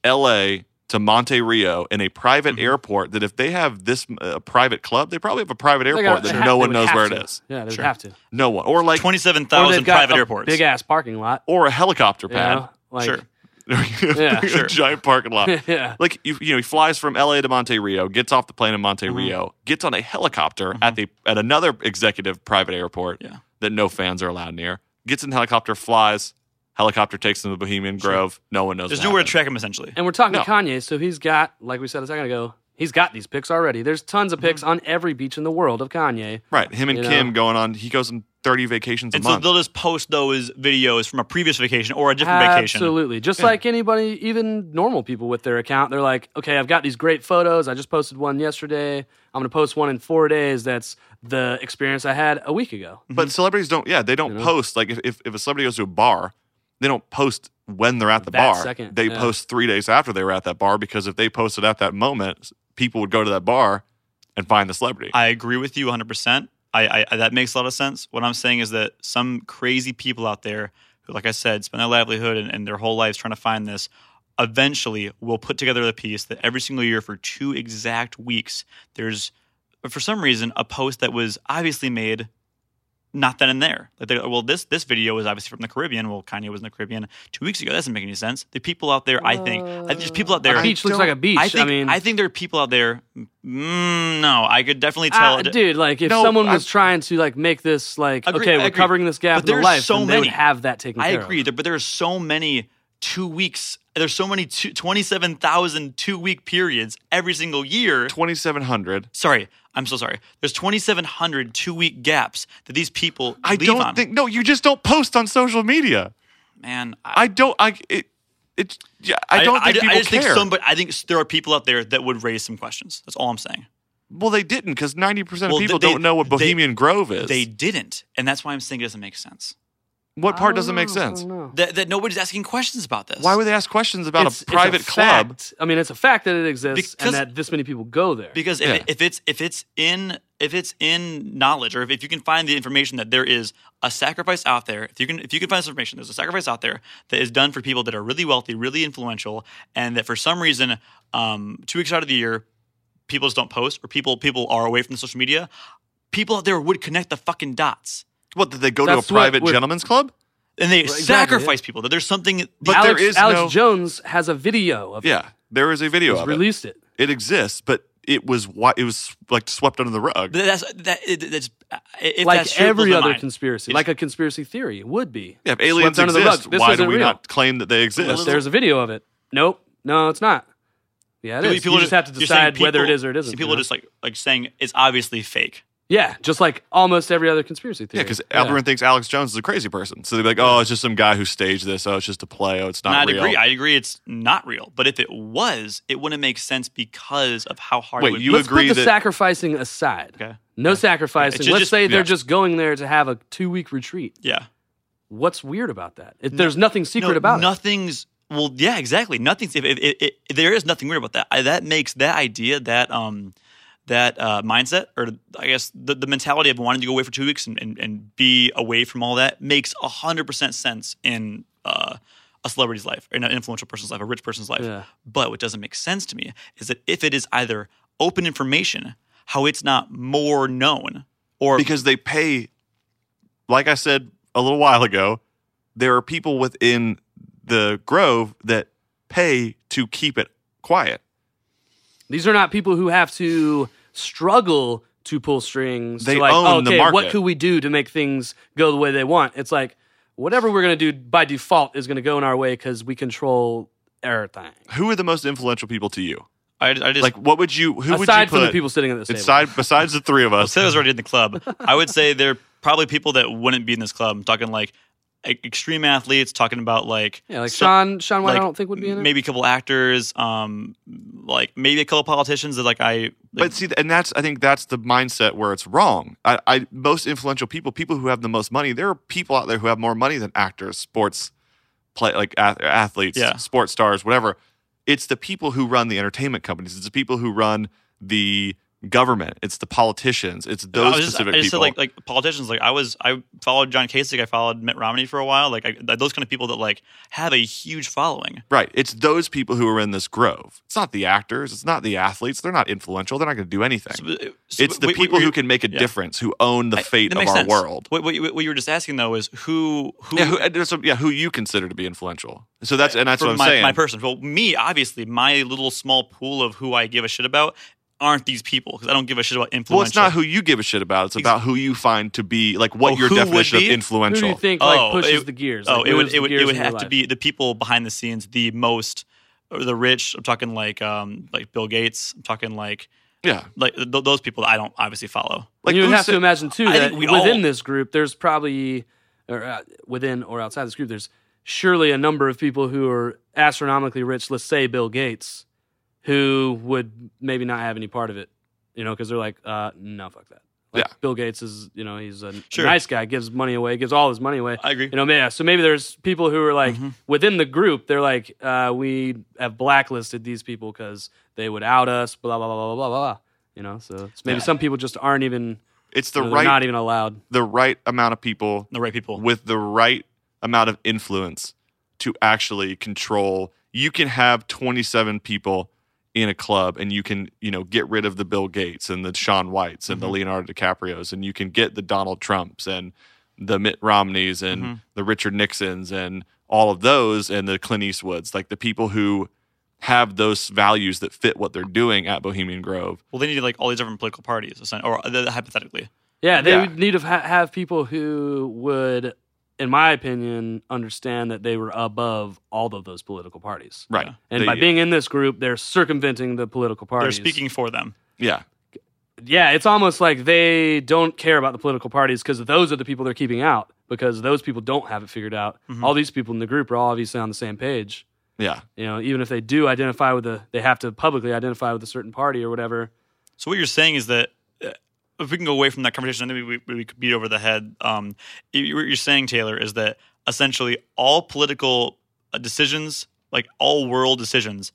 Speaker 10: L.A. to Monte Rio in a private
Speaker 11: Mm-hmm.
Speaker 10: airport that if they have this uh, private club, they probably have a private
Speaker 9: They got-
Speaker 10: airport
Speaker 9: they
Speaker 10: that
Speaker 9: ha-
Speaker 10: no
Speaker 9: they
Speaker 10: one
Speaker 9: would
Speaker 10: knows
Speaker 9: have
Speaker 10: where
Speaker 9: to.
Speaker 10: it is.
Speaker 9: Yeah, they would have to.
Speaker 10: No one or like
Speaker 11: twenty-seven
Speaker 9: Or they've
Speaker 11: thousand
Speaker 9: got
Speaker 11: private
Speaker 9: a
Speaker 11: airports.
Speaker 9: big ass parking lot.
Speaker 10: or a helicopter
Speaker 9: You
Speaker 10: pad.
Speaker 9: know, like-
Speaker 11: Sure.
Speaker 9: Yeah.
Speaker 10: a
Speaker 9: Sure.
Speaker 10: giant parking lot.
Speaker 9: Yeah.
Speaker 10: Like you, you know, he flies from LA to Monte Rio, gets off the plane in Monte Rio, gets on a helicopter at the at another executive private airport
Speaker 11: Yeah.
Speaker 10: that no fans are allowed near. Gets in the helicopter, flies. Helicopter takes him to the Bohemian Grove. No one knows.
Speaker 11: There's
Speaker 10: what
Speaker 11: nowhere to
Speaker 10: happened.
Speaker 11: track them essentially.
Speaker 9: And we're talking
Speaker 10: No.
Speaker 9: Kanye, so he's got, like we said a second ago, he's got these pics already. There's tons of
Speaker 11: Mm-hmm.
Speaker 9: pics on every beach in the world of Kanye.
Speaker 10: Right, him and
Speaker 9: You
Speaker 10: Kim
Speaker 9: know.
Speaker 10: going on. He goes on thirty vacations a
Speaker 11: And so
Speaker 10: month.
Speaker 11: they'll just post those videos from a previous vacation or a different vacation.
Speaker 9: Absolutely. Just like anybody, even normal people with their account, they're like, okay, I've got these great photos. I just posted one yesterday. I'm going to post one in four days. That's the experience I had a week ago.
Speaker 10: but celebrities don't. Yeah, they don't post. Like if, if if a celebrity goes to a bar, they don't post when they're at the
Speaker 9: That
Speaker 10: bar.
Speaker 9: second,
Speaker 10: they
Speaker 9: yeah.
Speaker 10: post three days after they were at that bar because if they posted at that moment, people would go to that bar and find the celebrity.
Speaker 11: I agree with you 100%. I, I that makes a lot of sense. What I'm saying is that some crazy people out there who, like I said, spend their livelihood and, and their whole lives trying to find this, eventually will put together the piece that every single year for two exact weeks, there's for some reason a post that was obviously made not then and there. Like, they, well, this this video was obviously from the Caribbean. Well, Kanye was in the Caribbean two weeks ago. That doesn't make any sense. The people out there, I think, I think there's people out there.
Speaker 9: a beach looks like a beach. I,
Speaker 11: I think
Speaker 9: mean,
Speaker 11: I think there are people out there. Mm, no, I could definitely tell.
Speaker 9: Ah,
Speaker 11: it-
Speaker 9: dude, like if
Speaker 11: No,
Speaker 9: someone
Speaker 11: I-
Speaker 9: was trying to like make this like
Speaker 11: Agree-
Speaker 9: okay,
Speaker 11: I
Speaker 9: we're
Speaker 11: agree.
Speaker 9: covering this
Speaker 11: But
Speaker 9: gap in the
Speaker 11: there's
Speaker 9: life,
Speaker 11: so
Speaker 9: and they would
Speaker 11: many.
Speaker 9: have that taken
Speaker 11: I
Speaker 9: care of.
Speaker 11: agree, there, but there are so many two weeks. There's so many two, 27,000 two week periods every single year.
Speaker 10: 2,700.
Speaker 11: Sorry, I'm so sorry. There's 2,700 two week gaps that these people
Speaker 10: I
Speaker 11: leave
Speaker 10: don't
Speaker 11: on.
Speaker 10: think. No, you just don't post on social media.
Speaker 11: Man, I,
Speaker 10: I don't. I it. It's. Yeah, I don't think
Speaker 11: I,
Speaker 10: people
Speaker 11: just
Speaker 10: care.
Speaker 11: Think some, but I think there are people out there that would raise some questions. That's all I'm saying.
Speaker 10: well, they didn't because ninety percent of
Speaker 11: Well,
Speaker 10: people
Speaker 11: they-
Speaker 10: don't know what
Speaker 11: they-
Speaker 10: Bohemian Grove is.
Speaker 11: They didn't, and that's why I'm saying it doesn't make sense.
Speaker 10: what part doesn't
Speaker 9: Oh.
Speaker 10: make sense?
Speaker 11: That, that nobody's asking questions about this.
Speaker 10: Why would they ask questions about
Speaker 9: It's-
Speaker 10: a
Speaker 9: it's
Speaker 10: private club?
Speaker 9: fact. I mean, it's a fact that it exists
Speaker 11: Because-
Speaker 9: and that this many people go there.
Speaker 11: Because if,
Speaker 10: Yeah.
Speaker 11: it, if it's if it's in if it's in knowledge, or if, if you can find the information that there is a sacrifice out there, if you can if you can find this information, there's a sacrifice out there that is done for people that are really wealthy, really influential, and that for some reason, um, two weeks out of the year, people just don't post, or people people are away from the social media. People out there would connect the fucking dots,
Speaker 10: What did they go
Speaker 9: That's
Speaker 10: to a
Speaker 9: what
Speaker 10: private
Speaker 9: we're-
Speaker 10: gentleman's club?
Speaker 11: and they
Speaker 9: Right, exactly,
Speaker 11: sacrifice people. That there's something.
Speaker 10: But
Speaker 9: Alex,
Speaker 10: there is
Speaker 9: Alex
Speaker 10: no.
Speaker 9: Jones has a video of it.
Speaker 10: yeah, there is a video
Speaker 9: He's
Speaker 10: of
Speaker 9: released it.
Speaker 10: it. It exists, but it was why it was like swept under the rug.
Speaker 11: Th- That's that. it- That's if
Speaker 9: like
Speaker 11: that's true, it blows
Speaker 9: every
Speaker 11: my
Speaker 9: other
Speaker 11: mind.
Speaker 9: conspiracy,
Speaker 11: It's-
Speaker 9: like a conspiracy theory it would be.
Speaker 10: Yeah, if aliens
Speaker 9: Swept under the
Speaker 10: exist,
Speaker 9: rug. This
Speaker 10: why do
Speaker 9: isn't
Speaker 10: we
Speaker 9: real.
Speaker 10: not claim that they exist?
Speaker 9: But There's a video of it. Nope. No, it's not. Yeah, it
Speaker 11: People-
Speaker 9: is.
Speaker 11: people
Speaker 9: you just have to
Speaker 11: you're saying
Speaker 9: decide whether it
Speaker 11: people-
Speaker 9: is or it isn't.
Speaker 11: People
Speaker 9: you know?
Speaker 11: just like like saying it's obviously fake.
Speaker 9: yeah, just like almost every other conspiracy theory.
Speaker 10: Yeah, because everyone thinks Alex Jones is a crazy person. So they're like, oh, it's just some guy who staged this. Oh, it's just a play. Oh, it's
Speaker 11: And
Speaker 10: not
Speaker 11: I'd
Speaker 10: real.
Speaker 11: agree. I agree. It's not real. But if it was, it wouldn't make sense because of how hard.
Speaker 10: Wait,
Speaker 11: it would
Speaker 10: you
Speaker 11: be.
Speaker 9: Let's
Speaker 10: agree
Speaker 9: put the
Speaker 10: that-
Speaker 9: sacrificing aside.
Speaker 11: Okay.
Speaker 9: No sacrificing.
Speaker 11: It's ju-
Speaker 9: Let's
Speaker 11: just-
Speaker 9: say they're
Speaker 10: yeah.
Speaker 9: just going there to have a two week retreat.
Speaker 11: Yeah.
Speaker 9: What's weird about that? It, there's nothing secret
Speaker 11: no,
Speaker 9: about it.
Speaker 11: nothing's. Well, yeah, exactly. Nothing's. If, if, if, if- there is nothing weird about that, I, that makes that idea that um that uh, mindset, or I guess the, the mentality of wanting to go away for two weeks and, and, and be away from all that, makes 100% sense in uh, a celebrity's life, in an influential person's life, a rich person's life.
Speaker 9: Yeah.
Speaker 11: But what doesn't make sense to me is that if it is either open information, how it's not more known, or
Speaker 10: because they pay like i said a little while ago there are people within the grove that pay to keep it quiet
Speaker 9: These are not people who have to struggle to pull strings. to
Speaker 10: They
Speaker 9: like,
Speaker 10: own
Speaker 9: oh,
Speaker 10: the
Speaker 9: okay, what
Speaker 10: market."
Speaker 9: could we do to make things go the way they want? It's like whatever we're gonna do by default is gonna go in our way because we control everything.
Speaker 10: who are the most influential people to you
Speaker 11: I, I just
Speaker 10: like what would you who would you
Speaker 9: Aside from the
Speaker 10: put-
Speaker 9: people sitting at this table.
Speaker 10: aside besides the three of us
Speaker 11: said it was already in the club. I would say there are probably people that wouldn't be in this club. I'm talking like e- extreme athletes, talking about like
Speaker 9: Yeah, like
Speaker 11: so-
Speaker 9: Sean Sean White
Speaker 11: like,
Speaker 9: I don't think would be in it.
Speaker 11: Maybe a couple actors, um, like maybe a couple politicians that like I.
Speaker 10: but see and that's i think that's the mindset where it's wrong I, I most influential people people who have the most money there are people out there who have more money than actors sports play like ath- athletes
Speaker 11: Yeah.
Speaker 10: sports stars whatever it's the people who run the entertainment companies it's the people who run the government it's the politicians it's
Speaker 11: I
Speaker 10: those
Speaker 11: was just,
Speaker 10: specific
Speaker 11: I just
Speaker 10: people
Speaker 11: said like like politicians. Like I was, I followed John Kasich. I followed Mitt Romney for a while. Like I, those kind of people that like have a huge following.
Speaker 10: right it's those people who are in this grove it's not the actors it's not the athletes they're not influential they're not going to do anything
Speaker 11: So,
Speaker 10: it's the
Speaker 11: wait, wait,
Speaker 10: people
Speaker 11: wait,
Speaker 10: who can make a
Speaker 11: yeah.
Speaker 10: difference who own the
Speaker 11: I-
Speaker 10: fate
Speaker 11: that
Speaker 10: of our
Speaker 11: makes sense.
Speaker 10: world
Speaker 11: What, what, you- what you were just asking though is who who
Speaker 10: yeah, who, and there's some- yeah, who you consider to be influential. So that's and that's
Speaker 11: for
Speaker 10: what I'm
Speaker 11: my,
Speaker 10: saying.
Speaker 11: my person. Well, me, obviously, my little small pool of who I give a shit about aren't these people because I don't give a shit about influential.
Speaker 10: well, it's not who you give a shit about. It's
Speaker 11: Ex-
Speaker 10: about who you find to be like what
Speaker 11: Oh,
Speaker 10: your
Speaker 11: who would
Speaker 10: definition of
Speaker 11: be?
Speaker 9: who do
Speaker 10: influential.
Speaker 9: you think like
Speaker 11: Oh,
Speaker 9: pushes
Speaker 11: it-
Speaker 9: the gears?
Speaker 11: Oh,
Speaker 9: Like,
Speaker 11: it
Speaker 9: moves
Speaker 11: would
Speaker 9: the
Speaker 11: it would
Speaker 9: gears
Speaker 11: it would
Speaker 9: in your
Speaker 11: have to
Speaker 9: life?
Speaker 11: be the people behind the scenes, the most, or the rich. I'm talking like um like Bill Gates. I'm talking like
Speaker 10: yeah,
Speaker 11: like th- those people that I don't obviously follow.
Speaker 10: like
Speaker 9: and you would
Speaker 10: who
Speaker 9: have
Speaker 10: said-
Speaker 9: to imagine too
Speaker 11: I
Speaker 9: that
Speaker 11: think we
Speaker 9: within
Speaker 11: all-
Speaker 9: this group, there's probably or uh, within or outside this group, there's surely a number of people who are astronomically rich. Let's say Bill Gates, who would maybe not have any part of it, you know, because they're like, uh, no, fuck that. Like,
Speaker 10: Yeah.
Speaker 9: Bill Gates is, you know, he's a
Speaker 11: Sure.
Speaker 9: nice guy, gives money away, gives all his money away.
Speaker 11: I agree.
Speaker 9: You know, yeah. So maybe there's people who are
Speaker 10: Mm-hmm.
Speaker 9: like within the group. They're like, uh, we have blacklisted these people because they would out us. Blah blah blah blah blah blah. You know, so it's maybe some people just aren't even
Speaker 10: It's the
Speaker 9: you know, they're
Speaker 10: right
Speaker 9: not even allowed.
Speaker 10: the right amount of people
Speaker 11: The right people.
Speaker 10: with the right amount of influence to actually control. You can have 27 people in a club and you can, you know, get rid of the Bill Gates and the Sean Whites and
Speaker 11: Mm-hmm.
Speaker 10: the Leonardo DiCaprios and you can get the Donald Trumps and the Mitt Romneys and
Speaker 11: Mm-hmm.
Speaker 10: the Richard Nixons and all of those and the Clint Eastwoods, like the people who have those values that fit what they're doing at Bohemian Grove.
Speaker 11: Well, they need like all these different political parties, essen- or uh, hypothetically.
Speaker 9: Yeah, they
Speaker 10: Yeah.
Speaker 9: would need to ha- have people who would, in my opinion, understand that they were above all of those political parties.
Speaker 10: Right.
Speaker 9: And
Speaker 10: They-
Speaker 9: by being in this group, they're circumventing the political
Speaker 11: They're
Speaker 9: parties.
Speaker 11: speaking for them.
Speaker 10: yeah,
Speaker 9: Yeah, it's almost like they don't care about the political parties because those are the people they're keeping out because those people don't have it figured out. All these people in the group are all obviously on the same page.
Speaker 10: yeah.
Speaker 9: You know, even if they do identify with the, they have to publicly identify with a certain party or whatever.
Speaker 11: So what you're saying is that uh, if we can go away from that conversation, I think we, we, we could beat over the head. Um, you, what you're saying, Taylor, is that essentially all political uh, decisions, like all world decisions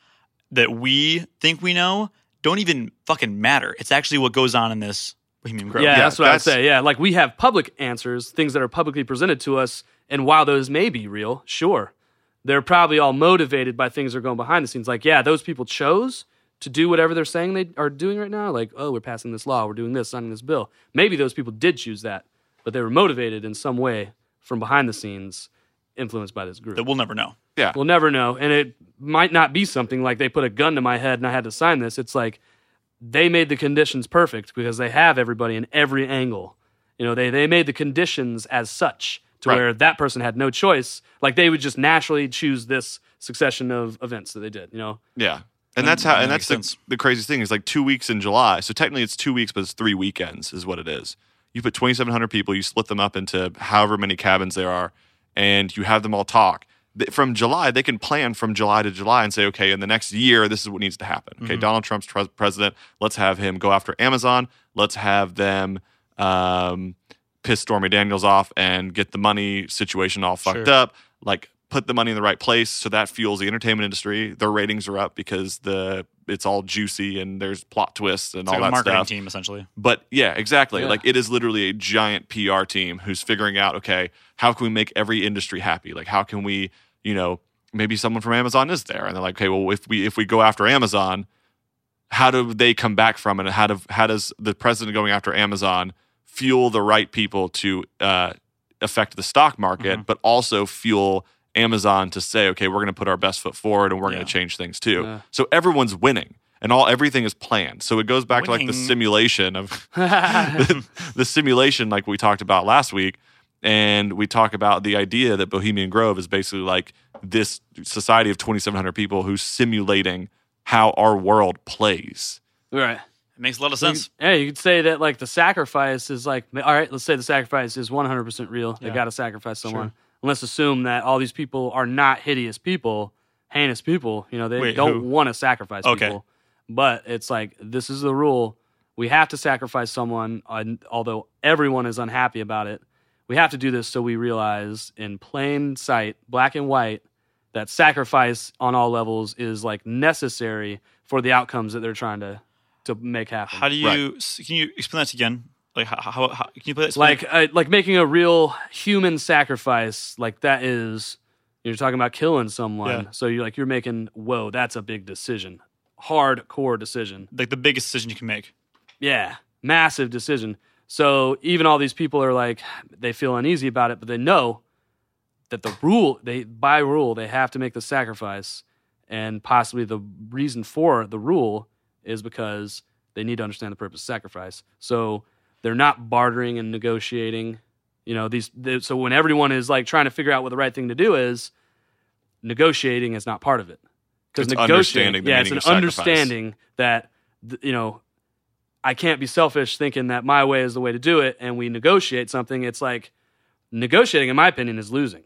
Speaker 11: that we think we know, don't even fucking matter. It's actually what goes on in this Bohemian Grove.
Speaker 9: Yeah,
Speaker 10: Yeah,
Speaker 9: that's what I'd
Speaker 10: that's-
Speaker 9: say. Yeah, like we have public answers, things that are publicly presented to us, and while those may be real, sure, they're probably all motivated by things that are going behind the scenes. Like, yeah, those people chose to do whatever they're saying they are doing right now. Like, oh, we're passing this law, we're doing this, signing this bill. Maybe those people did choose that, but they were motivated in some way from behind the scenes, influenced by this group.
Speaker 11: that we'll never know.
Speaker 10: Yeah.
Speaker 9: We'll never know. And it might not be something like they put a gun to my head and I had to sign this. It's like they made the conditions perfect because they have everybody in every angle. You know, they, they made the conditions as such to
Speaker 10: Right.
Speaker 9: where that person had no choice. Like they would just naturally choose this succession of events that they did, you know?
Speaker 10: Yeah. And that's how,
Speaker 11: that
Speaker 10: and
Speaker 11: makes
Speaker 10: that's the,
Speaker 11: sense.
Speaker 10: the craziest thing is like two weeks in July. So technically it's two weeks, but it's three weekends is what it is. You put 2,700 people, you split them up into however many cabins there are, and you have them all talk. Th- From July, they can plan from July to July and say, okay, in the next year, this is what needs to happen.
Speaker 11: Mm-hmm.
Speaker 10: Okay, Donald Trump's tre- president. Let's have him go after Amazon. Let's have them um, piss Stormy Daniels off and get the money situation all fucked
Speaker 11: Sure.
Speaker 10: up. Like put the money in the right place, so that fuels the entertainment industry. Their ratings are up because the it's all juicy and there's plot twists and
Speaker 11: It's
Speaker 10: all
Speaker 11: like a
Speaker 10: that
Speaker 11: marketing
Speaker 10: stuff.
Speaker 11: team, essentially.
Speaker 10: But yeah, exactly.
Speaker 11: Yeah.
Speaker 10: Like it is literally a giant PR team who's figuring out, okay, how can we make every industry happy? Like how can we, you know, maybe someone from Amazon is there and they're like, okay, well if we if we go after Amazon, how do they come back from it? And how do how does the president going after Amazon fuel the right people to uh, affect the stock market, but also fuel Amazon to say, okay, we're going to put our best foot forward and we're going to change things too.
Speaker 9: Yeah.
Speaker 10: So everyone's winning and all everything is planned. So it goes back to like the
Speaker 11: Winning.
Speaker 10: simulation of
Speaker 9: yeah.
Speaker 10: the simulation like we talked about last week and we talk about the idea that bohemian grove is basically like this society of 2700 people who's simulating how our world plays
Speaker 9: right.
Speaker 11: It makes a lot of sense.
Speaker 9: Yeah, you could say that like the sacrifice is like all right. Let's say the sacrifice is 100 percent real. They
Speaker 11: Yeah.
Speaker 9: got to sacrifice someone. And let's assume that all these people are not hideous people, heinous people. You know, they
Speaker 11: Wait, who?
Speaker 9: don't want to sacrifice
Speaker 11: Okay.
Speaker 9: people. But it's like this is the rule. We have to sacrifice someone, and although everyone is unhappy about it. We have to do this so we realize in plain sight, black and white, that sacrifice on all levels is like necessary for the outcomes that they're trying to to make happen.
Speaker 11: How do you? s Can you explain that again? Like how? how, how can you put that?
Speaker 9: like uh, like making a real human sacrifice like that is you're talking about killing someone
Speaker 11: Yeah.
Speaker 9: so you're like you're making whoa that's a big decision hardcore decision
Speaker 11: like the biggest decision you can make.
Speaker 9: yeah massive decision so even all these people are like they feel uneasy about it but they know that the rule they by rule they have to make the sacrifice and possibly the reason for the rule is because they need to understand the purpose of sacrifice so they're not bartering and negotiating you know these th so when everyone is like trying to figure out what the right thing to do is negotiating is not part of it
Speaker 10: It's
Speaker 9: negotiating-
Speaker 10: understanding the
Speaker 9: yeah
Speaker 10: meaning
Speaker 9: it's
Speaker 10: of
Speaker 9: an
Speaker 10: sacrifice.
Speaker 9: understanding that th- you know i can't be selfish thinking that my way is the way to do it and we negotiate something it's like negotiating in my opinion is losing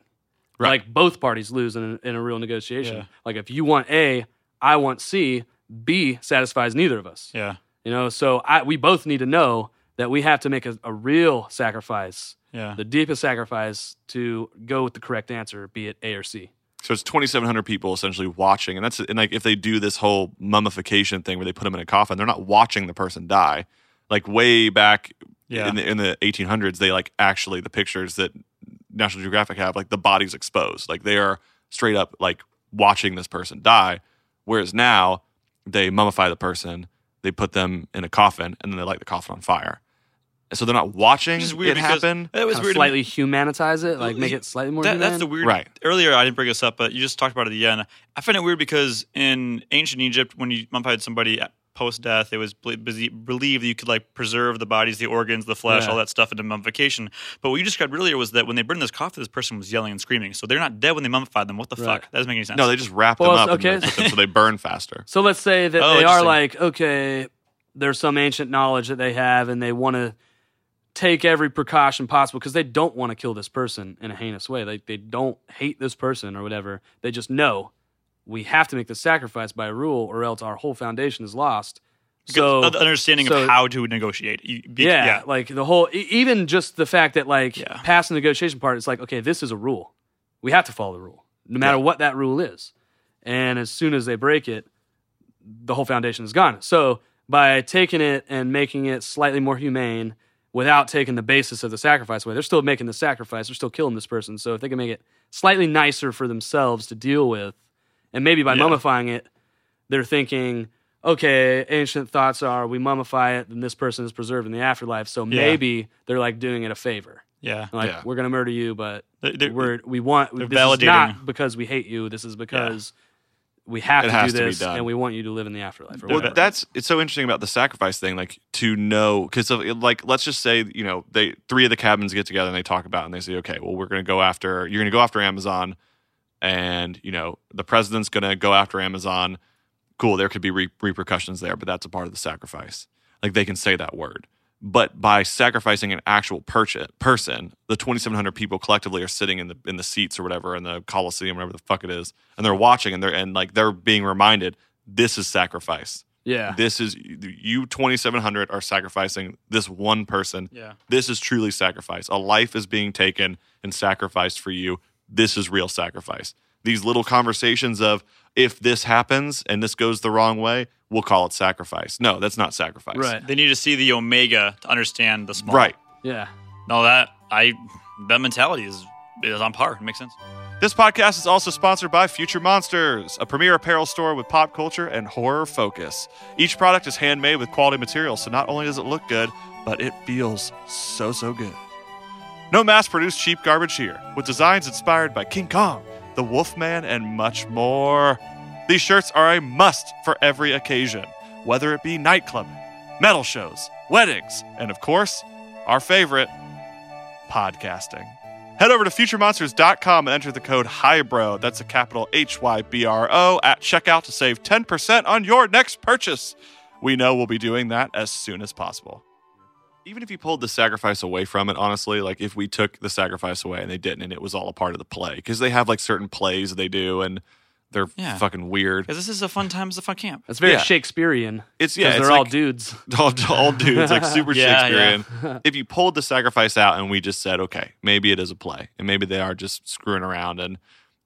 Speaker 10: Right.
Speaker 9: like both parties lose in a, in a real negotiation
Speaker 11: Yeah.
Speaker 9: like if you want a i want c b satisfies neither of us
Speaker 11: Yeah.
Speaker 9: you know so I, we both need to know that we have to make a, a real sacrifice
Speaker 11: Yeah.
Speaker 9: the deepest sacrifice to go with the correct answer be it a or c
Speaker 10: so it's 2700 people essentially watching and that's and like if they do this whole mummification thing where they put them in a coffin they're not watching the person die like way back
Speaker 11: Yeah.
Speaker 10: in, the, in the 1800s they like actually the pictures that national geographic have like the body's exposed like they are straight up like watching this person die whereas now they mummify the person they put them in a coffin and then they light the coffin on fire And so they're not watching
Speaker 11: Which is weird
Speaker 10: it
Speaker 11: because-
Speaker 10: happen
Speaker 11: That was
Speaker 9: Kinda
Speaker 11: weird. to me.
Speaker 9: slightly humanitize it like make it slightly more
Speaker 11: That-
Speaker 9: human
Speaker 11: that's the weird.
Speaker 10: Right.
Speaker 11: Earlier, I didn't bring this up, but you just talked about it at the end. I find it weird because in ancient Egypt, when you mummified somebody post death, it was bel- busy- believed that you could like preserve the bodies, the organs, the flesh,
Speaker 9: Yeah.
Speaker 11: all that stuff into mummification. But what you described earlier was that when they burned this coffin, this person was yelling and screaming. So they're not dead when they mummified them. What the
Speaker 9: Right.
Speaker 11: fuck? That doesn't make any sense.
Speaker 10: no they just wrap
Speaker 9: Well,
Speaker 10: them up
Speaker 9: okay.
Speaker 10: and then put them so they burn faster
Speaker 9: So let's say that
Speaker 11: Oh,
Speaker 9: they are
Speaker 11: interesting.
Speaker 9: like, okay, there's some ancient knowledge that they have, and they want to take every precaution possible because they don't want to kill this person in a heinous way. Like they don't hate this person or whatever. They just know we have to make the sacrifice by rule, or else our whole foundation is lost. So
Speaker 11: Because of the understanding
Speaker 9: so-
Speaker 11: of how to negotiate. You- be-
Speaker 9: yeah, like the whole, e- even just the fact that like
Speaker 11: Yeah.
Speaker 9: past the negotiation part, it's like okay, this is a rule. We have to follow the rule, no matter what that rule is. And as soon as they break it, the whole foundation is gone. So by taking it and making it slightly more humane, without taking the basis of the sacrifice away, they're still making the sacrifice. They're still killing this person. So if they can make it slightly nicer for themselves to deal with, and maybe by
Speaker 11: Yeah.
Speaker 9: mummifying it, they're thinking, okay, ancient thoughts are we mummify it, then this person is preserved in the afterlife. So
Speaker 11: Yeah.
Speaker 9: maybe they're like doing it a favor.
Speaker 11: yeah.
Speaker 9: Like
Speaker 10: Yeah.
Speaker 9: we're gonna murder you, but
Speaker 11: They- they-
Speaker 9: we're we want
Speaker 11: they're
Speaker 9: this is not
Speaker 11: validating.
Speaker 9: because we hate you. This is because we have
Speaker 10: It
Speaker 9: to
Speaker 10: has
Speaker 9: do
Speaker 10: to be
Speaker 9: this,
Speaker 10: done.
Speaker 9: and we want you to live in the afterlife. Or
Speaker 10: Well,
Speaker 9: whatever.
Speaker 10: that's it's so interesting about the sacrifice thing. Like to know, because like let's just say you know they three of the cabins get together and they talk about it and they say, okay, well we're going to go after you're going to go after Amazon, and you know the president's going to go after Amazon. Cool, there could be re- repercussions there, but that's a part of the sacrifice. Like they can say that word, but by sacrificing an actual purchase, person, the 2,700 people collectively are sitting in the in the seats or whatever in the Coliseum, whatever the fuck it is, and they're watching and they're and like they're being reminded this is sacrifice.
Speaker 9: yeah.
Speaker 10: This is you 2700 are sacrificing this one person.
Speaker 11: Yeah.
Speaker 10: This is truly sacrifice. A life is being taken and sacrificed for you. This is real sacrifice. these little conversations of if this happens and this goes the wrong way, we'll call it sacrifice. No, that's not sacrifice.
Speaker 9: Right.
Speaker 11: They need to see the omega to understand the small.
Speaker 10: Right.
Speaker 9: Yeah.
Speaker 11: No, that I that mentality is is on par. It makes sense.
Speaker 10: This podcast is also sponsored by Future Monsters, a premier apparel store with pop culture and horror focus. Each product is handmade with quality materials, so not only does it look good, but it feels so, so good. No mass produced cheap garbage here, with designs inspired by King Kong, the Wolfman, and much more. These shirts are a must for every occasion, whether it be nightclubbing, metal shows, weddings, and of course, our favorite, podcasting. Head over to futuremonsters.com and enter the code HYBRO, that's a capital H Y B R O, at checkout to save 10% on your next purchase. We know we'll be doing that as soon as possible. Even if you pulled the sacrifice away from it, honestly, like if we took the sacrifice away and they didn't and it was all a part of the play, because they have like certain plays they do and they're
Speaker 11: Yeah.
Speaker 10: fucking weird.
Speaker 11: Because this is a fun time. It's a fun camp.
Speaker 9: That's very
Speaker 10: Yeah.
Speaker 9: Shakespearean.
Speaker 10: It's, yeah,
Speaker 9: 'cause
Speaker 10: it's
Speaker 9: they're all
Speaker 10: like-
Speaker 9: dudes.
Speaker 10: All, all dudes, like super
Speaker 11: Yeah, yeah.
Speaker 10: Shakespearean. If you pulled the sacrifice out and we just said, okay, maybe it is a play and maybe they are just screwing around and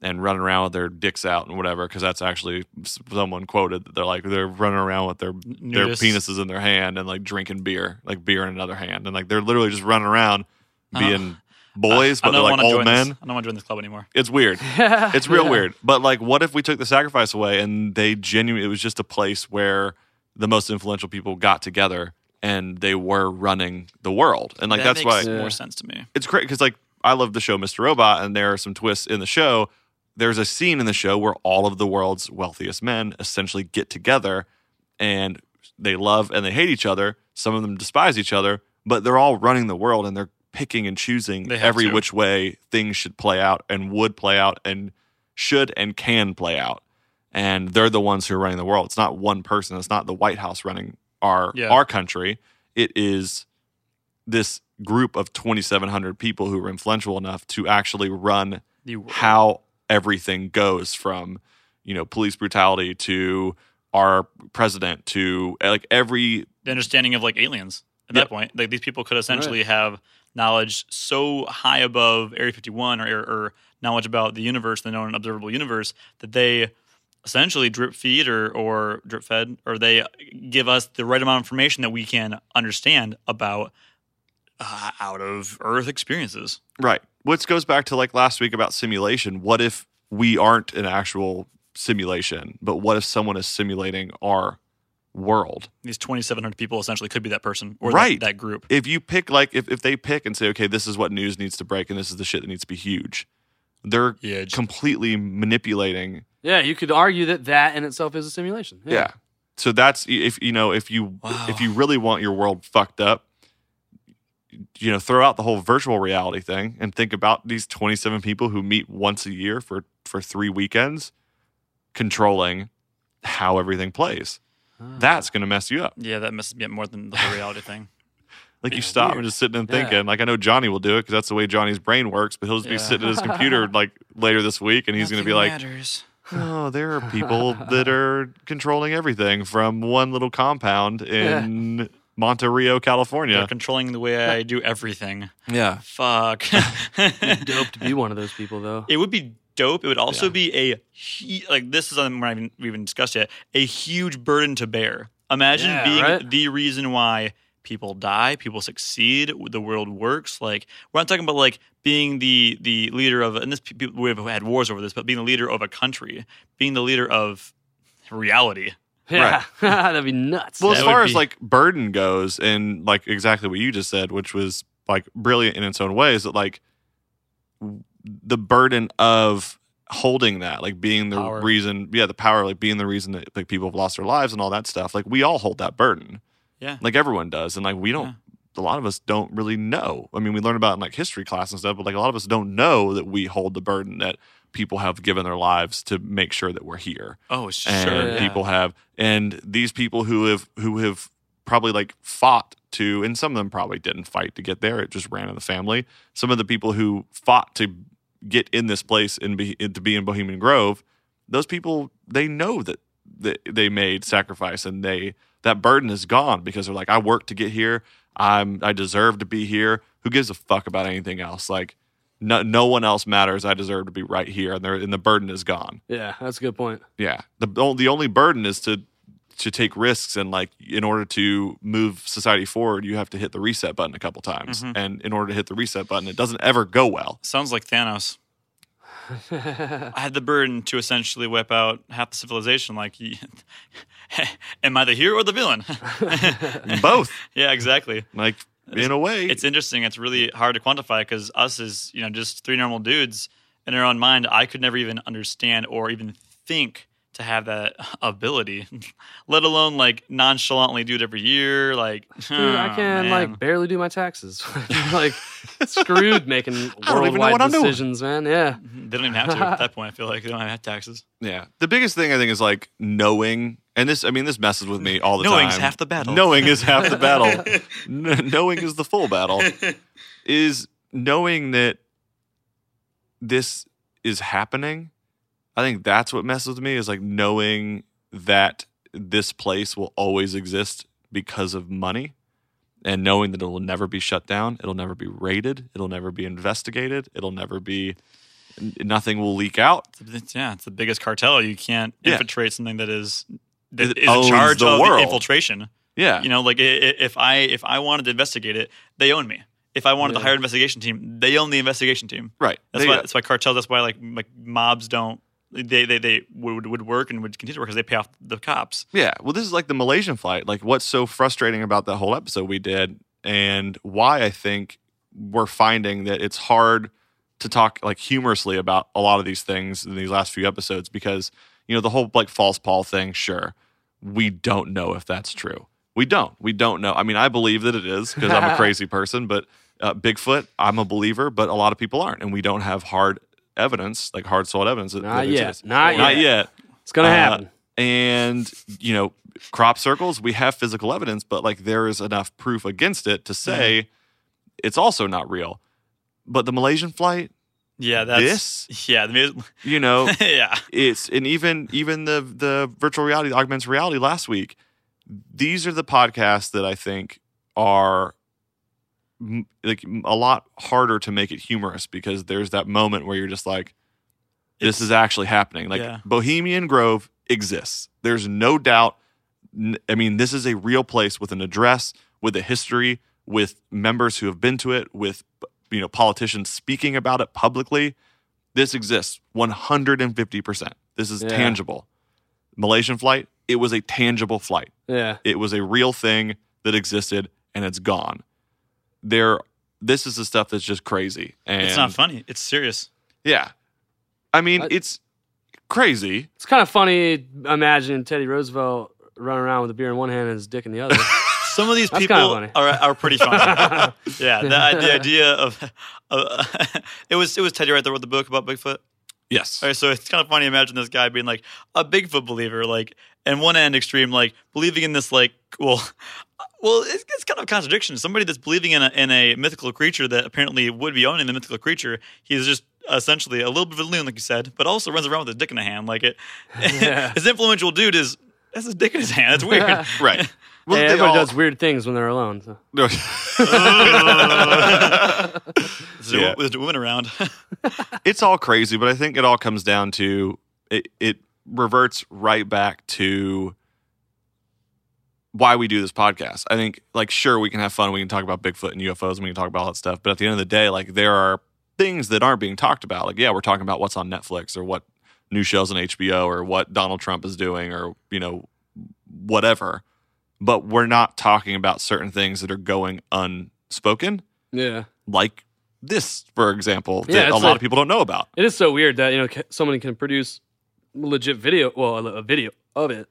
Speaker 10: and running around with their dicks out and whatever, because that's actually s- someone quoted that they're like they're running around with their their
Speaker 11: nudists.
Speaker 10: penises in their hand and like drinking beer, like beer in another hand, and like they're literally just running around
Speaker 11: I don't-
Speaker 10: being boys,
Speaker 11: I, I
Speaker 10: but they're
Speaker 11: don't
Speaker 10: like
Speaker 11: wanna
Speaker 10: old
Speaker 11: join this.
Speaker 10: men.
Speaker 11: I don't want to join this club anymore.
Speaker 10: It's weird. It's real weird. But like, what if we took the sacrifice away and they genuinely, it was just a place where the most influential people got together and they were running the world. And like,
Speaker 11: that
Speaker 10: that's why
Speaker 11: makes
Speaker 9: Yeah.
Speaker 11: more sense to me.
Speaker 10: it's great because like, I love the show Mr. Robot and there are some twists in the show. There's a scene in the show where all of the world's wealthiest men essentially get together and they love and they hate each other. Some of them despise each other, but they're all running the world and they're picking and choosing
Speaker 11: They have
Speaker 10: every
Speaker 11: to.
Speaker 10: which way things should play out and would play out and should and can play out. And they're the ones who are running the world. It's not one person. It's not the White House running our
Speaker 11: Yeah.
Speaker 10: our country. It is this group of 2700 people who are influential enough to actually run
Speaker 11: The world.
Speaker 10: how everything goes from you know police brutality to our president to eh, like every
Speaker 11: the understanding of like aliens at
Speaker 10: Yep.
Speaker 11: that point. Like these people could essentially have knowledge so high above Area 51 or, or knowledge about the universe, the known observable universe, that they essentially drip feed or, or drip fed, or they give us the right amount of information that we can understand about uh, out of Earth experiences.
Speaker 10: right which goes back to like last week about simulation what if we aren't an actual simulation but what if someone is simulating our world
Speaker 11: These 2,700 people essentially could be that person or that-
Speaker 10: Right.
Speaker 11: that, group.
Speaker 10: if you pick like if, if they pick and say okay this is what news needs to break and this is the shit that needs to be huge they're
Speaker 11: Yeah, just-
Speaker 10: completely manipulating
Speaker 9: Yeah, you could argue that that in itself is a simulation.
Speaker 10: Yeah. So that's if you know if you
Speaker 11: Wow.
Speaker 10: if you really want your world fucked up, you know, throw out the whole virtual reality thing and think about these 27 people who meet once a year for for 3 weekends controlling how everything plays. That's going to mess you up.
Speaker 11: Yeah, that must be more than the whole reality thing.
Speaker 10: Like you stop and just sitting and
Speaker 9: Yeah.
Speaker 10: thinking. Like I know Johnny will do it because that's the way Johnny's brain works. But he'll just be
Speaker 11: Yeah.
Speaker 10: sitting at his computer like later this week, and he's going to be
Speaker 11: Nothing
Speaker 10: like,
Speaker 11: matters.
Speaker 10: Oh, there are people that are controlling everything from one little compound in Monterey, California.
Speaker 11: They're controlling the way I do everything.
Speaker 10: Yeah.
Speaker 11: Fuck.
Speaker 9: Dope to be one of those people, though.
Speaker 11: It would be dope. It would also be a hu- like this is something we're not even, we haven't discussed yet. A huge burden to bear. Imagine
Speaker 9: Yeah,
Speaker 11: being
Speaker 9: right?
Speaker 11: the reason why people die, people succeed, the world works. Like we're not talking about like being the the leader of and this pe- people we've had wars over this, but being the leader of a country, being the leader of reality.
Speaker 9: Yeah, that'd be nuts.
Speaker 10: Well, as
Speaker 11: That would
Speaker 10: far as
Speaker 11: be-
Speaker 10: like burden goes, and like exactly what you just said, which was like brilliant in its own way, is that like w- the burden of holding that, like being the
Speaker 11: Power.
Speaker 10: reason, yeah, the power, like being the reason that like people have lost their lives and all that stuff. Like we all hold that burden.
Speaker 11: Yeah.
Speaker 10: Like everyone does. And like we don't, a lot of us don't really know. I mean, we learn about it in like history class and stuff, but like a lot of us don't know that we hold the burden that people have given their lives to make sure that we're here
Speaker 11: Oh,
Speaker 10: and
Speaker 11: sure.
Speaker 9: Yeah.
Speaker 10: people have and these people who have who have probably like fought to and some of them probably didn't fight to get there it just ran in the family some of the people who fought to get in this place and be to be in bohemian grove those people they know that, that they made sacrifice and they that burden is gone because they're like i worked to get here i'm i deserve to be here who gives a fuck about anything else like no, no one else matters. I deserve to be right here, and, there- and the burden is gone.
Speaker 9: Yeah, that's a good point.
Speaker 10: Yeah. The o- the only burden is to to take risks and like in order to move society forward, you have to hit the reset button a couple times.
Speaker 11: Mhm.
Speaker 10: And in order to hit the reset button, it doesn't ever go well.
Speaker 11: Sounds like Thanos. I had the burden to essentially wipe out half the civilization. Like, am I the hero or the villain?
Speaker 10: Both.
Speaker 11: yeah, exactly.
Speaker 10: Like in a way.
Speaker 11: It's interesting. It's really hard to quantify because us as you know just three normal dudes in our own mind. I could never even understand or even think to have that ability, let alone like nonchalantly do it every year. Like,
Speaker 9: Dude,
Speaker 10: Oh,
Speaker 9: I can like barely do my taxes. like screwed making
Speaker 11: even know
Speaker 9: worldwide
Speaker 11: what I'm doing.
Speaker 9: decisions, man. Yeah.
Speaker 11: They don't even have to at that point. I feel like they don't have taxes.
Speaker 10: Yeah. The biggest thing I think is like knowing, and this, I mean, this messes with me all the time.
Speaker 11: Knowing's half the battle.
Speaker 10: Knowing is half the battle. Kn- knowing is the full battle. Is knowing that this is happening. I think that's what messes with me is like knowing that this place will always exist because of money and knowing that it will never be shut down, it'll never be raided, it'll never be investigated, it'll never be n- nothing will leak out.
Speaker 11: It's- yeah, it's the biggest cartel. You can't
Speaker 10: Yeah.
Speaker 11: infiltrate something that is that
Speaker 10: It
Speaker 11: is
Speaker 10: owns
Speaker 11: in charge
Speaker 10: the
Speaker 11: of
Speaker 10: world.
Speaker 11: the infiltration.
Speaker 10: Yeah.
Speaker 11: you know, like i- i- if I if I wanted to investigate it, they own me. If I wanted to
Speaker 10: Yeah.
Speaker 11: hire an investigation team, they own the investigation team.
Speaker 10: Right.
Speaker 11: That's
Speaker 10: They-
Speaker 11: why that's why cartels. That's why like like mobs don't they they they would would work and would continue to work because they pay off the cops.
Speaker 10: Yeah. Well, this is like the Malaysian flight. Like, what's so frustrating about that whole episode we did, and why I think we're finding that it's hard to talk like humorously about a lot of these things in these last few episodes because, you know, the whole like false Paul thing, sure, we don't know if that's true. We don't. We don't know. I mean, I believe that it is because I'm a crazy person, but uh, Bigfoot, I'm a believer, but a lot of people aren't. And we don't have hard evidence, like hard solid evidence. That,
Speaker 9: Not
Speaker 10: that
Speaker 9: yet.
Speaker 10: exists.
Speaker 9: Not
Speaker 10: Not
Speaker 9: yet.
Speaker 10: yet.
Speaker 9: It's gonna
Speaker 10: Uh,
Speaker 9: happen.
Speaker 10: and you know crop circles we have physical evidence but like there is enough proof against it to say it's also not real but the malaysian flight
Speaker 11: Yeah, that's
Speaker 10: This?
Speaker 11: yeah, the mu-
Speaker 10: you know
Speaker 11: yeah.
Speaker 10: it's and even even the the virtual reality the augmented reality last week these are the podcasts that i think are m- like m- a lot harder to make it humorous because there's that moment where you're just like this is actually happening like
Speaker 11: Yeah.
Speaker 10: bohemian grove exists there's no doubt N- i mean this is a real place with an address with a history with members who have been to it with you know politicians speaking about it publicly this exists 150% this is
Speaker 9: Yeah.
Speaker 10: tangible malaysian flight it was a tangible flight
Speaker 9: Yeah.
Speaker 10: it was a real thing that existed and it's gone. There this is the stuff that's just crazy. And
Speaker 11: It's not funny. It's serious.
Speaker 10: Yeah. I mean,
Speaker 9: I-
Speaker 10: it's crazy.
Speaker 9: It's kind of funny imagining Teddy Roosevelt running around with a beer in one hand and his dick in the other.
Speaker 11: Some of these
Speaker 9: That's
Speaker 11: people
Speaker 9: kinda funny.
Speaker 11: are are pretty funny. yeah, the, the idea of uh, it was it was Teddy Wright that wrote the book about Bigfoot.
Speaker 10: Yes.
Speaker 11: All right, so it's kind of funny. Imagine this guy being like a Bigfoot believer, like, and one end extreme, like believing in this, like, well, well, it's, it's kind of a contradiction. Somebody that's believing in a, in a mythical creature that apparently would be owning the mythical creature, he's just essentially a little bit of a loon, like you said, but also runs around with a dick in a hand, like it.
Speaker 9: Yeah.
Speaker 11: his influential dude is that's his dick in his hand. That's weird.
Speaker 10: Right.
Speaker 9: Yeah,
Speaker 10: they
Speaker 9: everyone
Speaker 10: all-
Speaker 9: does weird things when they're alone. So.
Speaker 11: There's a-
Speaker 10: Yeah.
Speaker 11: There's a woman around.
Speaker 10: it's all crazy, but I think it all comes down to it, it reverts right back to why we do this podcast. I think, like, sure, we can have fun. We can talk about Bigfoot and UFOs and we can talk about all that stuff. But at the end of the day, like, there are things that aren't being talked about. Like, yeah, we're talking about what's on Netflix or what new shows on HBO or what Donald Trump is doing or, you know, whatever. But we're not talking about certain things that are going unspoken,
Speaker 9: Yeah.
Speaker 10: like this, for example, that
Speaker 9: Yeah,
Speaker 10: a
Speaker 9: it's
Speaker 10: lot
Speaker 9: like-
Speaker 10: of people don't know about.
Speaker 9: It is so weird that you know ca- someone can produce legit video, well, a a video of it.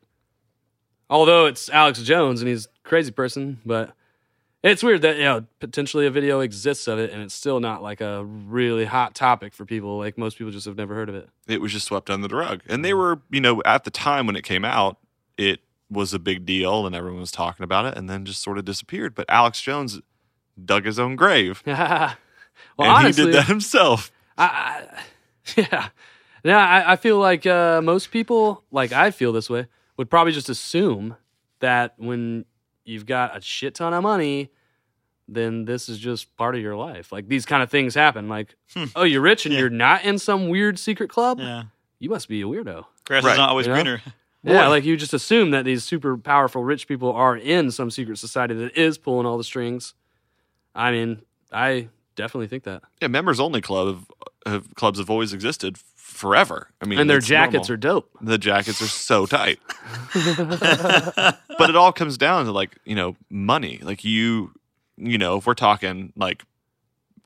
Speaker 9: Although it's Alex Jones and he's a crazy person, but it's weird that you know potentially a video exists of it and it's still not like a really hot topic for people. Like most people just have never heard of it.
Speaker 10: it was just swept under the rug. And
Speaker 9: Mm.
Speaker 10: they were, you know, at the time when it came out, it was a big deal and everyone was talking about it and then just sort of disappeared. But Alex Jones dug his own grave.
Speaker 9: well,
Speaker 10: and
Speaker 9: honestly,
Speaker 10: he did that himself.
Speaker 9: I, I, yeah. Now I, I feel like uh, most people, like I feel this way, would probably just assume that when you've got a shit ton of money, then this is just part of your life. Like these kind of things happen. Like,
Speaker 10: Hmm.
Speaker 9: oh, you're rich and you're not in some weird secret club.
Speaker 11: Yeah.
Speaker 9: You must be a weirdo.
Speaker 11: Grass is not always
Speaker 9: You know?
Speaker 11: greener.
Speaker 9: Yeah, like you just assume that these super powerful rich people are in some secret society that is pulling all the strings. I mean, I definitely think that.
Speaker 10: Yeah, members only club have, have clubs have always existed forever. I mean,
Speaker 9: and their
Speaker 10: it's
Speaker 9: jackets
Speaker 10: normal.
Speaker 9: are dope.
Speaker 10: The jackets are so tight. but it all comes down to like, you know, money. Like you, you know, if we're talking like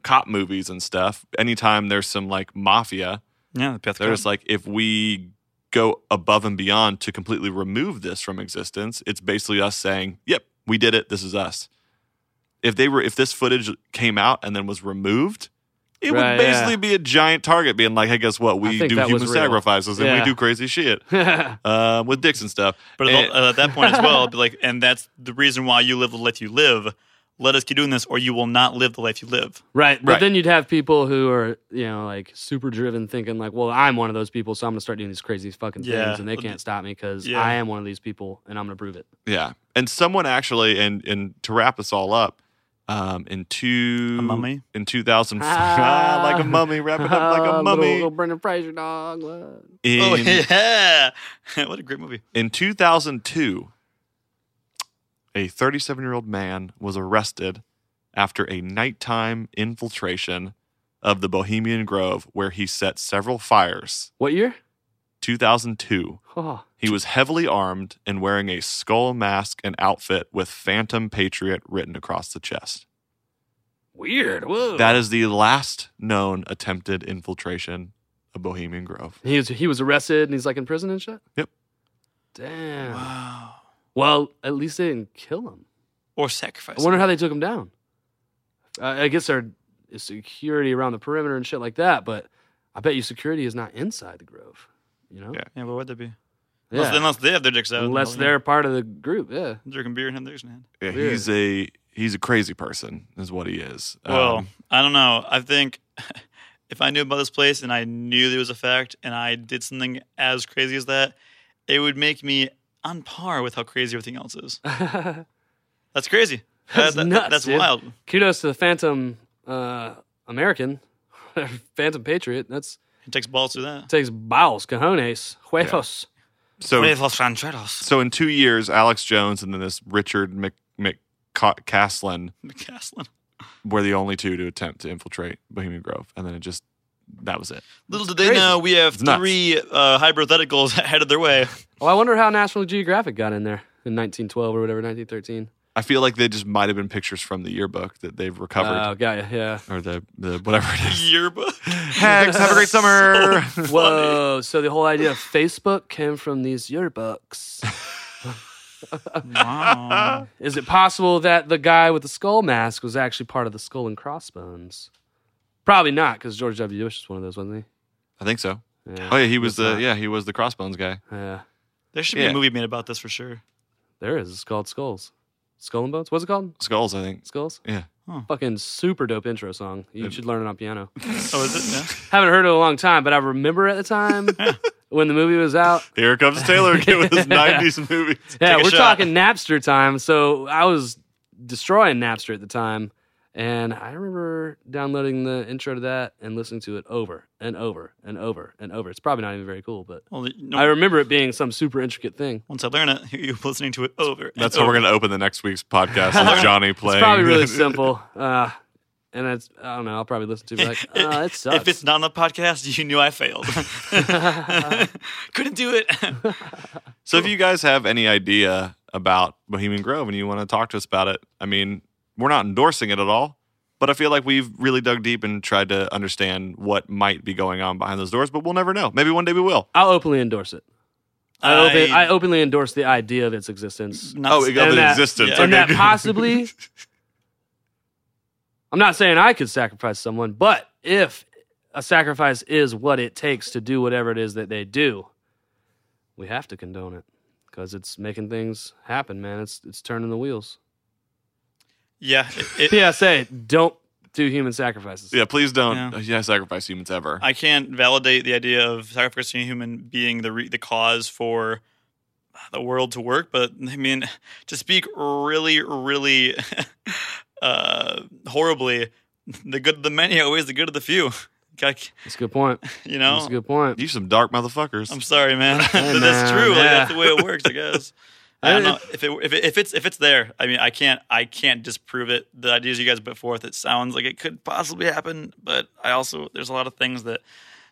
Speaker 10: cop movies and stuff, anytime there's some like mafia,
Speaker 11: Yeah, the Peth
Speaker 10: they're just like, if we go above and beyond to completely remove this from existence, it's basically us saying, yep, we did it. This is us. If they were, if this footage came out and then was removed, it
Speaker 9: Right,
Speaker 10: would basically
Speaker 9: yeah.
Speaker 10: be a giant target being like, hey, guess what? We
Speaker 9: think
Speaker 10: do
Speaker 9: that was
Speaker 10: human
Speaker 9: real.
Speaker 10: sacrifices and
Speaker 9: Yeah.
Speaker 10: we do crazy shit
Speaker 9: yeah,
Speaker 10: um, with dicks and stuff.
Speaker 11: But
Speaker 10: And- uh,
Speaker 11: at,
Speaker 9: uh,
Speaker 11: at that point as well, it'd be like, and that's the reason why you live the life you live. Let us keep doing this, or you will not live the life you live.
Speaker 9: Right. But
Speaker 10: Right.
Speaker 9: then you'd have people who are, you know, like super driven thinking like, well, I'm one of those people, so I'm going to start doing these crazy fucking
Speaker 11: Yeah.
Speaker 9: things and they can't stop me because
Speaker 11: Yeah.
Speaker 9: I am one of these people and I'm going to prove it.
Speaker 10: yeah, and someone actually, and and to wrap this all up, um, in two
Speaker 11: A mummy?
Speaker 10: in two thousand
Speaker 9: Ah.
Speaker 10: like a mummy, wrap it up like
Speaker 9: Ah,
Speaker 10: a
Speaker 9: little-
Speaker 10: mummy.
Speaker 9: little Brendan Fraser dog. look.
Speaker 10: In,
Speaker 11: Oh yeah! what a great movie.
Speaker 10: in two thousand two, a thirty seven year old man was arrested after a nighttime infiltration of the Bohemian Grove, where he set several fires.
Speaker 9: What year?
Speaker 10: Two thousand two.
Speaker 9: Oh,
Speaker 10: He was heavily armed and wearing a skull mask and outfit with Phantom Patriot written across the chest.
Speaker 9: weird. Whoa.
Speaker 10: That is the last known attempted infiltration of Bohemian Grove.
Speaker 9: He was he was arrested and he's like in prison and shit.
Speaker 10: Yep.
Speaker 9: Damn.
Speaker 11: Wow.
Speaker 9: Well, at least they didn't kill him.
Speaker 11: Or sacrifice.
Speaker 9: I wonder how they took him down. I I guess there's security around the perimeter and shit like that, but I bet you security is not inside the grove. You know,
Speaker 10: Yeah.
Speaker 11: yeah, what would that be?
Speaker 9: Yeah.
Speaker 11: Unless, unless they have their dicks out. Oh,
Speaker 9: unless
Speaker 11: Yeah.
Speaker 9: they're part of the group. Yeah,
Speaker 11: drinking beer and having dicks in hand.
Speaker 10: Yeah,
Speaker 9: Weird.
Speaker 10: he's a he's a crazy person, is what he is. Um,
Speaker 11: Well, I don't know. I think if I knew about this place and I knew there was a fact and I did something as crazy as that, it would make me on par with how crazy everything else is. That's crazy.
Speaker 9: That's nuts,
Speaker 11: that's
Speaker 9: dude.
Speaker 11: wild.
Speaker 9: kudos to the Phantom uh, American, Phantom Patriot. That's
Speaker 11: It takes balls to do that.
Speaker 9: takes balls, cojones, huevos.
Speaker 10: so
Speaker 11: Huevos rancheros.
Speaker 10: so in two years, Alex Jones and then this Richard Mc, McCaslin
Speaker 11: McCaslin.
Speaker 10: were the only two to attempt to infiltrate Bohemian Grove, and then it just that was it.
Speaker 11: Little did they
Speaker 9: Crazy.
Speaker 11: know we have
Speaker 10: It's nuts.
Speaker 11: three uh, hypotheticals headed their way.
Speaker 9: Well, Oh, I wonder how National Geographic got in there in 1912 or whatever, 1913.
Speaker 10: I feel like they just might have been pictures from the yearbook that they've recovered.
Speaker 9: Oh, got you. Yeah.
Speaker 10: or the the whatever it is.
Speaker 11: Yearbook.
Speaker 10: Hags, have a great summer.
Speaker 9: Whoa! So the whole idea of Facebook came from these yearbooks.
Speaker 11: Wow.
Speaker 9: Is it possible that the guy with the skull mask was actually part of the Skull and Crossbones? Probably not, because George W. Bush was one of those, wasn't
Speaker 10: I think so.
Speaker 9: he? Yeah.
Speaker 10: Oh yeah, he was
Speaker 9: That's
Speaker 10: the
Speaker 9: not-
Speaker 10: yeah he was the crossbones guy.
Speaker 9: Yeah.
Speaker 11: There should be
Speaker 10: Yeah.
Speaker 11: a movie made about this for sure.
Speaker 9: There is. It's called Skulls. Skull and Bones. What's it called?
Speaker 10: Skulls, I think.
Speaker 9: Skulls.
Speaker 10: Yeah.
Speaker 11: Huh.
Speaker 9: Fucking super dope intro song. You should learn it on piano.
Speaker 11: Oh, is it? Yeah.
Speaker 9: Haven't heard it in a long time, but I remember at the time when the movie was out.
Speaker 10: Here comes Taylor again with his '90s movies.
Speaker 9: Yeah,
Speaker 11: Take a
Speaker 9: we're
Speaker 11: shot.
Speaker 9: talking Napster time. So I was destroying Napster at the time. And I remember downloading the intro to that and listening to it over and over and over and over. It's probably not even very cool, but
Speaker 11: Well, no,
Speaker 9: I remember it being some super intricate thing.
Speaker 11: once I learn it, you're listening to it over. and
Speaker 10: That's how we're
Speaker 11: over.
Speaker 10: gonna open the next week's podcast. With Johnny playing.
Speaker 9: It's probably really simple. Uh, and it's, I don't know, I'll probably listen to it like, uh, it sucks.
Speaker 11: If it's not on the podcast, you knew I failed. Couldn't do it.
Speaker 10: So if you guys have any idea about Bohemian Grove and you want to talk to us about it, I mean, we're not endorsing it at all, but I feel like we've really dug deep and tried to understand what might be going on behind those doors. But we'll never know. Maybe one day we will.
Speaker 9: I'll openly endorse it. I, open, I openly endorse the idea of its existence.
Speaker 11: not-
Speaker 10: Oh, it got
Speaker 9: And
Speaker 10: the
Speaker 9: that-
Speaker 10: existence.
Speaker 11: yeah.
Speaker 9: and
Speaker 10: Okay,
Speaker 9: that
Speaker 10: good.
Speaker 9: possibly i'm not saying i could sacrifice someone but if a sacrifice is what it takes to do whatever it is that they do we have to condone it because it's making things happen man it's it's turning the wheels
Speaker 11: yeah. It, it,
Speaker 9: psa don't do human sacrifices
Speaker 10: Yeah, please don't.
Speaker 11: Yeah.
Speaker 10: Yeah, sacrifice humans ever.
Speaker 11: I can't validate the idea of sacrificing a human being the re- the cause for the world to work, but I mean, to speak really, really uh, horribly, the good of the many outweighs the good of the few. Gotta-
Speaker 9: That's a good point.
Speaker 11: You know?
Speaker 9: That's a good point.
Speaker 10: You some dark motherfuckers.
Speaker 11: I'm sorry, man, but that's
Speaker 9: man,
Speaker 11: true. Like,
Speaker 9: yeah.
Speaker 11: that's the way it works, I guess. I don't
Speaker 9: Uh,
Speaker 11: know if it, if it if it's if it's there. I mean, I can't I can't disprove it. The ideas you guys put forth, it sounds like it could possibly happen, but I also there's a lot of things that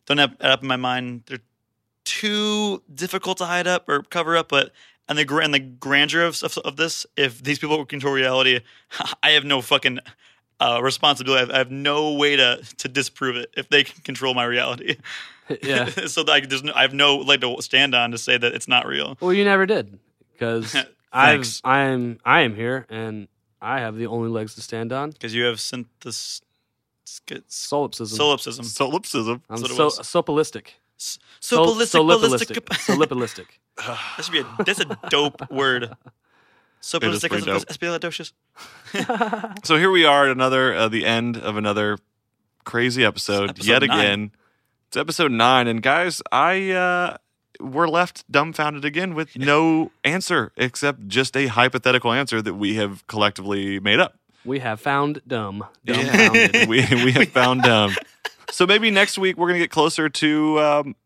Speaker 11: don't have add up in my mind. They're too difficult to hide up or cover up. But and the gra- and the grandeur of of, of this, if these people control reality, I have no fucking. Uh, responsibility. I have, I have no way to, to disprove it if they can control my reality.
Speaker 9: yeah.
Speaker 11: so like, there's no, I have no leg to stand on to say that it's not real.
Speaker 9: Well, you never did because I've
Speaker 11: Thanks.
Speaker 9: I'm I am here and I have the only legs to stand on.
Speaker 11: Because you have synthes, sk-
Speaker 9: Solipsism.
Speaker 11: solipsism.
Speaker 10: Solipsism.
Speaker 9: I'm
Speaker 11: that's
Speaker 9: so
Speaker 11: what it
Speaker 9: sopolistic.
Speaker 11: S-
Speaker 9: Sol-
Speaker 11: Sopolistic. ballistic-
Speaker 9: Solipolistic.
Speaker 11: that should be a that's a dope word. Sopolistic.
Speaker 10: pretty dope.
Speaker 11: Espelodocious.
Speaker 10: So here we are at another uh, the end of another crazy episode,
Speaker 11: It's episode
Speaker 10: yet
Speaker 11: nine.
Speaker 10: again. It's episode nine, and guys, I uh, we're left dumbfounded again with no answer except just a hypothetical answer that we have collectively made up.
Speaker 9: We have found dumb.
Speaker 10: Yeah.
Speaker 9: Dumbfounded.
Speaker 10: we we have found dumb. So maybe next week we're gonna get closer to um,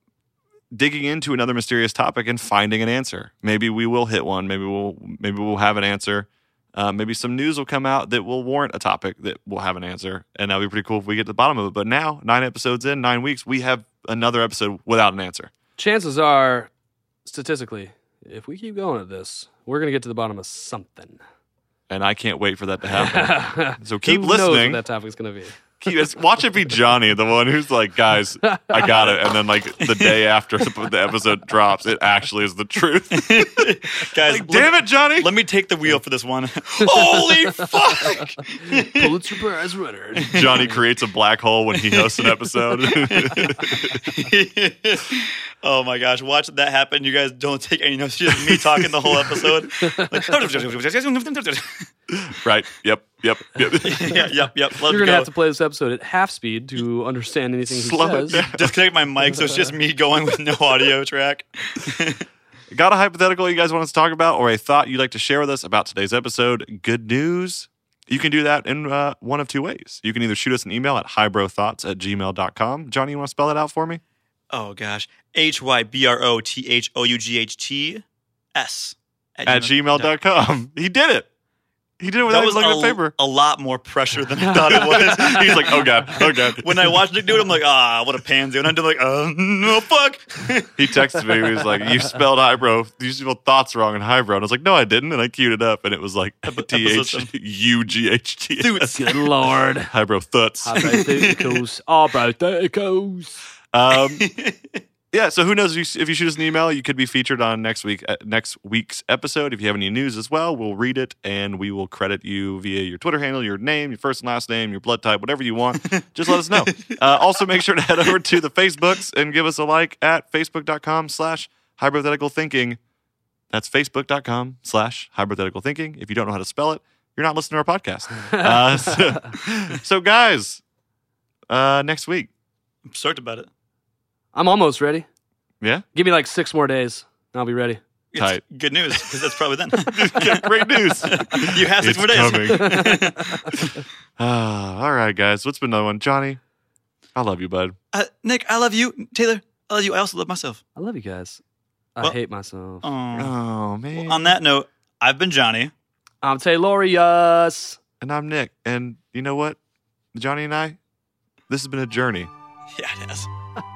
Speaker 10: digging into another mysterious topic and finding an answer. Maybe we will hit one. Maybe we'll maybe we'll have an answer. Uh, maybe some news will come out that will warrant a topic that will have an answer, and that'll be pretty cool if we get to the bottom of it. But now, nine episodes in, nine weeks, we have another episode without an answer.
Speaker 9: Chances are, statistically, if we keep going at this, we're gonna get to the bottom of something.
Speaker 10: And I can't wait for that to happen. So keep
Speaker 9: Who Knows
Speaker 10: listening.
Speaker 9: what that topic's gonna be.
Speaker 10: Keep- it's- watch it be Johnny, the one who's like, guys, I got it. And then, like, the day after the, the episode drops, it actually is the truth.
Speaker 11: Guys,
Speaker 10: Like, damn it, Johnny.
Speaker 11: Let me take the wheel for this one. Holy fuck!
Speaker 9: Pulitzer Prize runner.
Speaker 10: Johnny creates a black hole when he hosts an episode.
Speaker 11: oh my gosh, watch that happen. You guys don't take any notes. Just me talking the whole episode. Like,
Speaker 10: right. Yep. Yep. Yep.
Speaker 11: yeah, yep, yep. Let's
Speaker 9: You're gonna
Speaker 11: go.
Speaker 9: have to play this episode at half speed to understand anything he
Speaker 10: Slow it
Speaker 9: says.
Speaker 10: down.
Speaker 11: Disconnect my mic, so it's just me going with no audio track.
Speaker 10: Got a hypothetical you guys want us to talk about or a thought you'd like to share with us about today's episode? Good news. You can do that in uh, one of two ways. You can either shoot us an email at highbrowthoughts at gmail.com. Johnny, you want to spell that out for me?
Speaker 11: Oh gosh. H Y B R O T H O U G H T S
Speaker 10: at gmail.com. He did it. He did it without
Speaker 11: That was
Speaker 10: even looking at
Speaker 11: a,
Speaker 10: paper.
Speaker 11: a lot more pressure than I thought it was.
Speaker 10: He's like, oh God, oh God.
Speaker 11: when I watched it do it, I'm like, ah, what a pansy. And I'm just like, uh, no, fuck.
Speaker 10: he texted me, he was like, You spelled highbrow, you spelled thoughts wrong in highbrow. And I was like, No, I didn't. And I queued it up and it was like T H U G H T.
Speaker 9: Good lord.
Speaker 10: Highbrow thuts.
Speaker 9: Hypotheticals are hypotheticals.
Speaker 10: Um, yeah, so who knows if you, if you shoot us an email, you could be featured on next week uh, next week's episode. If you have any news as well, we'll read it and we will credit you via your Twitter handle, your name, your first and last name, your blood type, whatever you want. Just let us know. Uh, also, make sure to head over to the Facebooks and give us a like at facebook.com slash hypothetical thinking. That's facebook.com slash hypothetical thinking. If you don't know how to spell it, you're not listening to our podcast. Uh, so, so guys, uh, next week.
Speaker 11: I'm stoked about it.
Speaker 9: I'm almost ready.
Speaker 10: Yeah?
Speaker 9: Give me like six more days. and I'll be ready.
Speaker 11: It's
Speaker 10: Tight.
Speaker 11: Good news, because that's probably then.
Speaker 10: Yeah, great news.
Speaker 11: you have six
Speaker 10: It's
Speaker 11: more days.
Speaker 10: coming. Ah, all right, guys. What's been another one? Johnny, I love you, bud.
Speaker 11: Uh, Nick, I love you. Taylor, I love you. I also love myself.
Speaker 9: I love you guys. I
Speaker 11: Well- um,
Speaker 9: hate myself.
Speaker 11: Aw.
Speaker 10: Oh, man.
Speaker 11: On that note, I've been Johnny.
Speaker 9: I'm Taylorius.
Speaker 10: and I'm Nick. And you know what? Johnny and I, this has been a journey.
Speaker 11: Yeah, it has.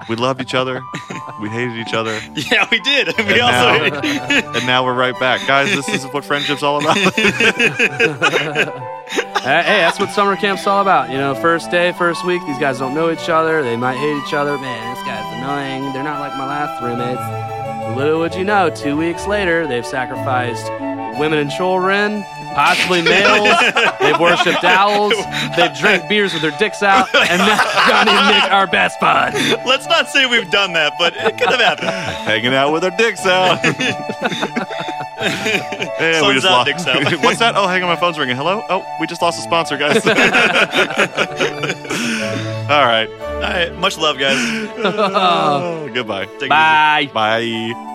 Speaker 10: We loved each other. we hated each other.
Speaker 11: Yeah, we did. We
Speaker 10: And
Speaker 11: also
Speaker 10: And now we're right back. Guys, this is what friendship's all about.
Speaker 9: Uh, hey, that's what summer camp's all about. You know, first day, first week, these guys don't know each other. They might hate each other. Man, this guy's annoying. They're not like my last roommates. Little would you know, two weeks later, they've sacrificed women and children, possibly males. they've worshipped owls. They've drank beers with their dicks out. And now Johnny and Nick are best buds.
Speaker 11: let's not say we've done that, but it could have happened.
Speaker 10: Hanging out with our dicks out. And
Speaker 11: Sun's out,
Speaker 10: lost-
Speaker 11: dicks out.
Speaker 10: What's that? Oh, hang on, my phone's ringing. Hello? Oh, we just lost a sponsor, guys. all right.
Speaker 11: All right, much love, guys.
Speaker 10: Oh, goodbye.
Speaker 11: Take it easy.
Speaker 9: Bye.
Speaker 10: Bye.